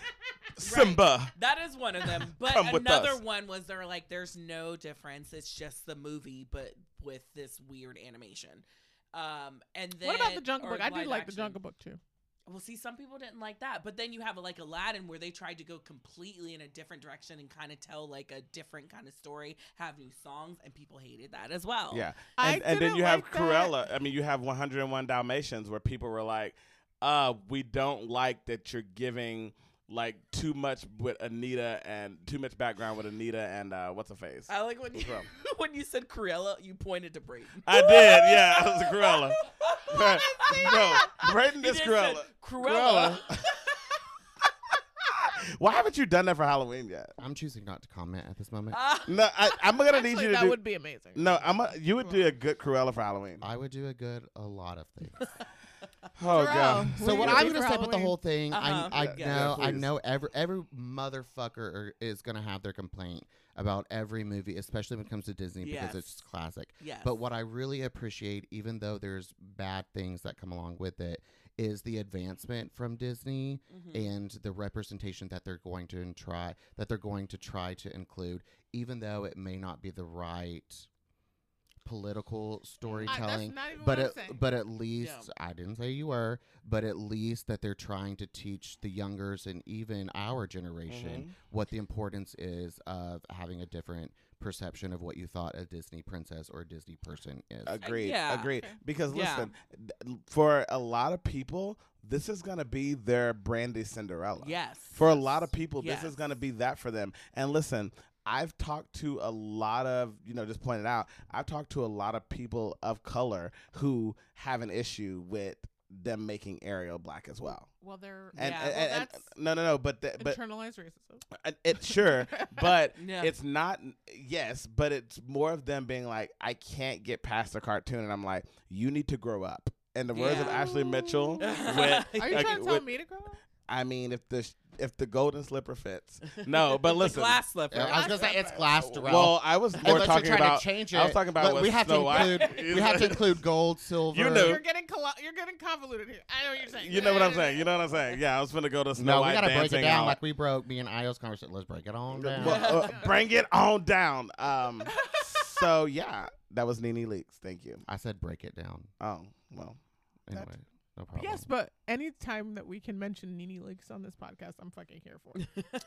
[SPEAKER 2] Simba.
[SPEAKER 1] that is one of them.
[SPEAKER 2] [LAUGHS]
[SPEAKER 1] But
[SPEAKER 2] Come with
[SPEAKER 1] another
[SPEAKER 2] us.
[SPEAKER 1] one was they're like, "There's no difference. It's just the movie, but with this weird animation." Um, and then
[SPEAKER 5] what about the Jungle
[SPEAKER 1] or
[SPEAKER 5] Book? I did
[SPEAKER 1] live
[SPEAKER 5] like the
[SPEAKER 1] action.
[SPEAKER 5] Jungle Book too.
[SPEAKER 1] Well, see, some people didn't like that, but then you have like Aladdin, where they tried to go completely in a different direction and kind of tell like a different kind of story, have new songs, and people hated that as well.
[SPEAKER 2] Yeah,
[SPEAKER 5] Oh. I
[SPEAKER 2] and, and then
[SPEAKER 5] didn't
[SPEAKER 2] you have
[SPEAKER 5] like that.
[SPEAKER 2] Cruella. I mean, you have 101 Dalmatians, where people were like, "Uh, we don't like that you're giving like too much with Anita and too much background with Anita and uh, what's her face."
[SPEAKER 1] I like when you
[SPEAKER 2] What's wrong?
[SPEAKER 1] [LAUGHS] when you said Cruella, you pointed to Brayden. [LAUGHS]
[SPEAKER 2] I did, yeah, it was Cruella. no, Brayden
[SPEAKER 1] You
[SPEAKER 2] is
[SPEAKER 1] just
[SPEAKER 2] Cruella.
[SPEAKER 1] said Cruella.
[SPEAKER 2] [LAUGHS] Why haven't you done that for Halloween yet?
[SPEAKER 4] I'm choosing not to comment at this
[SPEAKER 5] Uh,
[SPEAKER 4] moment.
[SPEAKER 1] Ah,
[SPEAKER 2] No, I, I'm gonna need
[SPEAKER 5] Actually,
[SPEAKER 2] you to
[SPEAKER 5] that
[SPEAKER 2] do.
[SPEAKER 5] would be amazing.
[SPEAKER 2] no, I'm. A, you would do a good Cruella for Halloween.
[SPEAKER 4] I would do a good a lot of
[SPEAKER 5] [LAUGHS]
[SPEAKER 4] things.
[SPEAKER 2] Oh
[SPEAKER 5] Pharrell,
[SPEAKER 2] god.
[SPEAKER 5] what
[SPEAKER 4] So
[SPEAKER 5] do
[SPEAKER 4] what
[SPEAKER 5] you
[SPEAKER 4] I'm
[SPEAKER 5] do
[SPEAKER 4] gonna
[SPEAKER 5] for
[SPEAKER 4] say about the
[SPEAKER 5] Halloween?
[SPEAKER 4] whole thing,
[SPEAKER 1] Uh-huh.
[SPEAKER 4] I, I
[SPEAKER 2] Yeah,
[SPEAKER 4] know,
[SPEAKER 2] yeah,
[SPEAKER 4] I
[SPEAKER 2] please.
[SPEAKER 4] know every every motherfucker is gonna have their complaint about every movie, especially when it comes to Disney
[SPEAKER 1] Yes.
[SPEAKER 4] because it's just classic.
[SPEAKER 1] yes.
[SPEAKER 4] But what I really appreciate, even though there's bad things that come along with it, is the advancement from Disney
[SPEAKER 1] Mhm.
[SPEAKER 5] Mm-hmm.
[SPEAKER 4] and the representation that they're going to and try that they're going to try to include, even though it may not be the right political
[SPEAKER 5] Mm-hmm. I, that's
[SPEAKER 4] storytelling
[SPEAKER 5] not even
[SPEAKER 4] but
[SPEAKER 5] what
[SPEAKER 4] at,
[SPEAKER 5] I'm saying.
[SPEAKER 4] but at least I didn't say you were, but at least that they're trying to teach the youngers and even our
[SPEAKER 2] Mm-hmm.
[SPEAKER 4] generation
[SPEAKER 5] Mm-hmm.
[SPEAKER 4] what the importance is of having a different perception of what you thought a Disney princess or a Disney person is.
[SPEAKER 2] Agreed.
[SPEAKER 1] yeah.
[SPEAKER 2] Agreed. Because
[SPEAKER 1] Yeah.
[SPEAKER 2] listen, th- for a lot of people, this is gonna be their brandy Cinderella.
[SPEAKER 1] yes.
[SPEAKER 2] For a lot of people, this
[SPEAKER 1] Yes.
[SPEAKER 2] is gonna be that for them. And listen, I've talked to a lot of you know, just pointed out, I've talked to a lot of people of color who have an issue with them making Ariel black as well.
[SPEAKER 5] well, they're
[SPEAKER 2] And,
[SPEAKER 1] Yeah,
[SPEAKER 2] and,
[SPEAKER 5] well,
[SPEAKER 2] and-
[SPEAKER 5] that's
[SPEAKER 2] no, no, no, but th- but
[SPEAKER 5] internalized
[SPEAKER 2] [LAUGHS]
[SPEAKER 5] racism.
[SPEAKER 2] uh,
[SPEAKER 1] [LAUGHS]
[SPEAKER 2] it sure, but
[SPEAKER 1] Yeah.
[SPEAKER 2] it's not yes, but it's more of them being like, I can't get past the cartoon, and I'm like, you need to grow up. In the words of
[SPEAKER 1] Yeah.
[SPEAKER 2] Ashley Mitchell,
[SPEAKER 1] Yeah. [LAUGHS]
[SPEAKER 2] with,
[SPEAKER 5] Are you
[SPEAKER 2] Okay,
[SPEAKER 5] trying to tell
[SPEAKER 2] with-
[SPEAKER 5] me to grow up?
[SPEAKER 2] I mean, if the sh- if the golden slipper fits, no, but listen.
[SPEAKER 1] the glass slipper.
[SPEAKER 4] I was gonna say it's glass Darrell.
[SPEAKER 2] well, I
[SPEAKER 4] [LAUGHS]
[SPEAKER 2] was more
[SPEAKER 4] Unless
[SPEAKER 2] talking
[SPEAKER 4] you're trying
[SPEAKER 2] about.
[SPEAKER 4] to change it.
[SPEAKER 2] I was talking about
[SPEAKER 4] but
[SPEAKER 2] with
[SPEAKER 4] we have
[SPEAKER 2] Snow
[SPEAKER 4] to
[SPEAKER 2] White.
[SPEAKER 4] include we have to include gold, silver.
[SPEAKER 2] know.
[SPEAKER 5] You're getting collo- you're getting convoluted here. I know what you're
[SPEAKER 2] [LAUGHS]
[SPEAKER 5] saying.
[SPEAKER 2] You know what I'm
[SPEAKER 5] [LAUGHS]
[SPEAKER 2] saying? You know what I'm saying? Yeah, I was gonna go to Snow
[SPEAKER 4] No,
[SPEAKER 2] White
[SPEAKER 4] we gotta break
[SPEAKER 2] dancing
[SPEAKER 4] it down
[SPEAKER 2] all-
[SPEAKER 4] like we broke me and Io's conversation. Let's break it on down.
[SPEAKER 2] Well,
[SPEAKER 4] [LAUGHS]
[SPEAKER 2] uh, bring it on down. Um, so yeah, that was Nene Leaks. Thank you.
[SPEAKER 4] I said break it down.
[SPEAKER 2] Oh well,
[SPEAKER 4] Anyway,
[SPEAKER 2] That-
[SPEAKER 4] no problem.
[SPEAKER 5] Yes, but anytime that we can mention Nene Leaks on this podcast, I'm fucking here for.
[SPEAKER 2] [LAUGHS]
[SPEAKER 5] it.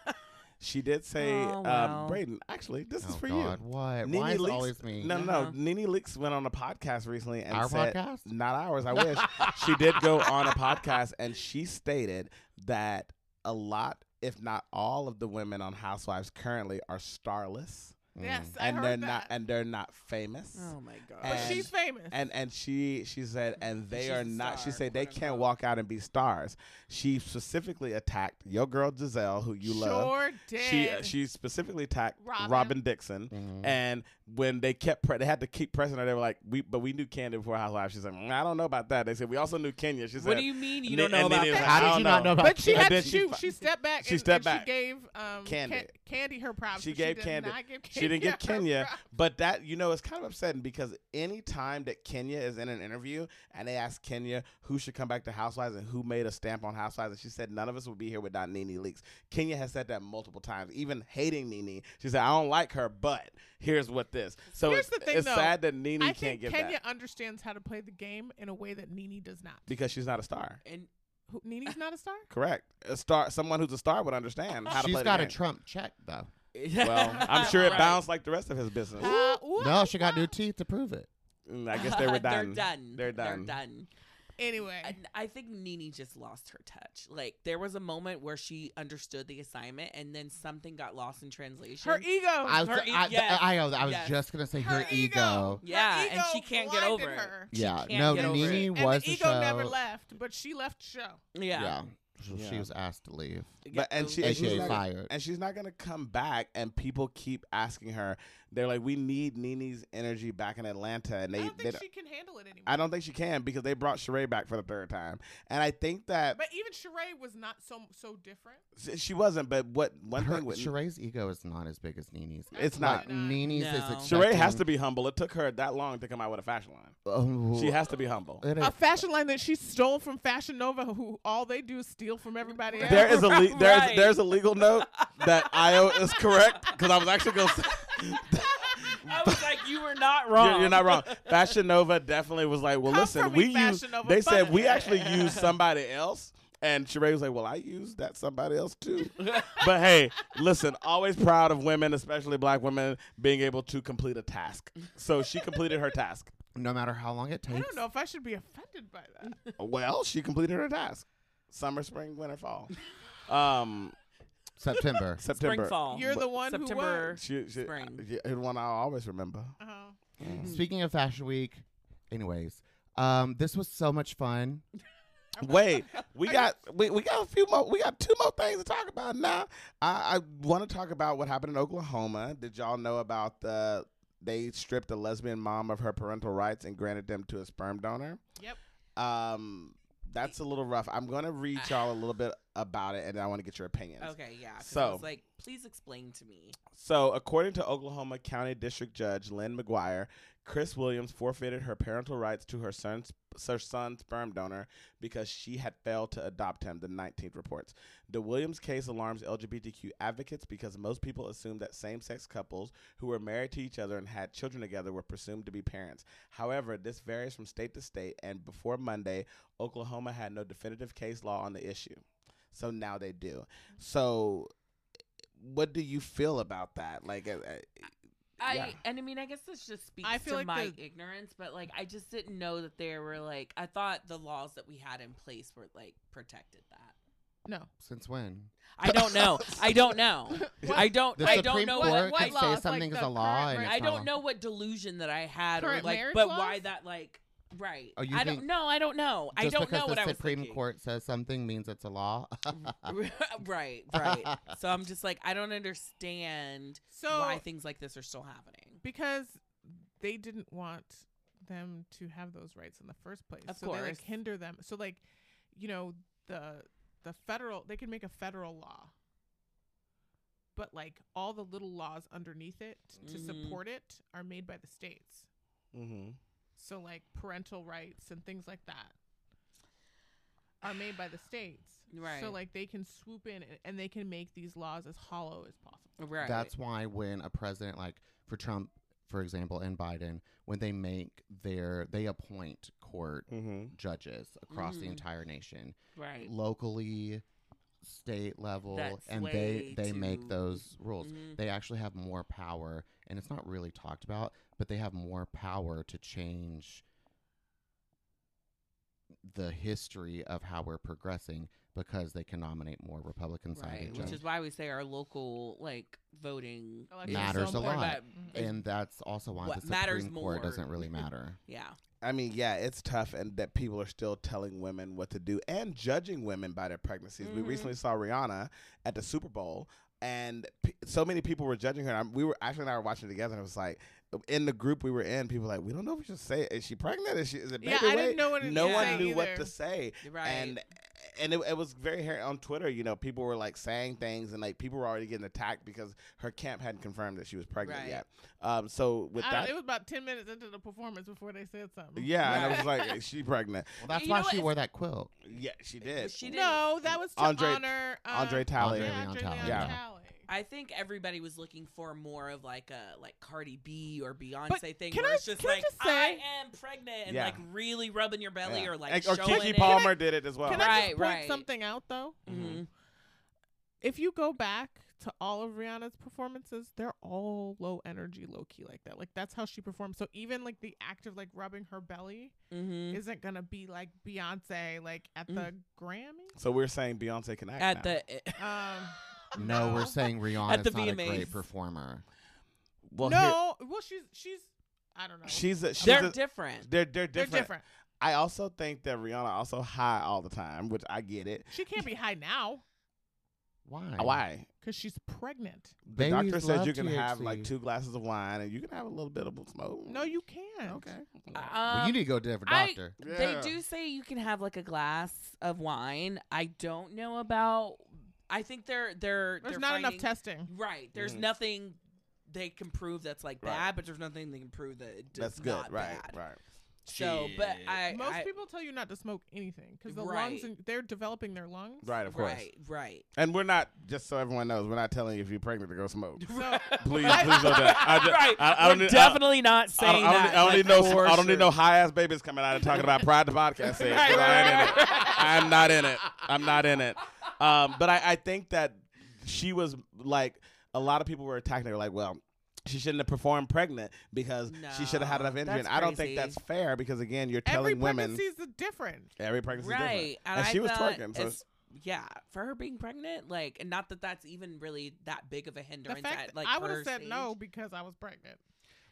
[SPEAKER 2] she did say,
[SPEAKER 1] Oh, wow.
[SPEAKER 2] um, Braden. Actually, this is
[SPEAKER 4] Oh,
[SPEAKER 2] for
[SPEAKER 4] God,
[SPEAKER 2] you.
[SPEAKER 4] What?
[SPEAKER 2] Nene
[SPEAKER 4] Why is it
[SPEAKER 2] Leakes-
[SPEAKER 4] always me?
[SPEAKER 2] No, no,
[SPEAKER 1] Uh-huh.
[SPEAKER 2] no. Nene Leaks went on a podcast recently and
[SPEAKER 4] Our
[SPEAKER 2] said,
[SPEAKER 4] podcast?
[SPEAKER 2] not ours.
[SPEAKER 4] [LAUGHS]
[SPEAKER 2] I wish she did go on a podcast and she stated that a lot, if not all, of the women on Housewives currently are starless
[SPEAKER 5] yes, [LAUGHS] I
[SPEAKER 2] Mm. and
[SPEAKER 5] heard
[SPEAKER 2] they're
[SPEAKER 5] that.
[SPEAKER 2] not and they're not famous.
[SPEAKER 1] oh my god.
[SPEAKER 5] but
[SPEAKER 2] and-
[SPEAKER 5] she's famous.
[SPEAKER 2] And and she she said and they
[SPEAKER 1] She's
[SPEAKER 2] are
[SPEAKER 1] a
[SPEAKER 2] not. She
[SPEAKER 1] star,
[SPEAKER 2] said they
[SPEAKER 1] quote
[SPEAKER 2] can't
[SPEAKER 1] unquote.
[SPEAKER 2] walk out and be stars. She specifically attacked your girl Giselle, who you
[SPEAKER 5] sure
[SPEAKER 2] love.
[SPEAKER 5] did.
[SPEAKER 2] She uh, she specifically attacked Robin,
[SPEAKER 5] Robin.
[SPEAKER 2] Dixon,
[SPEAKER 4] Mhm.
[SPEAKER 2] and when they kept pre- they had to keep pressing her. They were like, "We, but we knew Kenya before Housewives." She's like, "Mm, "I don't know about that." They said, "We also knew Kenya." She said,
[SPEAKER 1] What do you mean you
[SPEAKER 2] Ni-
[SPEAKER 1] don't know
[SPEAKER 2] and
[SPEAKER 1] about
[SPEAKER 2] Nene was
[SPEAKER 1] that?
[SPEAKER 2] like, "I
[SPEAKER 4] How did you not know
[SPEAKER 2] know."
[SPEAKER 4] about
[SPEAKER 5] But she
[SPEAKER 2] And
[SPEAKER 5] had
[SPEAKER 2] then
[SPEAKER 5] to
[SPEAKER 2] she
[SPEAKER 5] she,
[SPEAKER 2] fi-
[SPEAKER 5] she stepped back.
[SPEAKER 2] she
[SPEAKER 5] and,
[SPEAKER 2] stepped
[SPEAKER 5] and
[SPEAKER 2] back.
[SPEAKER 5] She gave um,
[SPEAKER 2] Candy.
[SPEAKER 5] Candy her props.
[SPEAKER 2] She
[SPEAKER 5] but
[SPEAKER 2] gave
[SPEAKER 5] did
[SPEAKER 2] Candy-
[SPEAKER 5] Not give
[SPEAKER 2] she She didn't get Kenya.
[SPEAKER 5] right.
[SPEAKER 2] But that, you know, it's kind of upsetting because any time that Kenya is in an interview and they ask Kenya who should come back to Housewives and who made a stamp on Housewives, and she said none of us would be here without Nene Leaks. Kenya has said that multiple times, even hating Nene. She said, I don't like her, but here's what this. So
[SPEAKER 5] Here's
[SPEAKER 2] it's,
[SPEAKER 5] the thing,
[SPEAKER 2] it's
[SPEAKER 5] though.
[SPEAKER 2] sad that Nene
[SPEAKER 5] I
[SPEAKER 2] can't
[SPEAKER 5] think
[SPEAKER 2] get
[SPEAKER 5] Kenya
[SPEAKER 2] that
[SPEAKER 5] understands how to play the game in a way that Nene does not.
[SPEAKER 2] because she's not a star.
[SPEAKER 1] And [LAUGHS]
[SPEAKER 5] Who, Nene's not a star.
[SPEAKER 2] Correct. A star, someone who's a star would understand how to
[SPEAKER 4] She's
[SPEAKER 2] play
[SPEAKER 4] got
[SPEAKER 2] the
[SPEAKER 4] a
[SPEAKER 2] game.
[SPEAKER 4] Trump check though.
[SPEAKER 2] [LAUGHS]
[SPEAKER 5] [LAUGHS]
[SPEAKER 2] well, I'm sure
[SPEAKER 1] [LAUGHS]
[SPEAKER 2] it
[SPEAKER 1] Right.
[SPEAKER 2] bounced like the rest of his business.
[SPEAKER 5] Uh, ooh,
[SPEAKER 4] No, she got new teeth to prove it.
[SPEAKER 2] Mm, I guess they
[SPEAKER 5] [LAUGHS]
[SPEAKER 2] were done.
[SPEAKER 1] [LAUGHS] They're done.
[SPEAKER 2] They're done.
[SPEAKER 1] They're done.
[SPEAKER 5] Anyway,
[SPEAKER 1] And I think Nene just lost her touch. Like there was a moment where she understood the assignment, and then something got lost in translation.
[SPEAKER 5] her ego.
[SPEAKER 4] I was,
[SPEAKER 1] Her
[SPEAKER 4] I,
[SPEAKER 1] e- yes.
[SPEAKER 4] I, I was, I was
[SPEAKER 1] Yes.
[SPEAKER 4] just gonna say her,
[SPEAKER 5] her ego.
[SPEAKER 1] Yeah,
[SPEAKER 5] her
[SPEAKER 1] and
[SPEAKER 5] ego
[SPEAKER 1] she can't get
[SPEAKER 5] blinded
[SPEAKER 1] over it.
[SPEAKER 5] her.
[SPEAKER 4] Yeah,
[SPEAKER 1] can't
[SPEAKER 4] no,
[SPEAKER 1] get over
[SPEAKER 4] Nene
[SPEAKER 1] it.
[SPEAKER 5] And
[SPEAKER 4] was
[SPEAKER 5] the
[SPEAKER 4] the,
[SPEAKER 5] ego
[SPEAKER 4] show.
[SPEAKER 5] never left, but she left the show.
[SPEAKER 1] yeah.
[SPEAKER 4] Yeah, So she
[SPEAKER 2] Yeah.
[SPEAKER 4] was asked to leave,
[SPEAKER 2] But and she
[SPEAKER 1] Yeah,
[SPEAKER 4] and
[SPEAKER 2] and
[SPEAKER 4] she
[SPEAKER 2] she's,
[SPEAKER 4] got
[SPEAKER 2] not,
[SPEAKER 4] fired.
[SPEAKER 2] and she's not gonna come back. And people keep asking her. They're like, "We need Nene's energy back in Atlanta." And they,
[SPEAKER 5] I don't
[SPEAKER 2] they
[SPEAKER 5] think
[SPEAKER 2] don't-
[SPEAKER 5] she can handle it anymore.
[SPEAKER 2] I don't think she can because they brought Sheree back for the third time. And I think that
[SPEAKER 5] But even Sheree was not so so different.
[SPEAKER 2] s- she wasn't. But what one
[SPEAKER 4] Her,
[SPEAKER 2] thing with
[SPEAKER 4] Sheree's ego is not as big as Nene's.
[SPEAKER 2] It's
[SPEAKER 4] Like,
[SPEAKER 2] not.
[SPEAKER 5] Absolutely not.
[SPEAKER 4] Nene's is
[SPEAKER 1] No.
[SPEAKER 2] Sheree has to be humble. It took her that long to come out with a fashion line.
[SPEAKER 4] Oh,
[SPEAKER 2] She has to be humble.
[SPEAKER 5] a fashion line that she stole from Fashion Nova, who all they do is steal from everybody else.
[SPEAKER 2] There is a
[SPEAKER 5] [LAUGHS]
[SPEAKER 2] le- there's
[SPEAKER 1] Right.
[SPEAKER 2] there's a legal note that Io is correct because I was actually gonna.
[SPEAKER 5] [LAUGHS]
[SPEAKER 2] Say,
[SPEAKER 1] I was like, you were not
[SPEAKER 2] [LAUGHS] You're-
[SPEAKER 1] wrong.
[SPEAKER 2] You're, not wrong. Fashion Nova definitely was like, well,
[SPEAKER 5] Come for
[SPEAKER 2] listen,
[SPEAKER 5] me,
[SPEAKER 2] we use.
[SPEAKER 5] Fashion Nova,
[SPEAKER 2] They said
[SPEAKER 5] fuck
[SPEAKER 2] we
[SPEAKER 5] it.
[SPEAKER 2] actually use somebody else, and Sheree was like, well, I use that somebody else too. but hey, listen, always proud of women, especially black women, being able to complete a task. So she completed her task.
[SPEAKER 4] no matter how long it takes.
[SPEAKER 5] I
[SPEAKER 1] [LAUGHS]
[SPEAKER 5] don't know if I should be offended by that.
[SPEAKER 2] Well, she completed her task. Summer, spring, winter, fall. Um, [LAUGHS]
[SPEAKER 4] September.
[SPEAKER 2] September.
[SPEAKER 1] Spring fall.
[SPEAKER 5] You're the one who
[SPEAKER 1] Um, September.
[SPEAKER 5] won.
[SPEAKER 2] She, she,
[SPEAKER 1] Spring.
[SPEAKER 2] yeah, the one I always remember.
[SPEAKER 5] Uh-huh.
[SPEAKER 4] Speaking of Fashion Week, anyways, um, this was so much fun.
[SPEAKER 2] [LAUGHS] Wait, we got we, we got a few more. We got two more things to talk about now. I, I want to talk about what happened in Oklahoma. Did y'all know about the? They stripped a lesbian mom of her parental rights and granted them to a sperm donor.
[SPEAKER 5] Yep.
[SPEAKER 2] Um, that's a little rough. I'm gonna read y'all a little bit about it, and I want to get your opinions.
[SPEAKER 1] Okay, yeah. 'cause I
[SPEAKER 2] So-
[SPEAKER 1] was like, please explain to me.
[SPEAKER 2] So, according to Oklahoma County District Judge Lynn McGuire, Chris Williams forfeited her parental rights to her son's, her son's sperm donor because she had failed to adopt him, the 19th reports. The Williams case alarms LGBTQ advocates because most people assume that same sex couples who were married to each other and had children together were presumed to be parents. However, this varies from state to state, and before Monday, Oklahoma had no definitive case law on the issue. So now they do. So what do you feel about that? Like, uh, uh,
[SPEAKER 1] I
[SPEAKER 2] Yeah.
[SPEAKER 1] and I mean, I guess this just speaks
[SPEAKER 5] I feel
[SPEAKER 1] to
[SPEAKER 5] like
[SPEAKER 1] my
[SPEAKER 5] the-
[SPEAKER 1] ignorance, but like, I just didn't know that there were like, I thought the laws that we had in place were like protected that.
[SPEAKER 5] No.
[SPEAKER 4] Since when?
[SPEAKER 1] I don't know.
[SPEAKER 5] [LAUGHS]
[SPEAKER 1] I don't know. I don't.
[SPEAKER 4] The
[SPEAKER 1] I don't
[SPEAKER 4] Supreme
[SPEAKER 1] know
[SPEAKER 4] Court Oh.
[SPEAKER 1] what,
[SPEAKER 5] what
[SPEAKER 4] could
[SPEAKER 5] laws,
[SPEAKER 4] say
[SPEAKER 5] like
[SPEAKER 4] something is a
[SPEAKER 5] the
[SPEAKER 4] law.
[SPEAKER 5] current
[SPEAKER 4] and it's
[SPEAKER 5] reg-
[SPEAKER 1] I
[SPEAKER 4] not
[SPEAKER 1] don't
[SPEAKER 4] a-
[SPEAKER 1] know what delusion that I had, or
[SPEAKER 5] Current
[SPEAKER 1] like,
[SPEAKER 5] marriage
[SPEAKER 1] but
[SPEAKER 5] laws?
[SPEAKER 1] why that like right?
[SPEAKER 4] Oh, you
[SPEAKER 1] I don't
[SPEAKER 4] think-
[SPEAKER 1] know. I don't know. I
[SPEAKER 4] Just
[SPEAKER 1] don't know
[SPEAKER 4] because
[SPEAKER 1] what
[SPEAKER 4] the
[SPEAKER 1] I was
[SPEAKER 4] Supreme
[SPEAKER 1] thinking.
[SPEAKER 4] Court says something means it's a law.
[SPEAKER 1] [LAUGHS]
[SPEAKER 4] [LAUGHS]
[SPEAKER 1] right, right. so I'm just like, I don't understand
[SPEAKER 5] So
[SPEAKER 1] why things like this are still happening.
[SPEAKER 5] because they didn't want them to have those rights in the first place.
[SPEAKER 1] Of
[SPEAKER 5] so they
[SPEAKER 1] course.
[SPEAKER 5] like hinder them. So like, you know, the the federal they can make a federal law. But like all the little laws underneath it to
[SPEAKER 1] Mhm.
[SPEAKER 5] support it are made by the states.
[SPEAKER 2] mm-hmm.
[SPEAKER 5] So like parental rights and things like that are made by the states.
[SPEAKER 1] Right.
[SPEAKER 5] So like they can swoop in and, and they can make these laws as hollow as possible.
[SPEAKER 1] Right.
[SPEAKER 4] That's why when a president like for Trump, for example, and Biden, when they make their they appoint court
[SPEAKER 2] Mm-hmm.
[SPEAKER 4] judges across the
[SPEAKER 1] Mhm.
[SPEAKER 4] entire nation,
[SPEAKER 1] right.
[SPEAKER 4] locally, state level,
[SPEAKER 1] That's
[SPEAKER 4] and
[SPEAKER 1] way
[SPEAKER 4] they they
[SPEAKER 1] too-
[SPEAKER 4] make those rules.
[SPEAKER 1] Mhm.
[SPEAKER 4] They actually have more power, and it's not really talked about, but they have more power to change the history of how we're progressing because they can nominate more Republican
[SPEAKER 1] Right.
[SPEAKER 4] sided
[SPEAKER 1] Which
[SPEAKER 4] judges.
[SPEAKER 1] is why we say our local like voting
[SPEAKER 5] Election
[SPEAKER 1] is
[SPEAKER 4] Matters
[SPEAKER 1] so
[SPEAKER 4] a lot.
[SPEAKER 1] important. That-
[SPEAKER 5] Mhm.
[SPEAKER 4] and that's also why
[SPEAKER 1] what
[SPEAKER 4] the Supreme
[SPEAKER 1] matters
[SPEAKER 4] Court
[SPEAKER 1] more.
[SPEAKER 4] doesn't
[SPEAKER 1] [LAUGHS]
[SPEAKER 4] really matter.
[SPEAKER 1] Yeah.
[SPEAKER 2] I mean, yeah, it's tough, and that people are still telling women what to do and judging women by their pregnancies. We
[SPEAKER 1] Mhm.
[SPEAKER 5] Mm-hmm.
[SPEAKER 2] recently saw Rihanna at the Super Bowl, and p- so many people were judging her. And I'm- we were actually and I were watching it together, and it was like in the group we were in, people were like, we don't know if we should say it. Is she pregnant? Is she? Is it baby
[SPEAKER 5] Yeah, I
[SPEAKER 2] weight?"
[SPEAKER 5] didn't know what to
[SPEAKER 2] No
[SPEAKER 1] say
[SPEAKER 2] one knew what
[SPEAKER 5] either.
[SPEAKER 2] to say,
[SPEAKER 1] Right.
[SPEAKER 2] and and it, it was very hairy on Twitter. You know, people were like saying things, and like people were already getting attacked because her camp hadn't confirmed that she was pregnant
[SPEAKER 1] Right.
[SPEAKER 2] yet. Um, so with
[SPEAKER 5] I don't-
[SPEAKER 2] that,
[SPEAKER 5] it was about ten minutes into the performance before they said something.
[SPEAKER 2] yeah, and I was like, "Is she pregnant?
[SPEAKER 4] Well, that's
[SPEAKER 1] You
[SPEAKER 4] why
[SPEAKER 1] know
[SPEAKER 4] she
[SPEAKER 1] what?
[SPEAKER 4] wore that
[SPEAKER 1] [LAUGHS]
[SPEAKER 4] quilt.
[SPEAKER 2] Yeah, she did.
[SPEAKER 1] She didn't.
[SPEAKER 5] No, that was to
[SPEAKER 2] Andre-
[SPEAKER 5] honor uh,
[SPEAKER 2] Andre Talley.
[SPEAKER 5] Andre
[SPEAKER 4] Andre Leon
[SPEAKER 5] Leon
[SPEAKER 4] Talley.
[SPEAKER 2] Yeah.
[SPEAKER 5] Talley.
[SPEAKER 1] I think everybody was looking for more of like a like Cardi B or Beyonce
[SPEAKER 5] But
[SPEAKER 1] thing
[SPEAKER 5] can
[SPEAKER 1] where
[SPEAKER 5] I-
[SPEAKER 1] it's just
[SPEAKER 5] can I
[SPEAKER 1] like
[SPEAKER 5] just say-
[SPEAKER 1] I am pregnant and
[SPEAKER 2] Yeah.
[SPEAKER 1] like really rubbing your belly
[SPEAKER 2] Yeah.
[SPEAKER 1] or like
[SPEAKER 2] And- or
[SPEAKER 1] showing
[SPEAKER 2] Kiki
[SPEAKER 1] it.
[SPEAKER 2] Palmer did it as well.
[SPEAKER 5] Can I
[SPEAKER 1] Right,
[SPEAKER 5] just point
[SPEAKER 1] right.
[SPEAKER 5] something out though?
[SPEAKER 1] Mhm.
[SPEAKER 5] Mm-hmm. If you go back to all of Rihanna's performances, they're all low energy, low key like that. Like that's how she performs. So even like the act of like rubbing her belly
[SPEAKER 1] Mhm.
[SPEAKER 5] isn't gonna be like Beyonce like at the Grammy.
[SPEAKER 2] so we're saying Beyonce can act
[SPEAKER 1] At
[SPEAKER 2] now.
[SPEAKER 1] the eh,
[SPEAKER 5] Um,
[SPEAKER 4] No, we're saying Rihanna's
[SPEAKER 1] the
[SPEAKER 4] not a
[SPEAKER 1] VMAs.
[SPEAKER 4] great performer.
[SPEAKER 2] well, here-
[SPEAKER 5] no, well she's she's I don't know.
[SPEAKER 2] she's a, she's
[SPEAKER 1] they're
[SPEAKER 2] a-
[SPEAKER 1] different.
[SPEAKER 2] they're they're
[SPEAKER 5] they're
[SPEAKER 2] different.
[SPEAKER 5] different.
[SPEAKER 2] I also think that Rihanna also high all the time, which I get it.
[SPEAKER 5] She can't be high now
[SPEAKER 4] Why?
[SPEAKER 2] Uh, Why?
[SPEAKER 5] because she's pregnant.
[SPEAKER 2] The doctor
[SPEAKER 4] Babies
[SPEAKER 2] says
[SPEAKER 4] love
[SPEAKER 2] you can have
[SPEAKER 4] THC.
[SPEAKER 2] like two glasses of wine and you can have a little bit of smoke.
[SPEAKER 5] No, you can't.
[SPEAKER 2] Okay.
[SPEAKER 1] Um,
[SPEAKER 4] Well, you need to go to a different
[SPEAKER 1] I-
[SPEAKER 4] doctor.
[SPEAKER 2] Yeah.
[SPEAKER 1] They do say you can have like a glass of wine. I don't know about. I think they're they're
[SPEAKER 5] There's
[SPEAKER 1] they're
[SPEAKER 5] not enough
[SPEAKER 1] finding-
[SPEAKER 5] testing.
[SPEAKER 1] Right. There's
[SPEAKER 2] Mhm.
[SPEAKER 1] nothing they can prove that's like
[SPEAKER 2] Right.
[SPEAKER 1] bad, but there's nothing they can prove that it does
[SPEAKER 2] That's good.
[SPEAKER 1] not
[SPEAKER 2] Right.
[SPEAKER 1] bad.
[SPEAKER 2] Right.
[SPEAKER 1] So, but I
[SPEAKER 5] Most
[SPEAKER 1] I-
[SPEAKER 5] people tell you not to smoke anything because the lungs
[SPEAKER 1] Right.
[SPEAKER 5] and they're developing their lungs.
[SPEAKER 2] Right. Of course.
[SPEAKER 1] right right.
[SPEAKER 2] And we're not just so everyone knows. We're not telling you if you're pregnant to go
[SPEAKER 1] [LAUGHS]
[SPEAKER 2] smoke.
[SPEAKER 5] So
[SPEAKER 2] Please, please don't. do that. I ju-
[SPEAKER 1] right.
[SPEAKER 2] I, I don't
[SPEAKER 1] We're
[SPEAKER 2] need- I-
[SPEAKER 1] definitely not
[SPEAKER 2] I don't, e,
[SPEAKER 1] saying
[SPEAKER 2] I don't,
[SPEAKER 1] that.
[SPEAKER 2] I don't
[SPEAKER 1] like,
[SPEAKER 2] need no.
[SPEAKER 1] for
[SPEAKER 2] I don't need no
[SPEAKER 1] sure.
[SPEAKER 2] high ass babies coming out and talking about pride the podcast. Said, 'cause I ain't in it. I'm not in it. I'm not in it. Um, but I, I think that she was like a lot of people were attacking her, like, well. She shouldn't have performed pregnant because she should have had
[SPEAKER 1] No,
[SPEAKER 2] enough energy. And
[SPEAKER 1] that's
[SPEAKER 2] I don't
[SPEAKER 1] crazy.
[SPEAKER 2] think that's fair because again, you're
[SPEAKER 5] every
[SPEAKER 2] telling women
[SPEAKER 5] pregnancy is different.
[SPEAKER 2] every pregnancy is different.
[SPEAKER 1] Right.
[SPEAKER 2] And, she was
[SPEAKER 1] thought
[SPEAKER 2] twerking. So
[SPEAKER 1] as- yeah, for her being pregnant, like, and not that that's even really that big of a
[SPEAKER 5] The
[SPEAKER 1] hindrance.
[SPEAKER 5] fact
[SPEAKER 1] at, like,
[SPEAKER 5] I would
[SPEAKER 1] her
[SPEAKER 5] have said no
[SPEAKER 1] stage.
[SPEAKER 5] because I was pregnant.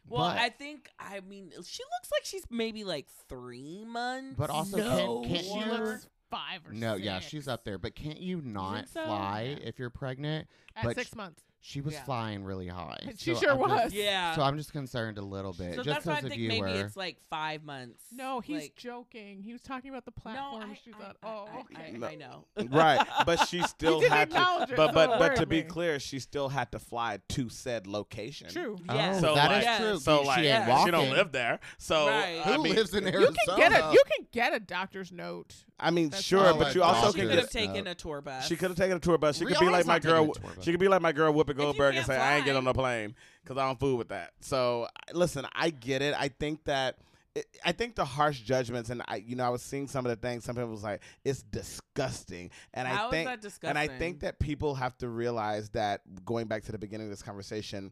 [SPEAKER 1] Well,
[SPEAKER 4] But-
[SPEAKER 1] I think I mean she looks like she's maybe like three months.
[SPEAKER 4] But also,
[SPEAKER 1] no.
[SPEAKER 4] can't-
[SPEAKER 5] she
[SPEAKER 4] can't you-
[SPEAKER 5] looks five or
[SPEAKER 4] No,
[SPEAKER 5] six.
[SPEAKER 4] yeah, she's up there. But can't you not
[SPEAKER 1] so?
[SPEAKER 4] fly
[SPEAKER 1] Yeah.
[SPEAKER 4] if you're pregnant?
[SPEAKER 5] at
[SPEAKER 4] but
[SPEAKER 5] six
[SPEAKER 4] sh-
[SPEAKER 5] months.
[SPEAKER 4] She was
[SPEAKER 1] Yeah.
[SPEAKER 4] flying really high.
[SPEAKER 5] [LAUGHS] She sure
[SPEAKER 4] I'm just-
[SPEAKER 5] was.
[SPEAKER 1] Yeah.
[SPEAKER 4] So I'm just concerned a little bit.
[SPEAKER 1] So that's
[SPEAKER 4] just
[SPEAKER 1] why I
[SPEAKER 4] as a
[SPEAKER 1] think
[SPEAKER 4] viewer.
[SPEAKER 1] maybe it's like five months.
[SPEAKER 5] No, he's
[SPEAKER 1] Like-
[SPEAKER 5] joking. He was talking about the
[SPEAKER 1] no,
[SPEAKER 5] platform
[SPEAKER 1] I,
[SPEAKER 5] she's
[SPEAKER 1] I,
[SPEAKER 5] on.
[SPEAKER 1] I-
[SPEAKER 5] oh,
[SPEAKER 1] I-
[SPEAKER 5] okay.
[SPEAKER 1] I,
[SPEAKER 2] No.
[SPEAKER 1] I know.
[SPEAKER 2] [LAUGHS] right, but
[SPEAKER 1] [LAUGHS]
[SPEAKER 2] she still
[SPEAKER 5] didn't
[SPEAKER 2] had to.
[SPEAKER 5] acknowledge it,
[SPEAKER 2] But
[SPEAKER 5] so
[SPEAKER 2] but
[SPEAKER 5] it
[SPEAKER 2] but to
[SPEAKER 5] worried
[SPEAKER 2] be
[SPEAKER 5] me.
[SPEAKER 2] clear, she still had to fly to said location.
[SPEAKER 5] True.
[SPEAKER 4] Oh,
[SPEAKER 1] Yes.
[SPEAKER 2] So,
[SPEAKER 4] that
[SPEAKER 2] like-
[SPEAKER 4] is
[SPEAKER 1] Yes.
[SPEAKER 4] true.
[SPEAKER 2] So
[SPEAKER 4] she
[SPEAKER 2] like,
[SPEAKER 4] ain't
[SPEAKER 1] yeah,
[SPEAKER 2] she
[SPEAKER 4] walking.
[SPEAKER 2] don't live there. So
[SPEAKER 1] Right.
[SPEAKER 2] I
[SPEAKER 4] [LAUGHS] Who
[SPEAKER 2] mean,
[SPEAKER 4] lives in Arizona?
[SPEAKER 5] You can get a you can get a doctor's note.
[SPEAKER 2] I mean,
[SPEAKER 5] That's
[SPEAKER 2] sure,
[SPEAKER 5] all
[SPEAKER 2] but
[SPEAKER 5] I
[SPEAKER 2] you
[SPEAKER 5] thought.
[SPEAKER 2] also
[SPEAKER 1] she
[SPEAKER 4] can
[SPEAKER 2] could
[SPEAKER 1] could have
[SPEAKER 2] just.
[SPEAKER 4] just-
[SPEAKER 1] taken a tour bus.
[SPEAKER 2] She could have taken a tour bus. She could be like
[SPEAKER 4] Rihanna's
[SPEAKER 2] my
[SPEAKER 4] not taking
[SPEAKER 2] girl.
[SPEAKER 4] a tour bus.
[SPEAKER 2] She could be like my girl Whoopi Goldberg and
[SPEAKER 1] can't
[SPEAKER 2] say, "I ain't
[SPEAKER 1] fly-
[SPEAKER 2] getting on no plane because I don't fool with that." So I- listen, I get it. I think that. it- I think the harsh judgments, and I, you know, I was seeing some of the things. Some people was like, "It's disgusting," and
[SPEAKER 1] How
[SPEAKER 2] I
[SPEAKER 1] is
[SPEAKER 2] think,
[SPEAKER 1] that
[SPEAKER 2] and I
[SPEAKER 1] disgusting?
[SPEAKER 2] think that people have to realize that going back to the beginning of this conversation,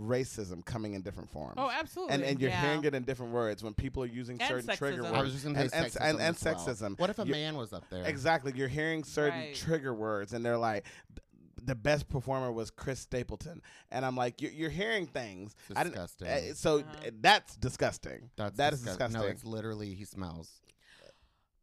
[SPEAKER 2] racism coming in different forms.
[SPEAKER 5] Oh, absolutely.
[SPEAKER 2] And, and you're
[SPEAKER 1] Yeah.
[SPEAKER 2] hearing it in different words when people are using
[SPEAKER 1] And
[SPEAKER 2] certain trigger
[SPEAKER 1] sexism.
[SPEAKER 2] words.
[SPEAKER 4] I was just gonna
[SPEAKER 2] and,
[SPEAKER 4] say
[SPEAKER 2] and,
[SPEAKER 4] sexism.
[SPEAKER 2] and, and
[SPEAKER 4] as well.
[SPEAKER 2] sexism.
[SPEAKER 4] What if a
[SPEAKER 2] You-
[SPEAKER 4] man was up there?
[SPEAKER 2] Exactly. You're hearing certain
[SPEAKER 1] Right.
[SPEAKER 2] trigger words, and they're like, "Th- the best performer was Chris Stapleton, and I'm like, you're, you're hearing things. I didn't-
[SPEAKER 4] Disgusting.
[SPEAKER 2] uh, so
[SPEAKER 1] Uh-huh.
[SPEAKER 2] uh, that's disgusting.
[SPEAKER 4] That's
[SPEAKER 2] That is
[SPEAKER 4] disgust- No, it's
[SPEAKER 2] disgusting.
[SPEAKER 4] literally he smells.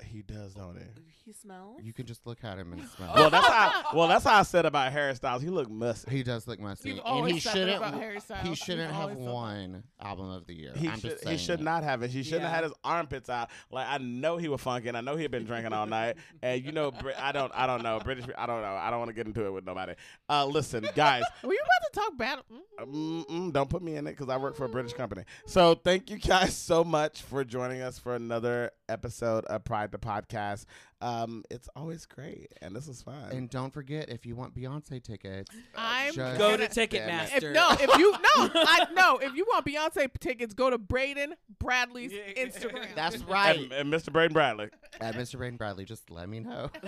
[SPEAKER 2] he does,
[SPEAKER 1] [LAUGHS]
[SPEAKER 2] don't he?
[SPEAKER 1] He smells.
[SPEAKER 4] You can just look at him and smell.
[SPEAKER 2] Well, that's how. Well, that's how I said about hairstyles. He looked musty.
[SPEAKER 4] He does look messy,
[SPEAKER 5] You've
[SPEAKER 4] and he
[SPEAKER 5] always said that
[SPEAKER 4] shouldn't.
[SPEAKER 5] about Harry Styles.
[SPEAKER 4] he
[SPEAKER 5] You've
[SPEAKER 4] shouldn't
[SPEAKER 5] always
[SPEAKER 4] have
[SPEAKER 5] said that.
[SPEAKER 4] won album of the year.
[SPEAKER 2] He
[SPEAKER 4] I'm
[SPEAKER 2] should,
[SPEAKER 4] just
[SPEAKER 2] he
[SPEAKER 4] saying.
[SPEAKER 2] should not have it. He shouldn't have had
[SPEAKER 1] Yeah.
[SPEAKER 2] his armpits out. Like I know he was funking. I know he had been drinking all night. And you know, Brit- I don't. I don't know. British. I don't know. I don't want to get into it with nobody. Uh, listen, guys.
[SPEAKER 5] Were you about to talk bad? Mm.
[SPEAKER 2] Mm-mm, don't put me in it because I work for a British company. So thank you guys [LAUGHS] so much for joining us for another episode of Pride the Podcast. Um, it's always great, and this is fun.
[SPEAKER 4] And don't forget, if you want Beyonce tickets,
[SPEAKER 5] I'm
[SPEAKER 4] just-
[SPEAKER 1] Go to
[SPEAKER 5] gonna-
[SPEAKER 4] Damn
[SPEAKER 1] Ticketmaster.
[SPEAKER 5] If no, if you no, I no. If you want Beyonce tickets, go to Braden Bradley's
[SPEAKER 4] [LAUGHS]
[SPEAKER 5] Instagram.
[SPEAKER 4] that's
[SPEAKER 2] and,
[SPEAKER 4] right.
[SPEAKER 2] and Mr. Braden Bradley.
[SPEAKER 4] At Mr. Uh, Brain Bradley, just let me know. [LAUGHS]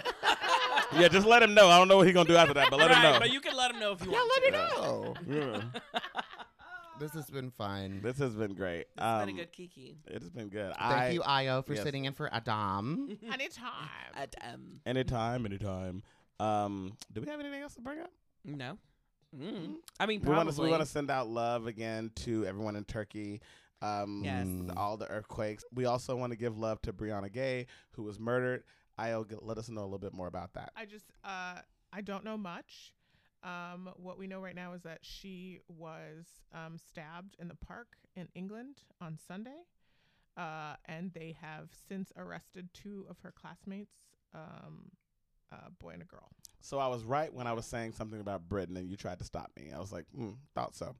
[SPEAKER 2] Yeah, just let him know. I don't know what he's gonna do after that, but let
[SPEAKER 1] right,
[SPEAKER 2] him know.
[SPEAKER 1] But you can [LAUGHS] let him know if you
[SPEAKER 5] yeah,
[SPEAKER 1] want.
[SPEAKER 5] let me
[SPEAKER 4] oh,
[SPEAKER 5] know.
[SPEAKER 2] Yeah.
[SPEAKER 4] this has been fun.
[SPEAKER 2] [LAUGHS] This has been great.
[SPEAKER 1] It's
[SPEAKER 2] Um,
[SPEAKER 1] been a good kiki.
[SPEAKER 2] it has been good.
[SPEAKER 4] Thank
[SPEAKER 2] I,
[SPEAKER 4] you, Io, for
[SPEAKER 2] yes.
[SPEAKER 4] sitting in for [LAUGHS] Adam.
[SPEAKER 5] Anytime.
[SPEAKER 1] At, um,
[SPEAKER 2] Anytime, anytime. Um, do we have anything else to bring up?
[SPEAKER 1] no. Mm. I mean,
[SPEAKER 2] mm-hmm. We want
[SPEAKER 1] probably.
[SPEAKER 2] to we want to send out love again to everyone in Turkey. Um,
[SPEAKER 1] Yes.
[SPEAKER 2] all the earthquakes. We also want to give love to Brianna Gay, who was murdered. I'll g- let us know a little bit more about that.
[SPEAKER 5] I just uh I don't know much. Um what we know right now is that she was um stabbed in the park in England on Sunday. Uh and they have since arrested two of her classmates um a boy and a girl.
[SPEAKER 2] So I was right when I was saying something about Britain, and you tried to stop me. I was like, hmm, thought so.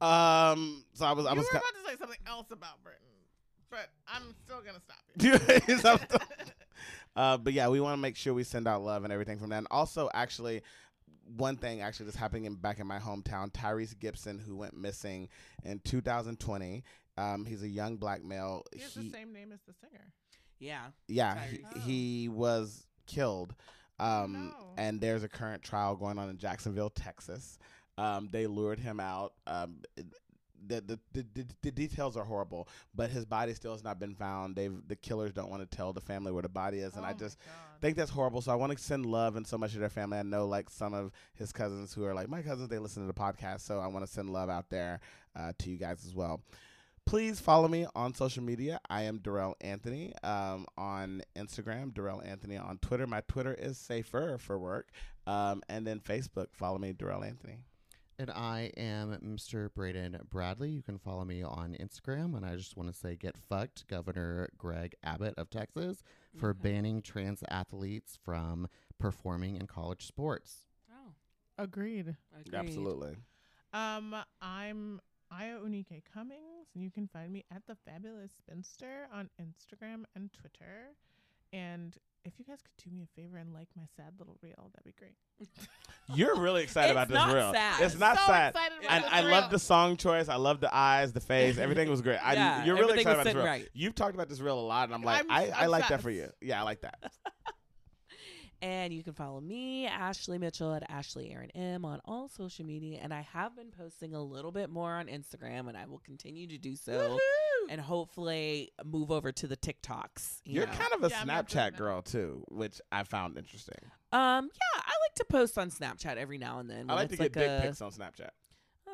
[SPEAKER 2] Um, so I was, I
[SPEAKER 5] you
[SPEAKER 2] was.
[SPEAKER 5] were
[SPEAKER 2] ki-
[SPEAKER 5] about to say something else about Britain, but I'm still gonna stop
[SPEAKER 2] [LAUGHS]
[SPEAKER 5] you.
[SPEAKER 2] So-
[SPEAKER 5] [LAUGHS]
[SPEAKER 2] uh, but yeah, we want to make sure we send out love and everything from that. And also, actually, one thing actually that's happening in, back in my hometown, Tyrese Gibson, who went missing in 2020. Um, he's a young black male.
[SPEAKER 5] He has
[SPEAKER 2] He-
[SPEAKER 5] the same name as the singer.
[SPEAKER 1] Yeah.
[SPEAKER 2] yeah, he,
[SPEAKER 5] Tyrese.
[SPEAKER 2] he was killed. Um,
[SPEAKER 5] Oh. no.
[SPEAKER 2] And there's a current trial going on in Jacksonville, Texas. Um, they lured him out. Um, the, the, the, the, the details are horrible, but his body still has not been found. They've the killers don't want to tell the family where the body is, and
[SPEAKER 5] Oh
[SPEAKER 2] I
[SPEAKER 5] my
[SPEAKER 2] just
[SPEAKER 5] God.
[SPEAKER 2] think that's horrible. So I want to send love and so much to their family. I know like some of his cousins who are like my cousins, they listen to the podcast, so I want to send love out there uh, to you guys as well. Please follow me on social media. I am Darrell Anthony um, on Instagram, Darrell Anthony on Twitter. My Twitter is safer for work. Um, and then Facebook, follow me, Darrell Anthony.
[SPEAKER 4] And I am Mr. Braden Bradley. You can follow me on Instagram. And I just want to say, get fucked, Governor Greg Abbott of Texas, for banning trans athletes from performing in college sports.
[SPEAKER 1] Oh,
[SPEAKER 5] Agreed.
[SPEAKER 1] agreed.
[SPEAKER 5] Um, I'm Aya Unike Cummings, and you can find me at the Fabulous Spinster on Instagram and Twitter. And if you guys could do me a favor and like my sad little reel, that'd be great.
[SPEAKER 2] You're really excited
[SPEAKER 1] It's
[SPEAKER 2] about this
[SPEAKER 1] not
[SPEAKER 2] reel.
[SPEAKER 1] sad.
[SPEAKER 2] It's not
[SPEAKER 5] so
[SPEAKER 2] sad.
[SPEAKER 5] excited about
[SPEAKER 2] And
[SPEAKER 5] this
[SPEAKER 2] I
[SPEAKER 5] reel.
[SPEAKER 2] love the song choice. I love the eyes, the face. Everything was great.
[SPEAKER 1] [LAUGHS]
[SPEAKER 2] I,
[SPEAKER 1] Yeah,
[SPEAKER 2] you're really
[SPEAKER 1] everything
[SPEAKER 2] excited
[SPEAKER 1] was
[SPEAKER 2] about this
[SPEAKER 1] sitting
[SPEAKER 2] reel.
[SPEAKER 1] right.
[SPEAKER 2] You've talked about this reel a lot, and I'm like,
[SPEAKER 5] I'm-
[SPEAKER 2] i I,
[SPEAKER 5] I'm
[SPEAKER 2] like that
[SPEAKER 5] shocked.
[SPEAKER 2] for you. Yeah, I like
[SPEAKER 5] [LAUGHS]
[SPEAKER 2] that.
[SPEAKER 1] And you can follow me, Ashley Mitchell, at Ashley Aaron M on all social media. And I have been posting a little bit more on Instagram, and I will continue to do so. And hopefully move over to the TikToks. You
[SPEAKER 2] You're
[SPEAKER 1] know?
[SPEAKER 2] kind of a
[SPEAKER 5] Yeah, I'm not doing
[SPEAKER 2] Snapchat
[SPEAKER 5] that.
[SPEAKER 2] girl too, which I found interesting.
[SPEAKER 1] um, yeah, I like to post on Snapchat every now and then.
[SPEAKER 2] I
[SPEAKER 1] when
[SPEAKER 2] like to
[SPEAKER 1] it's
[SPEAKER 2] get
[SPEAKER 1] a-
[SPEAKER 2] dick pics on Snapchat.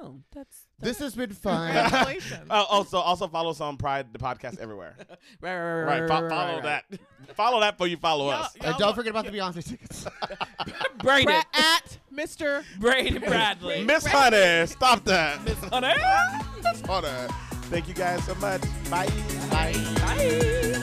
[SPEAKER 1] Oh, that's,
[SPEAKER 4] This has been [LAUGHS]
[SPEAKER 2] [LAUGHS]
[SPEAKER 4] fun.
[SPEAKER 5] Congratulations. [LAUGHS]
[SPEAKER 2] Oh, also, also follow us on Pride the
[SPEAKER 1] [LAUGHS]
[SPEAKER 2] podcast everywhere.
[SPEAKER 1] right, right,
[SPEAKER 2] Right,
[SPEAKER 1] right,
[SPEAKER 2] fo-
[SPEAKER 1] right,
[SPEAKER 2] follow
[SPEAKER 1] right, right.
[SPEAKER 2] that. [LAUGHS] follow that before you follow
[SPEAKER 5] Y'all-
[SPEAKER 2] us.
[SPEAKER 4] and don't forget about the Beyonce tickets.
[SPEAKER 1] Braden,
[SPEAKER 5] at Mr.
[SPEAKER 1] Braden Bradley,
[SPEAKER 2] Miss Honey, stop that. Miss
[SPEAKER 1] Hunter.
[SPEAKER 2] Honey. Thank you guys so much. Bye.
[SPEAKER 1] Bye.